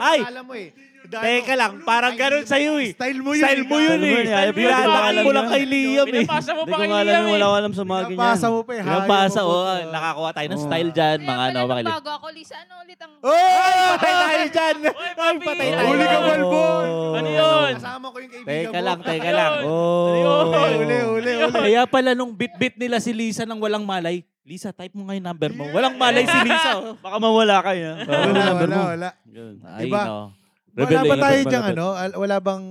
Speaker 4: Ay! Alam mo eh.
Speaker 1: Teka lang, parang ganun sa'yo eh.
Speaker 2: Style mo yun.
Speaker 1: Style mo yun
Speaker 3: Style mo
Speaker 1: eh.
Speaker 3: yun eh. Ayaw mo yun.
Speaker 1: Pinatakan mo
Speaker 3: Alam
Speaker 1: lang
Speaker 3: yun.
Speaker 1: kay Liam eh.
Speaker 5: Pinapasa mo
Speaker 3: Hindi
Speaker 5: pa
Speaker 3: ko
Speaker 5: kay
Speaker 3: nga alam,
Speaker 5: Liam
Speaker 3: yun,
Speaker 5: eh.
Speaker 3: wala ko alam sa mga ganyan. oh,
Speaker 2: Pinapasa mo pa eh. hayop
Speaker 1: Pinapasa,
Speaker 2: mo,
Speaker 1: oo.
Speaker 2: puto.
Speaker 1: Nakakuha tayo ng
Speaker 3: Oo.
Speaker 1: style dyan,
Speaker 6: Kaya
Speaker 1: mga
Speaker 6: pala
Speaker 1: ano,
Speaker 6: nung
Speaker 1: makilig.
Speaker 6: bago ako, Lisa, ano ulit ang...
Speaker 2: Oh!
Speaker 1: Oy! Patay tayo dyan! Ay, patay
Speaker 5: Oy,
Speaker 1: tayo!
Speaker 2: Huli ka, Balbon!
Speaker 5: Ano yun?
Speaker 4: Kasama ko yung kaibigan
Speaker 1: eh. Teka
Speaker 4: mo.
Speaker 1: lang, teka lang.
Speaker 3: Oh.
Speaker 5: Ayun.
Speaker 2: Huli, huli, huli.
Speaker 1: Kaya pala nung bit-bit nila si Lisa nang walang malay, Lisa, type mo nga yung number mo. Walang malay si Lisa. oh.
Speaker 3: Baka mawala kayo.
Speaker 2: Wala, wala, wala.
Speaker 3: Ganun.
Speaker 1: Ay,
Speaker 2: Diba?
Speaker 1: no.
Speaker 2: Wala ba
Speaker 1: Revelation.
Speaker 2: tayo dyan, ano? Al- Wala bang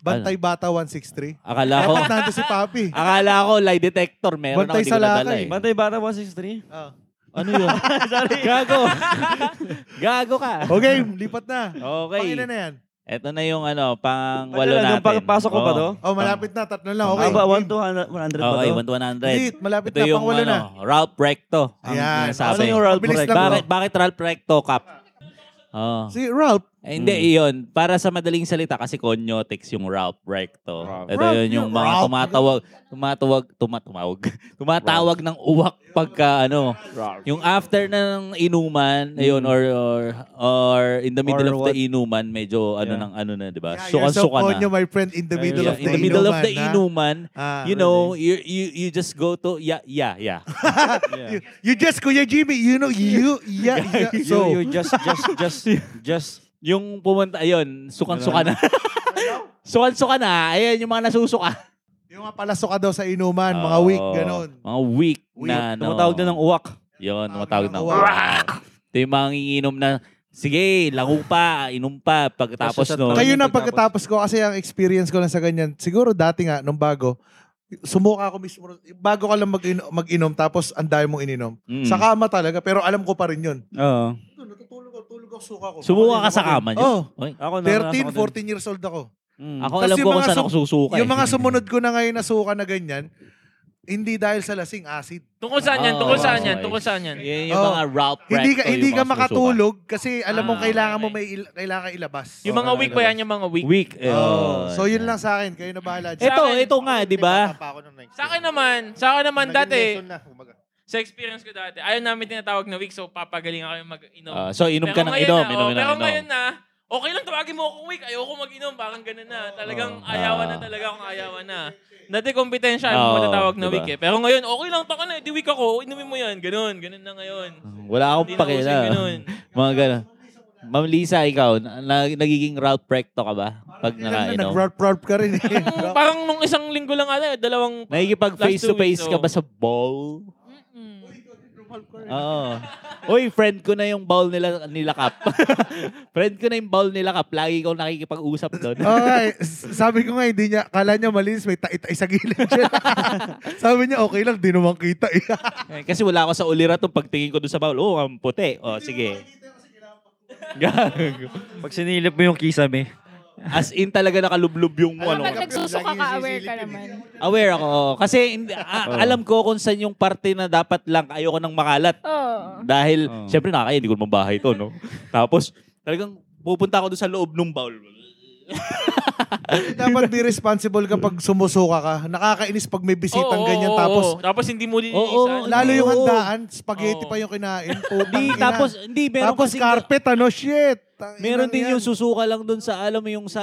Speaker 2: Bantay Bata 163?
Speaker 1: Akala Ano? ko, Ah.
Speaker 2: Dapat nandito si Papi.
Speaker 1: akala ko, lie detector. Meron ako,
Speaker 2: Bantay
Speaker 1: di ko nadala
Speaker 2: salakay.
Speaker 1: eh.
Speaker 3: Bantay Bata 163?
Speaker 2: Ah.
Speaker 1: Ano yun? Gago. Gago ka.
Speaker 2: Okay, lipat na.
Speaker 1: Okay.
Speaker 2: Pangilan Oh. na yan.
Speaker 1: Ito na yung ano, pang
Speaker 3: Tagal
Speaker 1: walo
Speaker 3: lang,
Speaker 1: natin.
Speaker 3: yung pagpasok ko pa
Speaker 1: Oo.
Speaker 3: to?
Speaker 2: Oh, malapit na. Tatlo lang.
Speaker 3: Okay.
Speaker 2: Okay.
Speaker 3: Aba, 1 to
Speaker 2: Ano
Speaker 3: 100 pa
Speaker 1: Okay,
Speaker 3: to.
Speaker 1: 1 to 100.
Speaker 2: Lit, malapit
Speaker 1: Ito
Speaker 2: na.
Speaker 1: yung
Speaker 2: Pangwalo na.
Speaker 1: ano, Ralph Recto. Ang
Speaker 2: Ayan.
Speaker 1: sinasabi.
Speaker 3: Ano yung Ralph
Speaker 2: Mabilis
Speaker 3: Recto?
Speaker 2: lang,
Speaker 1: Bakit,
Speaker 2: oh.
Speaker 1: bakit Ralph Recto, Kap? Oh.
Speaker 2: Si Ralph.
Speaker 1: Eh, hindi, iyon. Para sa madaling salita, kasi conyotex yung Ralph Recto. Ito
Speaker 2: Ralph,
Speaker 1: yun yung
Speaker 2: yung
Speaker 1: mga
Speaker 2: Ralph.
Speaker 1: tumatawag, tumatawag, tumatawag, tumatawag ng uwak pagka ano. Yung after ng inuman, ayun, or, or, or in the middle
Speaker 3: Or
Speaker 1: of
Speaker 3: what?
Speaker 1: the inuman, medyo ano
Speaker 3: Yeah.
Speaker 1: ng ano na, di ba?
Speaker 2: Yeah, you're so
Speaker 1: Sukan-suka na.
Speaker 2: konyo, my friend, in the
Speaker 3: Yeah,
Speaker 2: middle
Speaker 1: Yeah,
Speaker 2: of the
Speaker 1: in the middle of
Speaker 2: inuman,
Speaker 1: the
Speaker 2: ha?
Speaker 1: inuman,
Speaker 2: Ah,
Speaker 1: you know, you, you you just go to, yeah, yeah, yeah.
Speaker 2: you, you just, Kuya Jimmy, you know, you, yeah, yeah. So,
Speaker 3: you, you just, just, just, just,
Speaker 1: Yung pumunta, ayun, sukan-suka na. sukan-suka na, ayan yung mga nasusuka.
Speaker 2: yung mga palasuka daw sa inuman, mga
Speaker 1: Ah, Oo.
Speaker 2: week, ganon.
Speaker 1: Mga week,
Speaker 2: Week.
Speaker 1: na, no.
Speaker 3: tumatawag na ng uwak.
Speaker 1: Yun,
Speaker 2: Tawag
Speaker 1: tumatawag
Speaker 2: na
Speaker 1: na.
Speaker 2: ng
Speaker 1: Wow. Ito yung mga nginginom na, sige, lango pa, inom pa, pagkatapos
Speaker 3: Tapos sa
Speaker 1: no.
Speaker 3: tawag-
Speaker 2: Kayo na
Speaker 3: Pagkatapos.
Speaker 2: pagkatapos ko, kasi ang experience ko lang sa ganyan, siguro dati nga, nung bago, sumuka ako mismo. Bago ka lang mag-inom, mag-inom tapos ang dami mong ininom.
Speaker 5: Hmm.
Speaker 1: Mm.
Speaker 2: Sa kama talaga, pero alam ko pa rin yun.
Speaker 3: Oo.
Speaker 2: Ito, natutulog ako, tulog ako, suka ko.
Speaker 1: Sumuka ka sa kama niyo?
Speaker 2: Oo.
Speaker 1: Oy,
Speaker 3: Ako,
Speaker 2: 13,
Speaker 3: naranasan ko
Speaker 5: ano,
Speaker 3: din.
Speaker 2: 14 years old ako.
Speaker 3: Mm.
Speaker 1: ako
Speaker 2: Tas
Speaker 1: alam
Speaker 2: Oh. yung
Speaker 1: ko kung
Speaker 2: mga
Speaker 1: saan
Speaker 2: su-
Speaker 1: ako susuka.
Speaker 2: Yung
Speaker 1: eh.
Speaker 2: mga sumunod ko na ngayon na suka na ganyan, hindi dahil sa lasing, acid.
Speaker 5: Tungkol saan yan?
Speaker 1: Oo,
Speaker 5: Tungkol saan
Speaker 1: oo,
Speaker 5: yan?
Speaker 1: eh.
Speaker 5: Tungkol saan yan?
Speaker 1: Yan yung
Speaker 2: Oo.
Speaker 1: mga route
Speaker 2: Oh. Hindi ka, hindi ka makatulog kasi alam mo
Speaker 5: Ah,
Speaker 2: kailangan mo
Speaker 5: okay.
Speaker 2: may il- kailangan ka ilabas.
Speaker 5: Yung mga week ba yan? Yung mga week?
Speaker 1: Week. eh, oh,
Speaker 2: Oh, so yun lang sa akin, kayo na bahala.
Speaker 5: Eh,
Speaker 2: dyan.
Speaker 1: Ito,
Speaker 5: Sa akin,
Speaker 1: ito nga, di ba?
Speaker 5: Sa akin naman, sa akin naman dati, eh.
Speaker 4: Hindi
Speaker 5: sa experience ko dati, ayaw namin tinatawag na week, so papagaling ako yung mag-inom.
Speaker 1: Ah, so, inom ka
Speaker 5: Pero
Speaker 1: ng
Speaker 5: ngayon
Speaker 1: inom,
Speaker 5: na,
Speaker 1: inom
Speaker 5: oh,
Speaker 1: ka ng
Speaker 5: Pero
Speaker 1: inom.
Speaker 5: ngayon na, okay lang tawagin mo akong week, ayoko mag-inom, parang ganun na. Talagang ayawan na
Speaker 1: Ah.
Speaker 5: talaga akong ayawan na. Dati kompetensya
Speaker 1: Oo,
Speaker 5: mo matatawag na
Speaker 1: diba?
Speaker 5: week eh. Pero ngayon, okay lang, taka na, eh, di week ako, inumin mo yan, ganun, ganun na ngayon.
Speaker 1: Wala akong
Speaker 5: Hindi na
Speaker 1: pakila.
Speaker 5: uso yung ganun.
Speaker 1: mga ganun. Ma'am Lisa, ikaw, na, nagiging Ralph Recto ka ba? Pag
Speaker 2: Kailan na
Speaker 1: nakainom?
Speaker 2: nag-rap-rap ka rin eh.
Speaker 5: Parang, parang nung isang linggo lang ata, dalawang...
Speaker 1: Nakikipag
Speaker 5: last
Speaker 1: face to
Speaker 5: two weeks,
Speaker 1: face ka
Speaker 5: oh.
Speaker 1: ba sa bowl?
Speaker 5: Mm-mm.
Speaker 1: Oo. Uy, friend ko na yung bowl nila nila Kap. friend ko na yung bowl nila Kap. Lagi ko nakikipag-usap doon.
Speaker 2: Okay, eh. s- sabi ko nga, hindi niya, kala niya malinis, may tai-tai sa gilid siya. sabi niya, okay lang, di naman kita eh.
Speaker 1: Eh, Kasi wala ako sa ulira to pagtingin ko doon sa bowl. Oh, ang puti. Oh, sige. Gago.
Speaker 3: Pag sinilip mo yung kisame.
Speaker 1: As in talaga nakalublob yung ano.
Speaker 6: Kapag nagsusuka ka, aware ka naman.
Speaker 1: Aware ako. oo. Kasi hindi- a- alam ko kung saan yung parte na dapat lang ayoko nang makalat.
Speaker 6: Oo.
Speaker 1: Dahil,
Speaker 3: Oo.
Speaker 1: syempre nakakaya, hindi ko naman bahay to, no? Tapos, talagang pupunta ako doon sa loob ng bowl.
Speaker 2: Dapat be responsible kapag sumusuka ka. Nakakainis pag may bisitang
Speaker 5: Oo,
Speaker 2: ganyan,
Speaker 5: oo,
Speaker 2: tapos
Speaker 5: oo. tapos hindi mo linisan.
Speaker 1: Oo, ano, oo,
Speaker 2: lalo yung
Speaker 1: Oo.
Speaker 2: handaan, spaghetti
Speaker 5: Oo.
Speaker 2: pa yung kinain. Putang
Speaker 1: Hindi,
Speaker 2: ina.
Speaker 1: tapos, hindi, meron
Speaker 2: tapos
Speaker 1: kasing-
Speaker 2: carpet, ano, shit. Tang ina
Speaker 1: Meron din
Speaker 2: yan.
Speaker 1: yung susuka lang doon sa, alam mo, yung sa,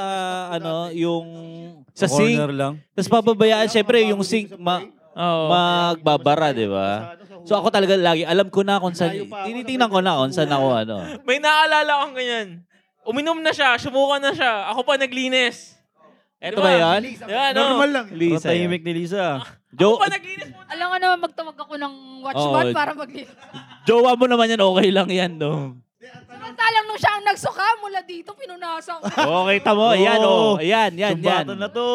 Speaker 1: ano, yung sa sink.
Speaker 3: Corner lang.
Speaker 1: Tapos papabayaan, syempre, yung sink ma,
Speaker 5: Oo.
Speaker 1: magbabara, di ba? So ako talaga lagi, alam ko na kung saan,
Speaker 4: Layo pa ako,
Speaker 1: tinitingnan ko na kung saan ako, ano.
Speaker 5: May naalala akong ganyan. Uminom na siya, sumuka na siya. Ako pa naglinis.
Speaker 1: Eto
Speaker 5: Diba?
Speaker 1: ba yan?
Speaker 5: Diba, ano?
Speaker 2: Normal lang.
Speaker 1: Lisa. yan.
Speaker 3: Tatahimik ni Lisa.
Speaker 5: Ako
Speaker 1: Jo,
Speaker 5: pa naglinis mo.
Speaker 6: Alam ko naman, magtawag ako ng watchman
Speaker 1: Oo.
Speaker 6: para mag-
Speaker 1: jowa mo naman yan, okay lang yan, no?
Speaker 6: Samantalang nung siya ang nagsuka mula dito, pinunasan ko.
Speaker 1: Okay, tamo, yan, oh. Yan, yan, yan.
Speaker 3: Sumbatan na to.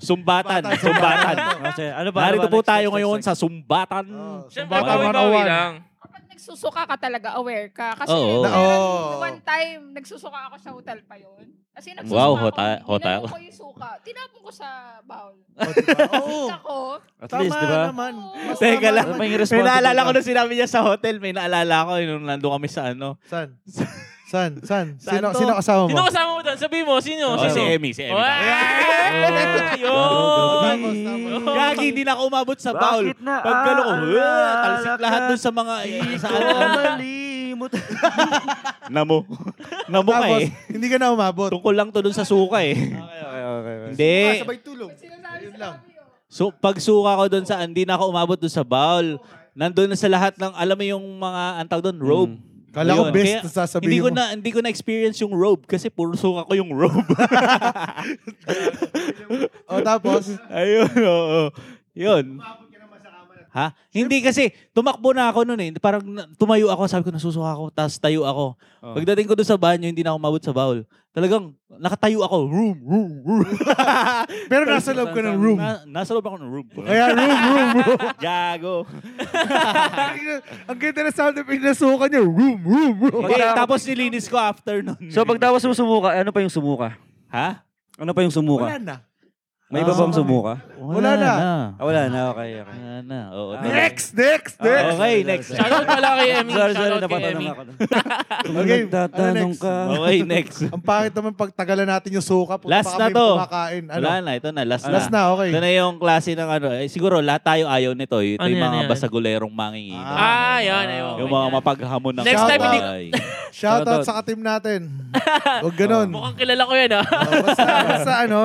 Speaker 1: Sumbatan, sumbatan.
Speaker 3: Kasi, ano ba?
Speaker 1: Narito
Speaker 3: ano ba?
Speaker 1: po
Speaker 3: Next,
Speaker 1: tayo
Speaker 3: next,
Speaker 1: ngayon
Speaker 3: next,
Speaker 1: sa sumbatan.
Speaker 2: Oh,
Speaker 5: Siyempre,
Speaker 1: Sumbatan
Speaker 5: bawi-bawi
Speaker 2: 101.
Speaker 5: lang.
Speaker 6: Kapag nagsusuka ka talaga, aware ka. Kasi
Speaker 1: Oo.
Speaker 6: meron
Speaker 2: Oo.
Speaker 6: one time, nagsusuka ako sa hotel pa yun. Kasi nagsusuka
Speaker 1: Wow,
Speaker 6: ako,
Speaker 1: hota- hotel.
Speaker 6: tinanong ko yung suka. Tinapon ko sa bowl.
Speaker 2: Oh, diba? Oo.
Speaker 6: Kita ko,
Speaker 3: At
Speaker 2: Tama
Speaker 3: least, di ba?
Speaker 2: naman.
Speaker 1: Teka
Speaker 2: Mas
Speaker 1: lang.
Speaker 2: tama naman.
Speaker 3: Ano pa yung
Speaker 1: May
Speaker 3: responsible
Speaker 1: naalala ko
Speaker 3: ka?
Speaker 1: nung sinabi niya sa hotel, may naalala ko eh, nung nandun kami sa ano.
Speaker 2: San? San? San? Sino,
Speaker 1: Saan to?
Speaker 2: sino kasama mo?
Speaker 5: Sino kasama mo doon? Sabi mo, sino?
Speaker 1: Oh,
Speaker 5: sino? ah,
Speaker 1: si Emmy, si Emmy.
Speaker 5: Wow! Yun!
Speaker 2: Tapos, tapos.
Speaker 1: Gagi, hindi na ako umabot sa bowl.
Speaker 3: Bakit na
Speaker 1: Pagkalo ko,
Speaker 3: aalala
Speaker 1: "Wah, talsik
Speaker 3: ka?
Speaker 1: lahat dun sa mga... sa
Speaker 3: Ikaw
Speaker 1: ano.
Speaker 3: malimut.
Speaker 1: Namo. Namo ka
Speaker 2: Tapos,
Speaker 1: eh.
Speaker 2: hindi ka na umabot.
Speaker 1: Tungkol lang to dun sa suka eh.
Speaker 3: Okay, okay, okay.
Speaker 2: Ah,
Speaker 1: Hindi.
Speaker 2: sabay tulog.
Speaker 6: sinasabi
Speaker 2: Yun
Speaker 6: sa
Speaker 2: lang.
Speaker 6: kami, oh.
Speaker 1: So, pag suka ko dun sa... Hindi na ako umabot dun sa bowl. Nandun na sa lahat ng... Alam mo yung mga... Ang tawag dun? Robe.
Speaker 2: Kala ko
Speaker 1: Ayun.
Speaker 2: best
Speaker 1: Kaya
Speaker 2: na sasabihin
Speaker 1: hindi ko
Speaker 2: Mm. mo.
Speaker 1: na hindi ko na experience yung robe kasi puro suka ko yung robe.
Speaker 2: O, Oh, tapos,
Speaker 1: Ayun, oo. Yun. Ha? Hindi kasi, tumakbo na ako noon eh. Parang na- tumayo ako, sabi ko nasusuka ako, tapos tayo ako.
Speaker 3: Oh.
Speaker 1: Pagdating ko doon sa banyo, hindi na ako mabot sa bowl. Talagang nakatayo ako. Room, room, room.
Speaker 2: Pero nasa loob ka ng room.
Speaker 1: Na- nasa loob ako ng room.
Speaker 2: Ayan, room, room, room.
Speaker 1: Gago.
Speaker 2: Ang ganda na sound effect na suka niya. Room, room, room.
Speaker 1: Okay, tapos nilinis ko after noon.
Speaker 3: So pagtapos mo sumuka, ano pa yung sumuka?
Speaker 1: Ha?
Speaker 3: Ano pa yung
Speaker 2: Wala
Speaker 3: sumuka?
Speaker 2: na.
Speaker 3: May iba
Speaker 1: Ah.
Speaker 3: pa bang sumuka?
Speaker 2: Wala na.
Speaker 3: Ah, wala na, okay, okay.
Speaker 1: Wala na. Oo,
Speaker 3: Ah.
Speaker 1: tama.
Speaker 2: Next, next, next.
Speaker 1: Okay, next.
Speaker 5: Shoutout pala kay Emmy.
Speaker 3: Sorry, sorry,
Speaker 5: Shoutout kay
Speaker 3: napatanong
Speaker 5: Emmy.
Speaker 3: ako.
Speaker 2: Okay,
Speaker 3: Kung nagtatanong
Speaker 2: ano next?
Speaker 3: ka.
Speaker 1: Okay, next.
Speaker 2: Ang pangit naman pag tagalan natin yung suka. Puta,
Speaker 1: Last
Speaker 2: baka
Speaker 1: na
Speaker 2: may
Speaker 1: to.
Speaker 2: Kumakain. Ano?
Speaker 1: Wala na, ito na. Last na.
Speaker 2: Last na, okay.
Speaker 1: Ito na yung klase ng ano. Eh, siguro lahat tayo ayaw nito. eh. Ito
Speaker 5: Ano
Speaker 1: yung
Speaker 5: yan,
Speaker 1: mga
Speaker 5: yan?
Speaker 1: basagulerong manginginom.
Speaker 5: Ah, yun. ayun.
Speaker 1: yung mga mapaghamon ng
Speaker 5: Next
Speaker 2: time,
Speaker 1: hindi.
Speaker 2: hindi- Shoutout sa katim natin. Huwag ganun.
Speaker 5: Mukhang kilala ko yan, ah.
Speaker 2: Oh, basta, basta ano.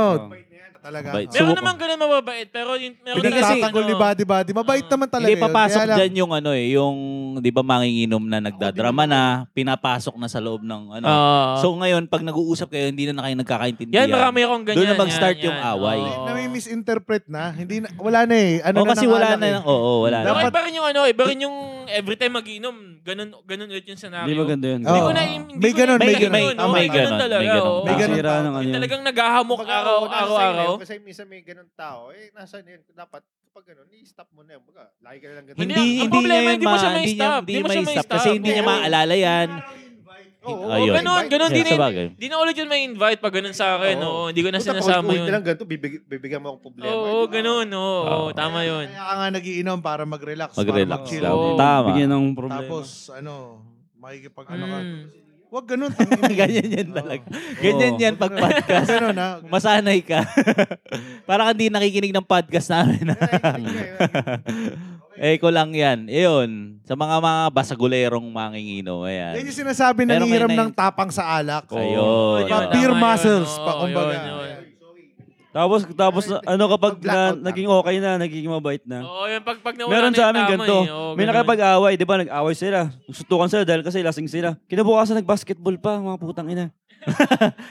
Speaker 1: Oh.
Speaker 2: Talaga.
Speaker 1: Bait.
Speaker 2: Oh.
Speaker 1: So,
Speaker 5: Meron naman ganun mababait, pero yung, meron
Speaker 1: Hindi kasi-
Speaker 5: talaga,
Speaker 2: Pinagtatanggol ni
Speaker 5: ano,
Speaker 2: Buddy Buddy. Mabait naman talaga
Speaker 1: Hindi
Speaker 2: yun.
Speaker 1: papasok
Speaker 2: Kaya lang,
Speaker 1: dyan yung ano eh, yung 'di ba manginginom na nagdadrama na, pinapasok na sa loob ng ano.
Speaker 5: Ah.
Speaker 1: so ngayon pag nag-uusap kayo, hindi na na kayo nagkakaintindihan.
Speaker 5: yan, marami akong ganyan.
Speaker 1: Doon na mag-start
Speaker 5: yan,
Speaker 1: yung
Speaker 5: yan.
Speaker 1: away.
Speaker 5: Oo.
Speaker 2: Nami-misinterpret na. Hindi na, wala na eh. Ano
Speaker 1: oh,
Speaker 2: na
Speaker 1: kasi wala na,
Speaker 2: nangalak eh.
Speaker 1: oo, oo, wala
Speaker 5: Pero
Speaker 1: na.
Speaker 2: Dapat-
Speaker 5: iba rin yung ano, iba rin yung every time mag-inom, ganun, ganun ulit yung scenario.
Speaker 3: Hindi maganda yun.
Speaker 5: Hindi
Speaker 2: Oo.
Speaker 5: ko na,
Speaker 2: May
Speaker 5: hindi ko na-
Speaker 2: ganun, may ganun.
Speaker 5: yun,
Speaker 2: Ah,
Speaker 5: oo,
Speaker 2: may
Speaker 1: ganun,
Speaker 5: talaga,
Speaker 1: may ganun.
Speaker 5: oo.
Speaker 2: May ganun.
Speaker 3: Sira ng ano
Speaker 5: Yung
Speaker 3: yun.
Speaker 5: Talagang naghahamok
Speaker 4: Kumbaga,
Speaker 5: araw,
Speaker 4: wala na
Speaker 5: araw,
Speaker 4: sa'yo na
Speaker 5: araw.
Speaker 4: yun. Kasi minsan may ganun tao, eh, nasa yun, dapat kapag ganun, i-stop mo na yun. Baga, lagi ka na lang ganun.
Speaker 5: Hindi, ang problema, hindi mo siya may stop.
Speaker 1: Hindi
Speaker 5: Hindi mo
Speaker 1: may
Speaker 5: siya may
Speaker 1: stop
Speaker 5: stop.
Speaker 1: kasi hindi niya
Speaker 4: Oo.
Speaker 1: maalala yan.
Speaker 4: Oo,
Speaker 1: Ayun.
Speaker 4: oo,
Speaker 5: Ganun,
Speaker 4: invite.
Speaker 5: ganun,
Speaker 1: Yeah,
Speaker 5: di na,
Speaker 1: sabagay.
Speaker 5: di na ulit yun may invite pag ganun sa akin.
Speaker 4: Oo.
Speaker 5: Oo, hindi ko na
Speaker 4: Puta,
Speaker 5: sinasama
Speaker 4: paulit-ulit
Speaker 5: yun.
Speaker 4: na lang ganito, bibig- bibigyan mo akong problema.
Speaker 5: Oo,
Speaker 2: Diba?
Speaker 4: Di ba?
Speaker 5: ganun. Oo, oo, tama yun.
Speaker 2: Kaya ka nga nagiinom para mag-relax. para
Speaker 1: Mag-relax
Speaker 2: mag-chill.
Speaker 1: lang.
Speaker 5: Oo.
Speaker 1: Tama.
Speaker 3: Bigyan ng problema.
Speaker 2: Tapos, ano, makikipag ano ka.
Speaker 6: Hmm.
Speaker 5: Mm.
Speaker 2: Huwag ganun.
Speaker 1: Ganyan yan talaga. Ganyan
Speaker 3: Oo.
Speaker 1: yan pag podcast.
Speaker 2: Ganun ha.
Speaker 1: Masanay ka. Parang hindi nakikinig ng podcast namin. eh, ko lang yan. Iyon. Sa mga mga basagulerong mangingino. Ayan.
Speaker 2: Yan yung sinasabi na
Speaker 1: Pero may
Speaker 2: hiram
Speaker 1: na-
Speaker 2: ng tapang sa alak.
Speaker 1: Ayun.
Speaker 5: Yun,
Speaker 2: Pa- beer
Speaker 5: tama yun,
Speaker 2: muscles,
Speaker 5: oo,
Speaker 2: pa, kumbaga.
Speaker 5: yun, yun.
Speaker 3: Tapos, tapos ano kapag na,
Speaker 2: Blackout na.
Speaker 3: naging okay na, nagiging mabait na.
Speaker 5: Oo, yun, pag, pag nawala
Speaker 3: Meron
Speaker 5: na yung
Speaker 3: sa amin
Speaker 5: tama,
Speaker 3: ganito.
Speaker 5: eh, oo,
Speaker 3: May
Speaker 5: ganun.
Speaker 3: nakapag-away, di ba? Nag-away sila. Sutukan sila dahil kasi lasing sila. Kinabukasan nag-basketball pa, mga putang ina.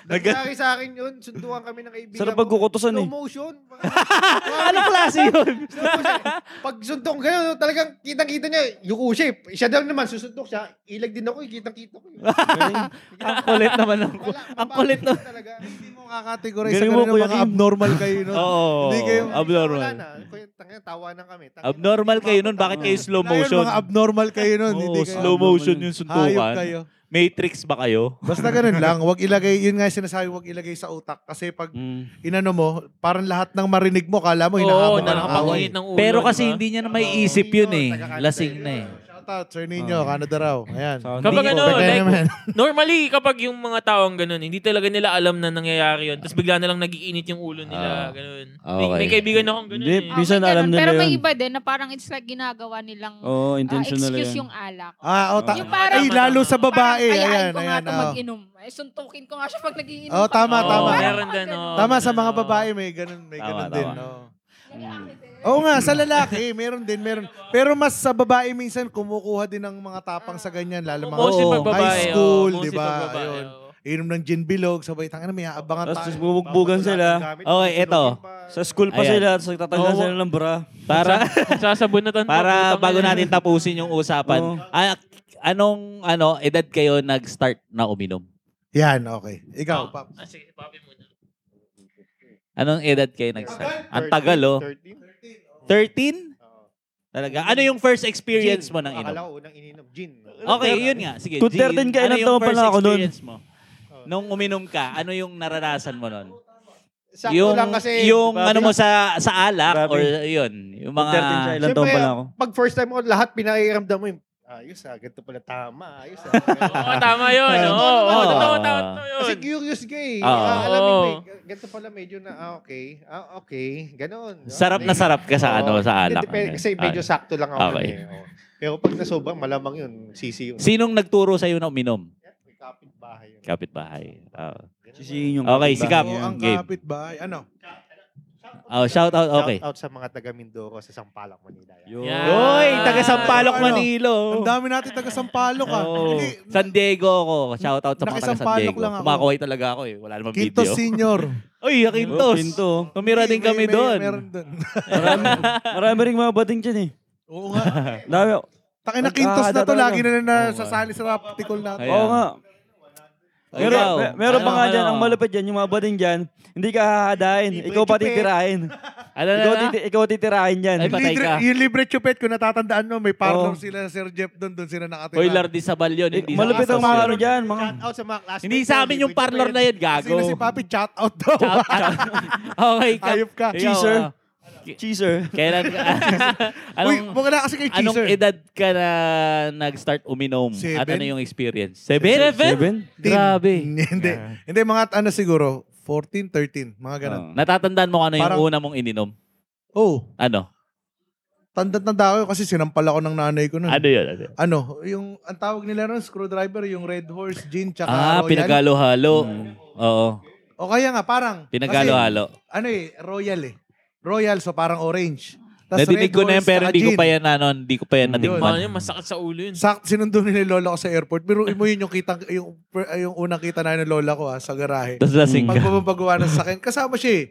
Speaker 4: Nangyari sa akin yun, sundukan kami ng kaibigan
Speaker 3: Sarap
Speaker 4: ko.
Speaker 3: pagkukutusan
Speaker 4: Slow
Speaker 3: eh.
Speaker 4: motion. Ano
Speaker 1: Anong klase yun?
Speaker 4: Slow motion. Pag sundok ganyan, talagang kitang-kita niya, yuko siya. eh. Siya daw naman, susundok siya. Ilag din ako, eh, kitang-kita ko. eh.
Speaker 1: ang kulit naman. Ang,
Speaker 4: Wala,
Speaker 1: ang kulit
Speaker 4: na.
Speaker 1: naman.
Speaker 4: Talaga.
Speaker 2: Hindi mo kakategorize sa
Speaker 3: Ganun mo,
Speaker 2: ganun ng
Speaker 3: Kuya
Speaker 2: mga
Speaker 3: Kim.
Speaker 2: abnormal kayo. No?
Speaker 1: Oo.
Speaker 2: Hindi kayo-
Speaker 1: abnormal.
Speaker 4: Wala na. Kuya, tanga, tawa na kami. Tanga,
Speaker 1: Abnormal kayo nun. Bakit kayo slow
Speaker 2: Wala yun,
Speaker 1: motion?
Speaker 2: mga abnormal kayo nun. hindi
Speaker 1: Oo,
Speaker 2: kayo
Speaker 1: slow motion yung
Speaker 2: Hayop
Speaker 1: suntukan.
Speaker 2: kayo.
Speaker 1: Matrix ba kayo?
Speaker 2: Basta ganun lang. Wag ilagay, yun nga yung sinasabi, wag ilagay sa utak. Kasi pag
Speaker 3: Mm.
Speaker 2: inano mo, parang lahat ng marinig mo, kala mo
Speaker 5: Oo,
Speaker 2: hinahabol ka ng away.
Speaker 5: nakakapanginit ng ulo. diba?
Speaker 1: Pero
Speaker 5: di ba?
Speaker 1: kasi hindi niya na maiisip yun eh. Lasing na eh.
Speaker 2: Shoutout, Sir
Speaker 1: Ah.
Speaker 2: Nino, Canada raw. Ayan.
Speaker 5: Kapag ano,
Speaker 6: Oh,
Speaker 2: Back
Speaker 5: like,
Speaker 2: naman.
Speaker 5: normally, kapag yung mga taong ganun, hindi talaga nila alam na nangyayari yun. Tapos bigla na lang nagiinit yung ulo
Speaker 1: Ah.
Speaker 5: nila. ganun. May,
Speaker 1: Okay.
Speaker 5: may kaibigan akong ganun
Speaker 3: Hindi,
Speaker 5: eh.
Speaker 6: Ah, may
Speaker 3: Minsan alam
Speaker 6: ganun.
Speaker 3: nila
Speaker 6: Pero may
Speaker 3: yun.
Speaker 6: iba din na parang it's like ginagawa nilang ah,
Speaker 3: Oo, intentional
Speaker 6: excuse
Speaker 3: yun.
Speaker 6: yung alak.
Speaker 2: Ah, oh, ta-
Speaker 6: Yung
Speaker 2: ay,
Speaker 6: parang-
Speaker 2: lalo sa babae.
Speaker 6: Parang
Speaker 2: Ayan,
Speaker 6: ayaan ko
Speaker 2: ayan.
Speaker 6: nga ito
Speaker 2: oh.
Speaker 6: mag-inom. Eh, suntukin ko nga siya pag nagiinom.
Speaker 2: Oh,
Speaker 6: pa.
Speaker 2: tama,
Speaker 5: Oo,
Speaker 2: tama.
Speaker 5: Meron din. oo,
Speaker 2: Tama sa
Speaker 5: ganun,
Speaker 2: mga
Speaker 5: oo.
Speaker 2: babae, may ganun, may
Speaker 1: Tama,
Speaker 2: ganun
Speaker 1: tama.
Speaker 2: din. Oh. Oo nga, sa lalaki, meron din, meron. Pero mas sa babae minsan, kumukuha din ng mga tapang sa ganyan, lalo mga
Speaker 5: Mostly
Speaker 1: Oo,
Speaker 5: pag babae.
Speaker 2: high
Speaker 5: oo,
Speaker 2: school,
Speaker 5: mostly oh.
Speaker 2: di ba?
Speaker 5: pag babae,
Speaker 2: Ayun.
Speaker 5: oo.
Speaker 2: Inom ng gin bilog, sabay, tanga na, may aabangan tayo.
Speaker 3: Tapos bubugbugan sila.
Speaker 1: Okay, eto.
Speaker 3: Sa school pa
Speaker 1: Ayan.
Speaker 3: sila, tapos nagtatanggal
Speaker 1: Oo.
Speaker 3: sila ng bra.
Speaker 1: Para
Speaker 5: Sasabunutan
Speaker 1: para
Speaker 5: putang
Speaker 1: bago
Speaker 5: ina.
Speaker 1: natin tapusin yung usapan.
Speaker 3: Oo.
Speaker 1: ah, anong ano edad kayo nag-start na uminom?
Speaker 2: Yan, okay. Ikaw, Pap.
Speaker 5: Ah, sige, papi muna.
Speaker 1: Anong edad kayo nag-start? Ang tagal oh. 13? Talaga. Ano yung first experience mo ng
Speaker 4: Akala
Speaker 1: inom?
Speaker 4: ko unang ininom, gin.
Speaker 1: Okay, yun nga. Sige.
Speaker 3: Kung
Speaker 1: Gin,
Speaker 3: 13 ka, ilang
Speaker 1: yung
Speaker 3: taon pa
Speaker 1: first
Speaker 3: lang ako nun?
Speaker 1: experience Mo? Nung uminom ka, ano yung naranasan mo nun?
Speaker 4: Sakto
Speaker 1: yung
Speaker 4: lang kasi. diba,
Speaker 1: yung
Speaker 3: Grabe.
Speaker 1: ano mo sa sa alak
Speaker 3: Grabe.
Speaker 1: or yun, yung mga
Speaker 3: 13 siya, ilang taon
Speaker 4: Siyempre,
Speaker 3: pala ako.
Speaker 4: Pag first time mo, lahat pinakiramdam mo yung, ayos ah, ganito pala tama, ayos ah.
Speaker 5: Oo, tama yun. Oo, oo,
Speaker 4: Totoo
Speaker 1: ah.
Speaker 5: totoo,
Speaker 4: naman,
Speaker 5: tama totoo yun.
Speaker 4: Kasi curious ka eh.
Speaker 1: Oo.
Speaker 4: Ah, alamin mo
Speaker 5: Oo.
Speaker 4: eh, ganito pala medyo na, ah, okay. Ah, okay. Ganon.
Speaker 1: sarap na
Speaker 4: Okay.
Speaker 1: sarap ka sa ano
Speaker 4: Oo.
Speaker 1: sa alak.
Speaker 4: Depende, kasi medyo
Speaker 1: Ah.
Speaker 4: sakto lang ako.
Speaker 1: Okay.
Speaker 4: Okay. Eh. oo. Pero pag nasobra, malamang yun, sisi yun.
Speaker 1: Sinong nagturo sa iyo na uminom?
Speaker 4: May kapitbahay yun.
Speaker 1: Kapitbahay. Ah.
Speaker 3: Sisihin yung
Speaker 1: Okay,
Speaker 3: kapitbahay.
Speaker 1: si Kap.
Speaker 2: Oo, ang
Speaker 1: Game.
Speaker 2: kapitbahay. Ano?
Speaker 1: Oh, shout out. Okay.
Speaker 4: Shout out sa mga taga Mindoro sa Sampaloc, Manila. Yan.
Speaker 3: Yun.
Speaker 5: Yeah.
Speaker 1: Hoy, taga Sampaloc,
Speaker 2: Ano?
Speaker 1: Manilo.
Speaker 5: Oh.
Speaker 2: Ang dami natin taga Sampaloc ah.
Speaker 1: Oo.
Speaker 2: Hindi,
Speaker 1: San Diego ako. Shout out sa mga taga San
Speaker 2: Nakisampalok
Speaker 1: Diego.
Speaker 2: lang ako.
Speaker 1: Kumakaway talaga ako eh. Wala namang
Speaker 2: Quinto
Speaker 1: video.
Speaker 2: Senior.
Speaker 1: Uy,
Speaker 3: Pinto.
Speaker 1: Quintos. Tumira din
Speaker 2: May-
Speaker 1: kami
Speaker 2: may-
Speaker 1: doon.
Speaker 2: Meron doon.
Speaker 3: Marami, marami rin mga bading dyan eh.
Speaker 2: Oo nga.
Speaker 3: Dami,
Speaker 2: Takin na Quintos na to.
Speaker 3: Nagkakadalaw.
Speaker 2: Lagi na nasasali sa article natin.
Speaker 1: Ayan.
Speaker 3: Oo nga.
Speaker 1: Ikaw,
Speaker 3: Meron, me- meron pa
Speaker 1: ano,
Speaker 3: nga dyan,
Speaker 1: ano?
Speaker 3: ang malupit dyan, yung mga bading dyan, hindi ka hahadain.
Speaker 2: Libre
Speaker 3: Ikaw pa
Speaker 2: chupet.
Speaker 3: titirahin.
Speaker 1: Ano na
Speaker 3: ikaw,
Speaker 1: na?
Speaker 3: titi- ikaw titirahin dyan.
Speaker 1: Ay,
Speaker 2: Yung
Speaker 1: patay
Speaker 2: libre,
Speaker 1: ka. Oh.
Speaker 2: yung libre chupet, kung natatandaan no, may partner
Speaker 3: Oo.
Speaker 2: sila, Sir Jeff doon, doon sila nakatira.
Speaker 1: Hoy, Lardy Sabal yun.
Speaker 3: Eh,
Speaker 1: Hindi
Speaker 3: malupit
Speaker 1: sa
Speaker 3: ang mga
Speaker 1: akin.
Speaker 3: ano dyan. Mga,
Speaker 4: Shout out sa mga classmates.
Speaker 1: Hindi sa amin yung parlor na yun, gago.
Speaker 2: Sino si Papi? Chat out daw.
Speaker 1: Chow, chow. Okay, ka.
Speaker 2: Ayop ka.
Speaker 1: Ikaw,
Speaker 3: Cheeser.
Speaker 1: ah,
Speaker 3: cheeser.
Speaker 1: Kailan ka?
Speaker 2: Uy,
Speaker 1: anong,
Speaker 2: huwag na kasi kay
Speaker 1: anong
Speaker 2: Cheezer.
Speaker 1: edad ka na nag-start uminom? At
Speaker 2: Seven? Mm,
Speaker 1: ano yung experience? Seven?
Speaker 3: Seven?
Speaker 2: Teen.
Speaker 1: Grabe.
Speaker 2: Hindi. Hindi, mga ano siguro, 14, 13, mga ganun.
Speaker 1: Oh. Natatandaan mo ano yung
Speaker 2: Parang-
Speaker 1: una mong ininom?
Speaker 2: Oh,
Speaker 1: Ano?
Speaker 2: tanda-tanda ako kasi sinampal ako ng nanay ko nun.
Speaker 1: Ano yun? Ano? yun?
Speaker 2: Ano, yung, ang tawag nila nun, screwdriver, yung Red Horse, Gin, tsaka
Speaker 1: Ah,
Speaker 2: Royal.
Speaker 1: pinagalo-halo. Oo.
Speaker 2: O kaya nga, parang. Kasi,
Speaker 1: Pinagalo-halo.
Speaker 2: ano eh, Royal eh. Royal, so parang orange. Tas
Speaker 1: Nadinig
Speaker 2: Red
Speaker 1: ko na yan
Speaker 2: Horse,
Speaker 1: pero
Speaker 2: tsaka
Speaker 1: hindi ko
Speaker 2: gin.
Speaker 1: pa yan ano, hindi ko pa yan
Speaker 5: Ano
Speaker 1: natikman.
Speaker 5: yun, masakit sa ulo yun.
Speaker 2: Sak, sinundo nila yung lola ko sa airport. Pero mo yun yung, kita, yung, yung unang kita na ng lola ko ha, sa garahe.
Speaker 1: Tapos lasing ka.
Speaker 2: Pagpapagawa na sa akin, kasama siya eh.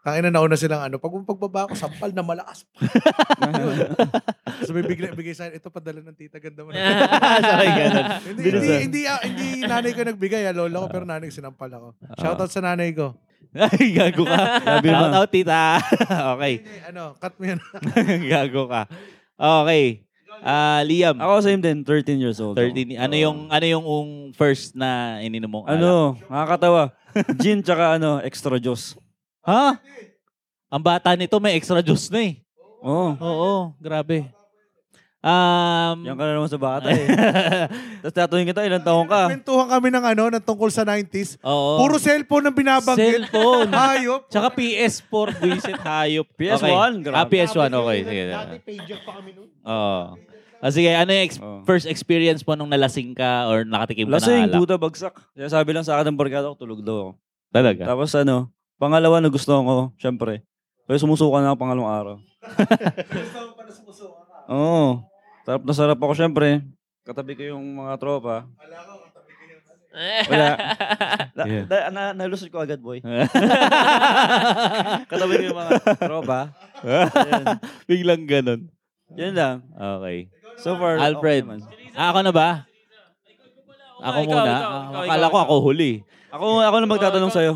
Speaker 2: Tangina na nauna silang ano, pag pagbaba ko, sampal na malakas pa. Yun. so may bigla, bigay sa akin, ito padala ng tita, ganda mo na.
Speaker 1: Sorry, ganun.
Speaker 2: hindi, hindi, hindi, ah, hindi nanay ko nagbigay, ah, lola ko, pero nanay ko sinampal ako.
Speaker 1: Ah.
Speaker 2: Shoutout sa nanay ko.
Speaker 1: Ay, gago ka.
Speaker 3: Grabe
Speaker 1: Shout
Speaker 3: naman.
Speaker 1: out, tita. okay.
Speaker 2: Hindi, ano, cut mo yun.
Speaker 1: gago ka. Okay. Ah, Liam,
Speaker 3: Ako same din, 13 years old.
Speaker 1: 13. Ano yung ano yung ung first na ininom mong alak?
Speaker 3: Ano, nakakatawa. Gin tsaka ano, extra juice.
Speaker 1: Ha? Ang bata nito may extra juice na eh.
Speaker 3: Oo.
Speaker 1: Oo, grabe. Um,
Speaker 3: Oh, Yan ka na naman sa bata eh. Tapos tatuhin kita, ilang taong ka.
Speaker 2: Kwentuhan kami ng ano, ng tungkol sa 90s.
Speaker 1: oo.
Speaker 2: Puro cellphone ang
Speaker 1: Oh.
Speaker 2: binabanggit.
Speaker 1: Cellphone.
Speaker 2: Hayop.
Speaker 1: Tsaka PS4, buisit, hayop.
Speaker 3: PS1,
Speaker 1: okay.
Speaker 3: grabe.
Speaker 1: Ah, PS1, okay. Sige.
Speaker 4: Dati pager pa kami nun.
Speaker 1: Oo. Ah, sige, ano yung ex-
Speaker 3: Oo.
Speaker 1: first experience mo nung nalasing ka or nakatikim ka
Speaker 3: Lasing,
Speaker 1: ng alak?
Speaker 3: puta, bagsak. Kaya sabi lang sa akin ng barkada ko, tulog daw ako.
Speaker 1: Talaga.
Speaker 3: Tapos ano, pangalawa na gusto ko, syempre. Kaya sumusuka na ako pangalawang araw. Oo. Sarap na sarap ako syempre. Katabi ko yung mga tropa. Wala. Na,
Speaker 1: Yeah.
Speaker 3: na, na, nalusot ko agad, boy. Katabi ko yung mga tropa. Ayan.
Speaker 1: Biglang ganun.
Speaker 3: Yun lang.
Speaker 1: Okay.
Speaker 3: So far, okay
Speaker 1: Alfred.
Speaker 3: naman.
Speaker 1: Ah, ako na ba? Ako muna. Ah,
Speaker 5: ikaw, ikaw, ikaw,
Speaker 1: Akala
Speaker 5: ikaw,
Speaker 1: ko
Speaker 5: ikaw.
Speaker 1: ako huli. Ah,
Speaker 3: Ako, ako na magtatanong sa'yo.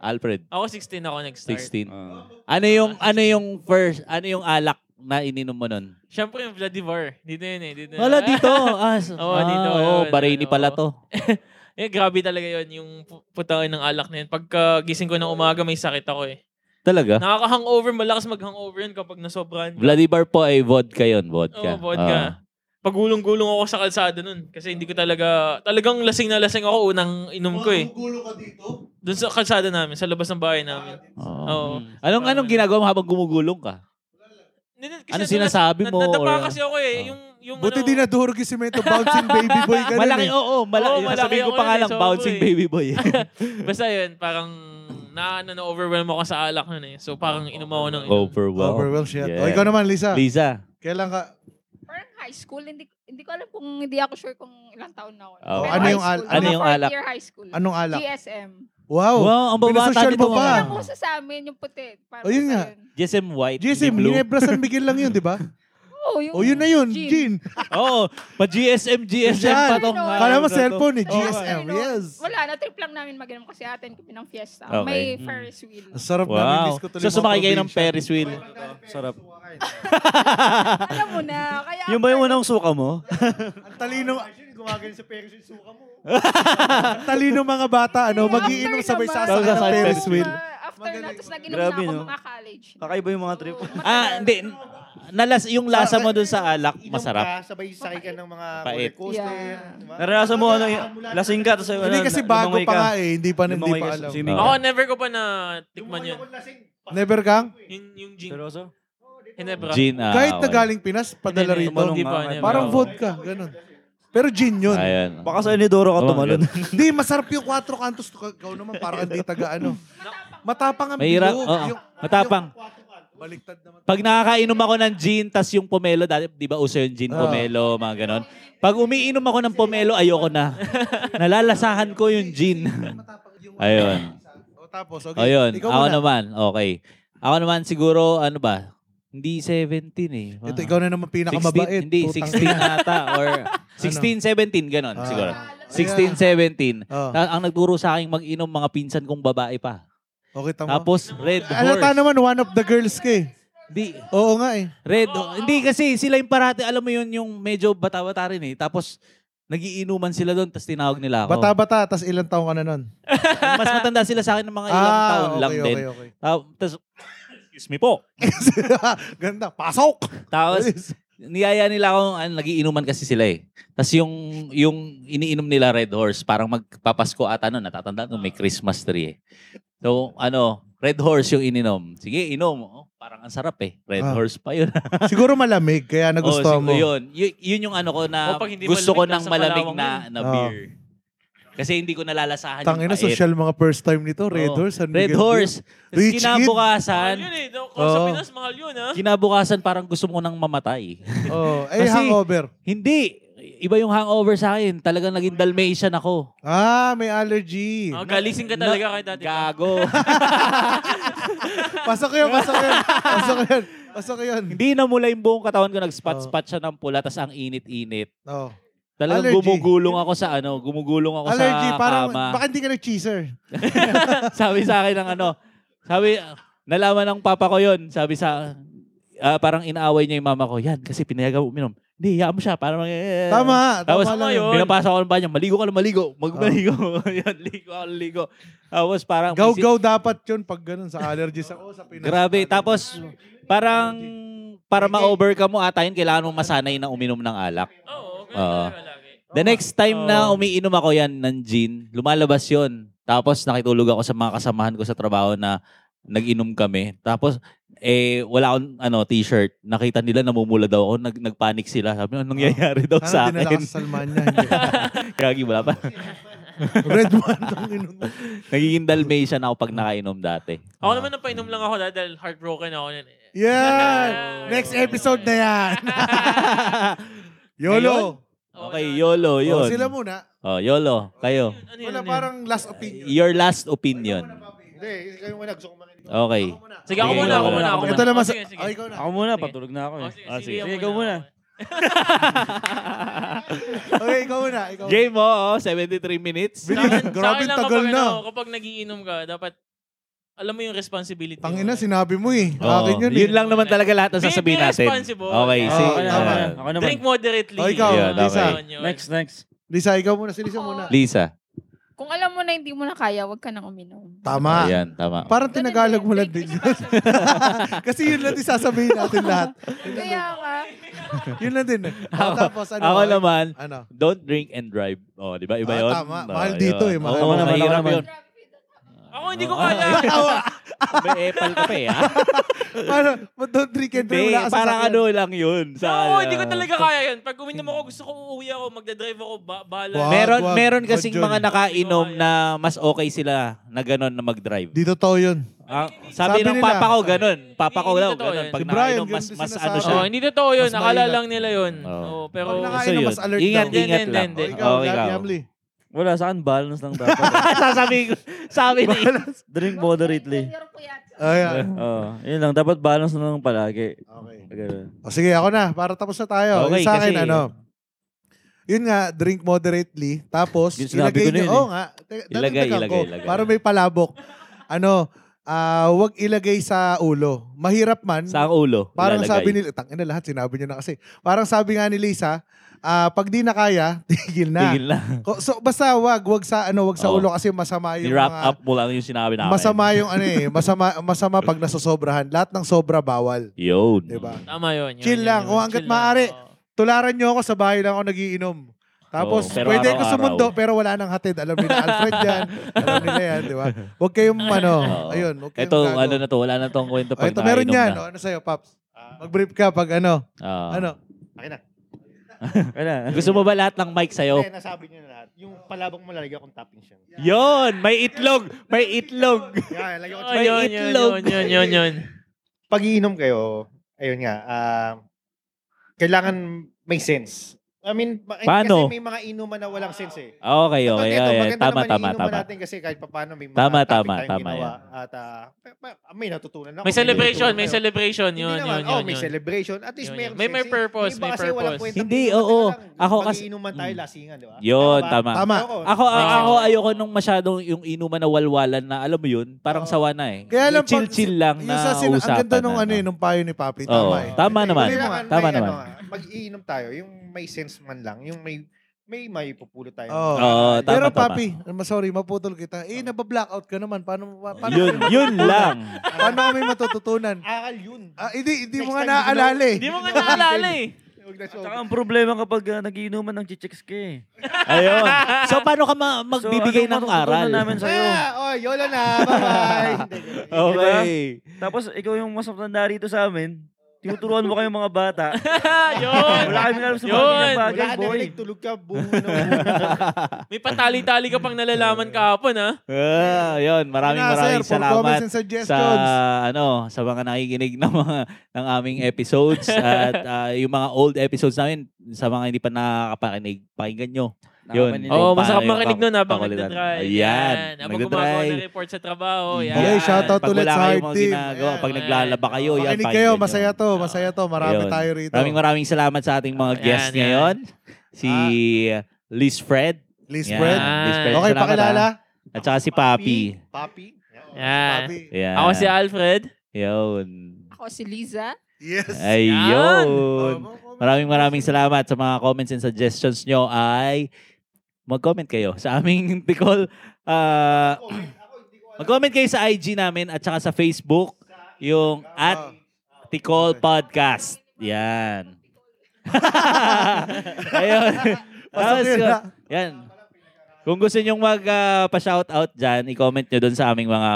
Speaker 1: Alfred,
Speaker 5: Ako 16 ako nag-start.
Speaker 1: 16.
Speaker 3: Ah.
Speaker 1: Ano yung ano yung first, ano yung alak na ininom mo nun?
Speaker 5: Siyempre yung Vladivar. Dito yun eh. Dito.
Speaker 1: Wala dito. Ah, s-
Speaker 5: Oo,
Speaker 1: ah,
Speaker 5: dito,
Speaker 1: oo,
Speaker 5: yun,
Speaker 1: Bahraini
Speaker 5: yun,
Speaker 1: pala
Speaker 5: oo.
Speaker 1: to.
Speaker 5: eh, grabe talaga yun. Yung pu- putain ng alak na yun. Pagka gising ko ng umaga, may sakit ako eh.
Speaker 1: Talaga?
Speaker 5: Nakaka-hangover. Malakas mag-hangover yun kapag nasobrahan. ka.
Speaker 1: Vladivar po ay vodka yun, vodka. Ah.
Speaker 5: Oo, vodka. Pagulong-gulong ako sa kalsada nun. Kasi hindi ko talaga... Talagang lasing na lasing ako unang inom ko eh.
Speaker 2: Gulo ka dito.
Speaker 5: Doon sa kalsada namin. Sa labas ng bahay namin.
Speaker 1: Ah, oo.
Speaker 5: Oo. Hmm.
Speaker 1: Anong anong ginagawa mo habang gumugulong ka?
Speaker 5: Hindi,
Speaker 1: Ano
Speaker 5: hindi, nadulas-
Speaker 1: sinasabi
Speaker 5: na-
Speaker 1: mo,
Speaker 5: Nadapa
Speaker 1: or-
Speaker 5: kasi ako eh.
Speaker 1: Oh.
Speaker 5: Yung, yung
Speaker 2: Buti
Speaker 5: ano,
Speaker 2: di nadurog yung simento bouncing baby boy ganun
Speaker 1: Malaki,
Speaker 2: eh.
Speaker 1: oo, oh, malaki.
Speaker 5: Oo, malaki
Speaker 1: Sabihin ko pa
Speaker 5: ako
Speaker 1: nga
Speaker 5: yun eh,
Speaker 1: lang,
Speaker 5: sobra
Speaker 1: bouncing
Speaker 5: eh.
Speaker 1: baby boy.
Speaker 5: Basta yun, parang na, na, overwhelm ako sa alak nun eh. So parang inom ako ng inom.
Speaker 1: Overwhelmed.
Speaker 2: Overwhelmed siya.
Speaker 1: Yeah.
Speaker 2: O ikaw naman, Lisa.
Speaker 1: Lisa.
Speaker 2: Kailan ka?
Speaker 6: Parang high school, hindi, hindi ko alam kung hindi ako sure kung ilang taon na ako.
Speaker 1: Oh,
Speaker 6: Pero
Speaker 1: ano
Speaker 6: high
Speaker 2: yung al-
Speaker 6: school,
Speaker 1: ano
Speaker 6: mga
Speaker 1: yung
Speaker 6: fourth
Speaker 1: alak?
Speaker 6: year high school.
Speaker 2: Anong alak?
Speaker 6: GSM.
Speaker 2: Wow.
Speaker 1: Wow, ang babata
Speaker 2: Binasosyal
Speaker 1: nito,
Speaker 2: mo pa.
Speaker 1: ah.
Speaker 6: Ang uso sa amin, yung puti. Parang
Speaker 2: Oh, yun
Speaker 6: basta
Speaker 2: nga.
Speaker 1: GSM White.
Speaker 2: GSM,
Speaker 1: hindi blue.
Speaker 2: Ginebra San Miguel lang yun, di ba?
Speaker 6: Oo, yung
Speaker 2: O yun na yun,
Speaker 6: gin.
Speaker 2: Gin.
Speaker 1: Oo, pa GSM, GSM pa
Speaker 2: Yan.
Speaker 1: tong...
Speaker 6: Ano?
Speaker 2: Kala
Speaker 1: ano
Speaker 2: mo
Speaker 1: to.
Speaker 2: cellphone eh,
Speaker 6: Oo,
Speaker 2: GSM,
Speaker 6: kasi no,
Speaker 2: yes.
Speaker 6: Wala, na-trip lang namin mag-inom kasi atin kami ng fiesta.
Speaker 1: Okay.
Speaker 6: May Ferris wheel.
Speaker 2: Ang sarap namin,
Speaker 1: Wow.
Speaker 2: disco tuloy.
Speaker 1: So
Speaker 2: mga
Speaker 1: sumakay kayo ng
Speaker 2: probinsya.
Speaker 1: Ferris wheel.
Speaker 3: Sarap.
Speaker 6: alam mo na. Kaya
Speaker 3: Yung ba yung unang suka mo?
Speaker 2: Ang talino,
Speaker 4: Gumagano sa Paris yung suka mo.
Speaker 2: ang talino mga bata, ano,
Speaker 6: After
Speaker 2: magiinom sabay
Speaker 6: naman.
Speaker 2: sasakay ng
Speaker 1: Sasakay
Speaker 2: Ferris
Speaker 1: ng
Speaker 2: wheel.
Speaker 6: Ah, After na,
Speaker 2: Magaling.
Speaker 6: tapos nag-inom na
Speaker 3: Grabe,
Speaker 6: ako
Speaker 3: no?
Speaker 6: mga college.
Speaker 3: Kakaiba yung mga trip.
Speaker 6: Oo, matagal.
Speaker 1: Ah, hindi. Nalas, yung lasa mo dun sa alak,
Speaker 4: Inom
Speaker 1: masarap.
Speaker 4: ka, sabay sakay ka ng mga
Speaker 1: Pait.
Speaker 4: roller coaster.
Speaker 6: Yeah.
Speaker 4: di ba?
Speaker 3: Naranasan mo ano, yung- lasing ka. Tapos,
Speaker 2: Hindi
Speaker 3: ano,
Speaker 2: kasi
Speaker 3: na-
Speaker 2: bago
Speaker 3: lumangoy
Speaker 2: pa
Speaker 3: ka.
Speaker 2: nga eh, hindi pa, hindi pa
Speaker 3: Lumangoy ka,
Speaker 2: alam.
Speaker 3: swimming
Speaker 1: Oo.
Speaker 3: ka.
Speaker 5: Ako never ko pa na
Speaker 2: ano
Speaker 5: tikman
Speaker 4: Lumayo
Speaker 5: yun.
Speaker 4: ko lasing.
Speaker 2: Never kang?
Speaker 5: Yung, yung gin.
Speaker 3: Seryoso?
Speaker 5: Hinebra.
Speaker 1: Gin, ah,
Speaker 2: Kahit na
Speaker 1: okay.
Speaker 2: galing Pinas, padala
Speaker 5: Hindi,
Speaker 2: rito.
Speaker 5: hindi, hindi pa,
Speaker 3: Tumalong
Speaker 5: hindi pa.
Speaker 2: Parang
Speaker 5: Oo.
Speaker 2: vodka, ganun. Pero gin yun.
Speaker 1: Ayan.
Speaker 3: Baka sa Inidoro ka
Speaker 1: Oh,
Speaker 3: tumalon.
Speaker 2: Hindi, masarap yung 4 cantos. Ikaw naman, parang hindi taga ano. Matapang ang
Speaker 1: Mahirap.
Speaker 2: bilog.
Speaker 1: oo.
Speaker 2: Yung-
Speaker 1: matapang.
Speaker 2: yung Baliktad naman.
Speaker 1: Pag nakakainom ako ng gin, tas yung pomelo, dati, di ba uso yung gin,
Speaker 2: Ah.
Speaker 1: pomelo, mga ganon. Pag umiinom ako ng pomelo, ayoko na. Nalalasahan ko yung gin. Ayun.
Speaker 2: O Oh, tapos, okay.
Speaker 1: Ayun,
Speaker 2: Ikaw
Speaker 1: ako
Speaker 2: muna.
Speaker 1: naman, okay. Ako naman siguro, ano ba, Hindi 17 eh. Mga-
Speaker 2: Ito, ikaw na naman
Speaker 1: 16,
Speaker 2: pinakamabait.
Speaker 1: Hindi,
Speaker 2: Putang
Speaker 1: 16
Speaker 2: ina. Ano?
Speaker 1: ata. Or 16, 17, ganon
Speaker 2: Ah.
Speaker 1: siguro. 16, 17.
Speaker 2: Oh,
Speaker 1: Na- ang nagturo sa akin mag-inom mga pinsan kong babae pa.
Speaker 2: okay, tama.
Speaker 1: Tapos Red Horse.
Speaker 2: Alata naman, one of the girls ka eh.
Speaker 1: Hindi,
Speaker 2: Oo nga eh.
Speaker 1: Red Horse. Hindi kasi sila yung parati, alam mo yun, yung medyo bata-bata rin eh. Tapos nagiinuman sila doon, tapos tinawag nila ako.
Speaker 2: Bata-bata, tas ilang taong ka na nun?
Speaker 1: Mas matanda sila sa akin ng mga Ah, ilang taon lang
Speaker 2: Ah, okay,
Speaker 1: din.
Speaker 2: okay, okay.
Speaker 1: Ah, tas, excuse me po.
Speaker 2: Ganda, pasok!
Speaker 1: Tapos,
Speaker 2: Alis.
Speaker 1: niyaya nila akong, ano, nagiinuman kasi sila eh. Tapos yung, yung iniinom nila Red Horse, parang magpapasko ata nun, natatandaan ko may Christmas tree eh. So, ano, Red Horse yung ininom. Sige, inom. Oh, parang ang sarap eh. Red
Speaker 2: Ah.
Speaker 1: Horse pa yun.
Speaker 2: Siguro malamig, kaya nagustuhan
Speaker 1: Oo,
Speaker 2: mo.
Speaker 1: siguro Yun. Y- yun yung ano ko na
Speaker 5: O, pag hindi
Speaker 1: gusto ko
Speaker 5: malamig,
Speaker 1: ng
Speaker 5: nasa
Speaker 1: malamig
Speaker 5: Palawan
Speaker 1: na, na
Speaker 2: Oo.
Speaker 1: beer. Kasi hindi ko nalalasahan
Speaker 2: Ah. Tangina, social mga first time nito. Red
Speaker 1: Oo.
Speaker 2: Horse. San
Speaker 1: Red
Speaker 2: Miguel
Speaker 1: Horse. Tapos
Speaker 2: Rich kid.
Speaker 5: Mahal
Speaker 1: kinabukasan,
Speaker 5: yun eh. No, Kung sa
Speaker 2: Oo.
Speaker 5: Pinas, mahal yun ah. ha.
Speaker 1: kinabukasan parang gusto mo nang mamatay.
Speaker 2: Beer. Oo. Eh,
Speaker 1: Kasi-
Speaker 2: hangover.
Speaker 1: hindi. Iba yung hangover sa akin. Talagang naging Dalmatian ako.
Speaker 2: Ah, may allergy.
Speaker 5: Oh, galising ka talaga kay dati.
Speaker 1: Gago.
Speaker 2: Pasok yun, pasok yun. Pasok yun. Pasok yun.
Speaker 1: Hindi na mula yung buong katawan ko. Nag-spot-spot siya ng pula, tas ang init-init.
Speaker 2: Oo.
Speaker 1: Talagang
Speaker 2: Oh. Allergy.
Speaker 1: gumugulong ako sa ano, gumugulong ako
Speaker 2: Allergy,
Speaker 1: sa
Speaker 2: parang,
Speaker 1: kama.
Speaker 2: baka hindi ka nag-cheeser.
Speaker 1: sabi sa akin ng ano, sabi, nalaman ng papa ko yon Sabi sa, ah, parang inaaway niya yung mama ko, yan, kasi pinayagan mo uminom. Hindi, hayaan mo siya. Parang, eh,
Speaker 2: Tama,
Speaker 1: Tapos,
Speaker 2: tama lang yun. Ah.
Speaker 1: pinapasa ko ng banyo, maligo ka na maligo. Magmaligo. yan, ligo ako, ligo. Tapos parang,
Speaker 2: Gaw-gaw dapat yun pag ganun sa allergies ako. Sa Pinas.
Speaker 1: Grabe. Tapos, parang, para ma-overcome mo ata yun, kailangan mong masanay na uminom ng alak.
Speaker 5: Oo, ganun
Speaker 1: Oo.
Speaker 5: talaga lagi.
Speaker 1: The next time na umiinom ako yan ng gin, lumalabas yon. Tapos nakitulog ako sa mga kasamahan ko sa trabaho na nag-inom kami. Tapos, eh, wala akong ano, t-shirt. Nakita nila namumula daw ako. Nag, nagpanik sila. Sabi, anong nangyayari daw
Speaker 2: Sana
Speaker 1: sa
Speaker 2: dinala ka
Speaker 1: akin?
Speaker 2: sa Salmanya. hindi.
Speaker 1: Gagi, wala pa.
Speaker 2: Red one ang inom.
Speaker 1: Nagiging Dalmatian ako pag nakainom dati.
Speaker 5: Ako naman napainom lang ako dahil- dahil heartbroken ako nun. eh.
Speaker 2: Yan! Next episode na yan. YOLO!
Speaker 1: Okay, YOLO, yun.
Speaker 2: Oh, sila muna.
Speaker 1: Oh, YOLO, kayo.
Speaker 5: Ano yun,
Speaker 2: Wala
Speaker 5: ano yun?
Speaker 2: parang last opinion.
Speaker 1: Your last opinion.
Speaker 4: Hindi, kayo muna. Gusto ko makinig.
Speaker 1: Okay.
Speaker 5: Sige, ako
Speaker 1: Sige,
Speaker 5: muna, ako
Speaker 1: wala.
Speaker 5: muna, ako muna.
Speaker 2: Ito naman sa...
Speaker 5: Oh, sige, sige.
Speaker 2: Oh, ikaw na.
Speaker 3: Ako muna,
Speaker 5: Sige.
Speaker 3: patulog na ako eh.
Speaker 5: Oh, sige,
Speaker 1: Ah,
Speaker 5: sige,
Speaker 1: sige.
Speaker 5: ako
Speaker 3: Sige, ikaw muna.
Speaker 2: Okay, ikaw muna. Ikaw muna.
Speaker 1: Game mo, oh, 73 minutes.
Speaker 5: Sa akin- sa
Speaker 2: Grabe,
Speaker 5: akin lang
Speaker 2: tagal
Speaker 5: kapag
Speaker 2: na.
Speaker 5: ano, Kapag nagiinom ka, dapat alam mo yung responsibility.
Speaker 2: Tangina,
Speaker 5: mo.
Speaker 2: sinabi mo eh.
Speaker 1: Oo.
Speaker 2: Akin yun eh.
Speaker 1: Oh, yun lang naman talaga lahat ng
Speaker 5: Be-
Speaker 1: sasabihin
Speaker 5: be
Speaker 1: natin.
Speaker 5: responsible.
Speaker 1: Okay,
Speaker 2: Oo,
Speaker 1: si,
Speaker 2: okay,
Speaker 1: ah,
Speaker 3: Ako na, ako naman.
Speaker 5: Drink moderately.
Speaker 2: Oh, ikaw,
Speaker 1: Yun, Lisa.
Speaker 5: Yun, yun.
Speaker 3: Next, next.
Speaker 2: Lisa, ikaw muna. Si Lisa muna.
Speaker 1: Lisa.
Speaker 6: Kung alam mo na hindi mo na kaya, wag ka nang uminom.
Speaker 2: Tama.
Speaker 1: Ayan, tama.
Speaker 2: Parang tinagalag mo lang
Speaker 6: Drink
Speaker 2: din.
Speaker 6: is a passion.
Speaker 2: Kasi yun lang din sasabihin natin lahat.
Speaker 6: Kaya nga.
Speaker 2: Yun lang din. eh. Oh, tapos ano?
Speaker 1: Ako naman,
Speaker 2: Ano?
Speaker 1: don't drink and drive. Oh, di ba? Iba
Speaker 2: Ah,
Speaker 1: yun?
Speaker 2: tama.
Speaker 1: Oh,
Speaker 2: Mahal
Speaker 1: yun.
Speaker 2: dito eh,
Speaker 1: Oo,
Speaker 2: mahal.
Speaker 3: Tama naman,
Speaker 1: mahirap
Speaker 3: tama naman.
Speaker 1: yun.
Speaker 5: Ako hindi ko kaya.
Speaker 1: May epal ka pa eh, ha?
Speaker 2: Paano? Ano? Ba't don't drink and
Speaker 1: Hindi,
Speaker 2: drink? Wala ka sa
Speaker 1: parang
Speaker 2: sakyan.
Speaker 1: ano lang yun. Sa, ano.
Speaker 5: Oo, hindi ko talaga kaya yun. Pag uminom ako, gusto ko uuwi ako, magdadrive ako, ba bahala.
Speaker 2: Wow.
Speaker 1: Meron,
Speaker 2: Wag, wag,
Speaker 1: meron
Speaker 2: wag
Speaker 1: kasing
Speaker 2: yun.
Speaker 1: mga nakainom na mas okay sila na gano'n na mag-drive.
Speaker 2: Di totoo yun.
Speaker 1: Ah, sabi,
Speaker 2: Sabi
Speaker 1: ng
Speaker 2: nila.
Speaker 1: papa ko ganun. Papa ko
Speaker 5: Hindi
Speaker 1: daw
Speaker 5: totoo
Speaker 1: ganun.
Speaker 5: yun.
Speaker 1: Pag
Speaker 2: Si Brian,
Speaker 1: nakainom, mas,
Speaker 2: ganun
Speaker 1: mas
Speaker 2: sinasabi.
Speaker 1: ano siya.
Speaker 5: Oo,
Speaker 1: eh.
Speaker 5: hindi totoo yun.
Speaker 2: Mas
Speaker 5: Akala
Speaker 2: mahirap.
Speaker 5: lang nila yun.
Speaker 1: Oo.
Speaker 5: Oo, pero...
Speaker 2: Pag
Speaker 1: So
Speaker 2: nakain-
Speaker 1: yun,
Speaker 2: mas alert
Speaker 1: ingat,
Speaker 5: daw.
Speaker 1: ingat
Speaker 5: Hindi,
Speaker 1: lang.
Speaker 5: hindi,
Speaker 2: O,
Speaker 5: hindi.
Speaker 2: ikaw,
Speaker 1: Oh,
Speaker 2: Gab
Speaker 1: ikaw.
Speaker 2: Yamli.
Speaker 3: Wala, sa akin, balance lang dapat. eh.
Speaker 1: Sasabi, sabi ni
Speaker 3: Drink moderately.
Speaker 2: Ayan.
Speaker 3: Oo, yun lang. Dapat balance na lang palagi.
Speaker 2: Okay.
Speaker 3: Ganun.
Speaker 2: O, sige, ako na. Para tapos na tayo.
Speaker 1: Okay,
Speaker 2: Yung sa akin,
Speaker 1: kasi-
Speaker 2: ano? Yun nga, drink moderately. Tapos,
Speaker 3: Yung
Speaker 2: ilagay
Speaker 3: sinabi ko na
Speaker 2: niyo.
Speaker 3: yun eh.
Speaker 2: Oo nga. Te-
Speaker 1: Ilagay,
Speaker 2: dadagdagan
Speaker 1: ilagay,
Speaker 2: ko,
Speaker 1: ilagay.
Speaker 2: Para may palabok. ano, ah, wag ilagay sa ulo. Mahirap man.
Speaker 1: Sa ang ulo.
Speaker 2: parang
Speaker 1: ilalagay.
Speaker 2: sabi nila, tangin na lahat, sinabi niya na kasi. Parang sabi nga ni Lisa, ah, pag di na kaya, tigil na.
Speaker 1: Tigil na.
Speaker 2: Ko- So, basta wag, wag sa, ano, wag sa
Speaker 1: Oo.
Speaker 2: ulo kasi masama yung
Speaker 1: Ni-wrap
Speaker 2: mga-
Speaker 1: up mo lang yung sinabi namin.
Speaker 2: Masama yung ano eh, masama masama pag nasosobrahan. Lahat ng sobra bawal,
Speaker 1: Yun.
Speaker 2: 'di ba?
Speaker 5: Tama yun. yun,
Speaker 2: Chill
Speaker 5: yun,
Speaker 2: lang. O,
Speaker 5: yun.
Speaker 2: hanggat
Speaker 5: Chill lang.
Speaker 2: maaari.
Speaker 5: Oo.
Speaker 2: Tularan niyo ako sa bahay lang ako nagiinom.
Speaker 1: Oo,
Speaker 2: Tapos
Speaker 1: pero
Speaker 2: pwede ko
Speaker 1: araw-araw.
Speaker 2: sumundo pero wala nang hatid. Alam nila Alfred yan. alam nila yan, 'di ba? Huwag kayong ano,
Speaker 1: Oo.
Speaker 2: ayun, huwag kayong
Speaker 1: Ito,
Speaker 2: gago.
Speaker 1: ano na to, wala na tong kwento
Speaker 2: Oh,
Speaker 1: pag
Speaker 2: ito meron
Speaker 1: nakainom
Speaker 2: yan.
Speaker 1: na.
Speaker 2: O, ano sa'yo, Paps? Mag-brief ka pag ano,
Speaker 1: Ah.
Speaker 2: ano.
Speaker 4: Akin Ah, na.
Speaker 3: Wala.
Speaker 1: Gusto mo ba lahat ng mic sa'yo?
Speaker 4: Hindi, nasabi niyo na lahat. Yung palabang mo, lalagyan kong topping siya.
Speaker 1: Yon, may itlog, may itlog.
Speaker 4: Yeah, lalagyan ko
Speaker 5: Oh,
Speaker 1: May
Speaker 5: yun, yun,
Speaker 1: itlog.
Speaker 5: yun, yun, yun, yun.
Speaker 4: Pag iinom kayo, ayun nga, ah, kailangan may sense. I mean, ma-
Speaker 1: Paano?
Speaker 4: kasi may mga inuman na walang sense eh.
Speaker 1: Ah, Okay,
Speaker 4: But
Speaker 1: okay.
Speaker 4: ito,
Speaker 1: yeah, yeah.
Speaker 4: maganda
Speaker 1: Tama,
Speaker 4: naman yung
Speaker 1: tama,
Speaker 4: inuman
Speaker 1: tama.
Speaker 4: natin kasi kahit papaano may mga
Speaker 1: Tama,
Speaker 4: topic
Speaker 1: tama,
Speaker 4: tayong
Speaker 1: tama
Speaker 4: ginawa.
Speaker 1: yan.
Speaker 4: At ah, pa- pa- may natutunan ako.
Speaker 5: May celebration, may
Speaker 4: natutunan
Speaker 5: celebration.
Speaker 4: Hindi
Speaker 5: Yun,
Speaker 4: naman.
Speaker 5: yun, yun.
Speaker 4: oh, may
Speaker 5: yun.
Speaker 4: celebration. At least
Speaker 5: Yun,
Speaker 4: meron
Speaker 5: yun. May- may
Speaker 4: sense eh.
Speaker 5: purpose,
Speaker 4: Iba
Speaker 5: may
Speaker 4: kasi walang
Speaker 5: purpag-
Speaker 4: kwenta.
Speaker 1: Hindi,
Speaker 4: Inuman
Speaker 1: oo.
Speaker 4: na lang.
Speaker 1: Ako kasi- Mm.
Speaker 4: Pag-iinuman tayo, lasingan, di ba?
Speaker 1: Yun,
Speaker 4: ba?
Speaker 1: tama.
Speaker 2: Tama.
Speaker 4: Ako,
Speaker 1: Ako,
Speaker 5: May
Speaker 1: a- ako
Speaker 5: sense.
Speaker 1: ayoko nung masyadong yung inuman na walwalan na, alam mo yun, parang
Speaker 4: Oo.
Speaker 1: sawa na eh.
Speaker 2: Kaya lang pag-
Speaker 1: Chill-chill lang
Speaker 2: Yung
Speaker 1: na
Speaker 2: sa sin-
Speaker 1: usapan
Speaker 2: ang ganda nung
Speaker 1: na,
Speaker 2: ano
Speaker 1: no?
Speaker 2: eh, nung payo ni Papi.
Speaker 1: Oo.
Speaker 2: Tama eh.
Speaker 1: Tama naman.
Speaker 4: Kailangan
Speaker 1: Tama
Speaker 4: may,
Speaker 1: naman.
Speaker 4: ano, mag-iinom tayo, yung may sense man lang, yung may may maipupulot tayo.
Speaker 2: Oo.
Speaker 1: Oo, tama,
Speaker 2: Pero
Speaker 1: tama.
Speaker 2: Papi, ma- sorry, maputol kita. Eh, nabablockout ka naman. Paano, pa- paano,
Speaker 1: Yun, yun lang.
Speaker 2: paano kami matututunan?
Speaker 4: Aral yun.
Speaker 2: Ah, hindi, hindi mo
Speaker 4: Next
Speaker 2: nga
Speaker 4: time,
Speaker 2: naaalala eh.
Speaker 5: Hindi mo nga naalala eh.
Speaker 4: Huwag na siya.
Speaker 3: Tsaka ang problema kapag uh, nagiinuman ng chichicks ka eh.
Speaker 1: Ayun. So, paano ka ma- magbibigay ng
Speaker 3: anong matututunan
Speaker 1: aral?
Speaker 3: ano namin sa'yo?
Speaker 4: Ah, oh, yolo na. Bye-bye. Hindi, ganun.
Speaker 1: Okay.
Speaker 3: Tapos ikaw yung mas matanda rito sa amin. Tinuturuan mo kayong mga bata.
Speaker 5: yun.
Speaker 3: Wala kami alam sa mga
Speaker 5: Yun.
Speaker 3: ganyan bagay,
Speaker 4: Wala eh. na
Speaker 3: boy.
Speaker 4: ulit, tulog ka, buo na buo.
Speaker 5: May patali-tali ka pang nalalaman kahapon ha.
Speaker 1: Ah, yun, maraming
Speaker 2: Yun na,
Speaker 1: maraming
Speaker 2: sir, for comments
Speaker 1: salamat
Speaker 2: and
Speaker 1: sa
Speaker 2: suggestions.
Speaker 1: ano, sa mga nakikinig ng mga ng aming episodes at ah, yung mga old episodes namin sa mga hindi pa nakakapakinig, pakinggan nyo. Yun.
Speaker 3: Nakapanilig.
Speaker 5: Oo, oh,
Speaker 1: Paano
Speaker 5: masarap
Speaker 1: yun?
Speaker 5: makinig nun habang
Speaker 1: Pakulitan.
Speaker 5: nagdadrive.
Speaker 1: Ayan,
Speaker 5: Habang
Speaker 1: nagdadrive.
Speaker 5: gumagawa ng report sa trabaho. Yan.
Speaker 2: Okay, shoutout
Speaker 1: Pag
Speaker 2: ulit
Speaker 1: wala
Speaker 2: sa
Speaker 1: kayong
Speaker 2: Heart
Speaker 1: mga
Speaker 2: Team.
Speaker 1: ginagawa,
Speaker 2: Ayan.
Speaker 1: pag naglalaba kayo, yan,
Speaker 2: Makinig
Speaker 1: pakinggan
Speaker 2: kayo,
Speaker 1: nyo.
Speaker 2: masaya to, masaya to. Marami
Speaker 1: Ayun.
Speaker 2: tayo rito.
Speaker 1: Maraming maraming salamat sa ating mga
Speaker 5: Oh, Ayan,
Speaker 1: guests
Speaker 5: ayan.
Speaker 1: ngayon. Si Liz Fred.
Speaker 2: Ah. Liz
Speaker 1: Yan,
Speaker 2: Fred.
Speaker 1: Liz Fred.
Speaker 2: Okay,
Speaker 1: Salamat,
Speaker 2: pakilala.
Speaker 1: ah. At saka si Papi.
Speaker 4: Papi.
Speaker 5: Yan.
Speaker 2: Papi.
Speaker 1: Yan.
Speaker 5: Ako si Alfred.
Speaker 1: Yun.
Speaker 6: Ako si Liza.
Speaker 2: Yes.
Speaker 1: Ayun.
Speaker 2: Oh,
Speaker 1: Maraming maraming salamat sa mga comments and suggestions nyo ay mag-comment kayo sa aming Ticol. ah, mag-comment kayo sa IG namin at saka sa Facebook yung
Speaker 2: Oh.
Speaker 1: at Ticol Podcast. Yan. Ayun. Tapos,
Speaker 2: Pasok yun na.
Speaker 1: yan. Kung gusto nyong magpa-shoutout dyan, i-comment nyo doon sa aming mga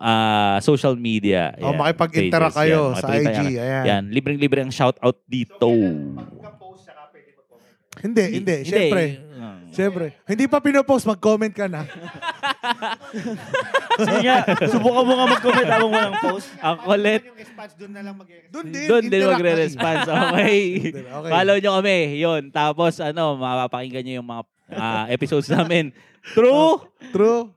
Speaker 1: ah, social media.
Speaker 2: Oh,
Speaker 1: Yan,
Speaker 2: makipag-interact
Speaker 1: pages.
Speaker 2: kayo
Speaker 1: Yan,
Speaker 2: sa
Speaker 1: makipagkita
Speaker 2: IG. Ayan.
Speaker 1: yan, libreng-libre ang shoutout dito.
Speaker 2: Hindi, hindi. Siyempre. Siyempre. Hindi pa pinopost, mag-comment ka na.
Speaker 3: Sige nga, subukan mo nga mag-comment habang walang post.
Speaker 1: Ang kulit.
Speaker 4: Yung response doon na lang mag-respond.
Speaker 2: Doon din.
Speaker 1: Doon din
Speaker 2: interact na
Speaker 1: magre-response. Okay.
Speaker 2: Okay.
Speaker 1: Follow nyo kami. Yun. Tapos, ano, mapapakinggan nyo yung mga ah, episodes namin. True.
Speaker 2: True.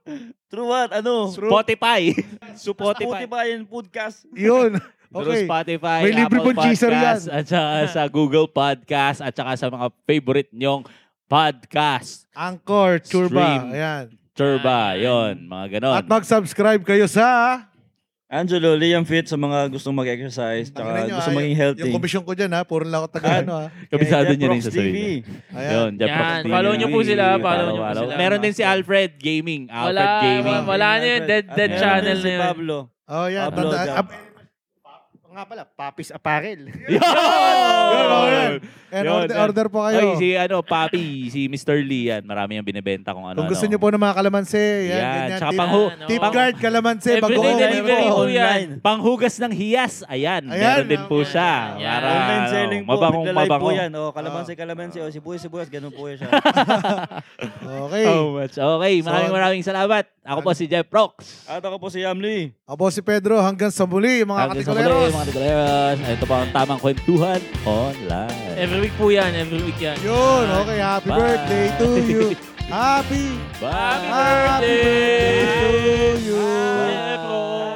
Speaker 3: True what? Ano?
Speaker 1: Spotify. Spotify.
Speaker 3: Spotify and podcast.
Speaker 2: Yun.
Speaker 1: Through
Speaker 2: Okay.
Speaker 1: Spotify,
Speaker 2: May libre
Speaker 1: Apple
Speaker 2: pong teaser
Speaker 1: Podcast,
Speaker 2: yan.
Speaker 1: at saka sa Google Podcast, at saka sa mga favorite nyong podcast.
Speaker 2: Anchor, Churba.
Speaker 1: Stream. Ah.
Speaker 2: Ayan.
Speaker 1: Turba, yon mga ganon.
Speaker 2: At mag-subscribe kayo sa...
Speaker 3: Angelo, Liam Fit sa mga gustong mag-exercise
Speaker 2: Tangina
Speaker 3: tsaka
Speaker 2: nyo,
Speaker 3: gusto
Speaker 2: ah,
Speaker 3: maging
Speaker 2: yung-
Speaker 3: healthy.
Speaker 2: Yung komisyon ko dyan ha, puro lang ako taga
Speaker 3: Ah.
Speaker 2: ano ha.
Speaker 1: Kabisado niya na yung sa
Speaker 3: Prox
Speaker 1: sarili.
Speaker 3: TV.
Speaker 2: Ayan.
Speaker 1: Yun, Jeff
Speaker 5: Yan.
Speaker 1: Proctor.
Speaker 5: Follow nyo po sila, follow nyo po
Speaker 1: Follow,
Speaker 5: sila.
Speaker 1: Meron din si Alfred Gaming.
Speaker 5: Wala,
Speaker 1: Alfred Gaming.
Speaker 5: wa- wala na yun. Dead, dead
Speaker 3: At meron
Speaker 5: channel
Speaker 3: din
Speaker 5: na
Speaker 3: Si
Speaker 5: yun.
Speaker 3: Pablo.
Speaker 2: Oh, yan.
Speaker 3: Pablo,
Speaker 2: Tanda-
Speaker 3: Jack.
Speaker 2: ab-
Speaker 4: Nga pala, Papis Apparel.
Speaker 2: Yun, oh,
Speaker 1: Yun!
Speaker 2: yan. And
Speaker 1: Yun,
Speaker 2: order,
Speaker 1: yan.
Speaker 2: order po
Speaker 1: Ay,
Speaker 2: kayo.
Speaker 1: si ano, Papi, si Mr. Lee yan. Marami yung binibenta kung ano.
Speaker 2: Kung gusto nyo po ng mga kalamansi, yan,
Speaker 1: Yan,
Speaker 2: ganyan.
Speaker 1: tsaka
Speaker 2: Tip,
Speaker 1: panghu...
Speaker 5: Yan, oh.
Speaker 2: tip
Speaker 1: pang-
Speaker 2: guard, kalamansi,
Speaker 5: Everyday
Speaker 2: bagoong. meron
Speaker 5: delivery
Speaker 2: po.
Speaker 5: po yan.
Speaker 1: Panghugas ng hiyas. Ayan,
Speaker 2: Ayan.
Speaker 1: meron din po siya.
Speaker 5: Yan.
Speaker 1: Para,
Speaker 3: Online
Speaker 1: ano,
Speaker 3: selling po.
Speaker 1: Mabangong,
Speaker 3: Nagla-live po
Speaker 1: mabangong. Ah.
Speaker 3: yan. oh, O, kalamansi, kalamansi. O, sibuyas, sibuyas. Ganun po yan siya.
Speaker 2: Okay.
Speaker 1: So much. Oh, Okay, maraming
Speaker 2: So,
Speaker 1: maraming salamat. Ako po si Jeff Rocks.
Speaker 3: At ako po si Yamli.
Speaker 2: Ako si Pedro, hanggang sa muli, mga
Speaker 1: Hanggang sa muli,
Speaker 2: katikuleros.
Speaker 1: mga katikuleros. Ito pa ang tamang kwentuhan online.
Speaker 5: Every week po yan, every week yan.
Speaker 2: Yun, okay. Happy
Speaker 1: Bye.
Speaker 2: birthday to you. Happy,
Speaker 1: Bye.
Speaker 2: happy birthday to you.
Speaker 5: Bye.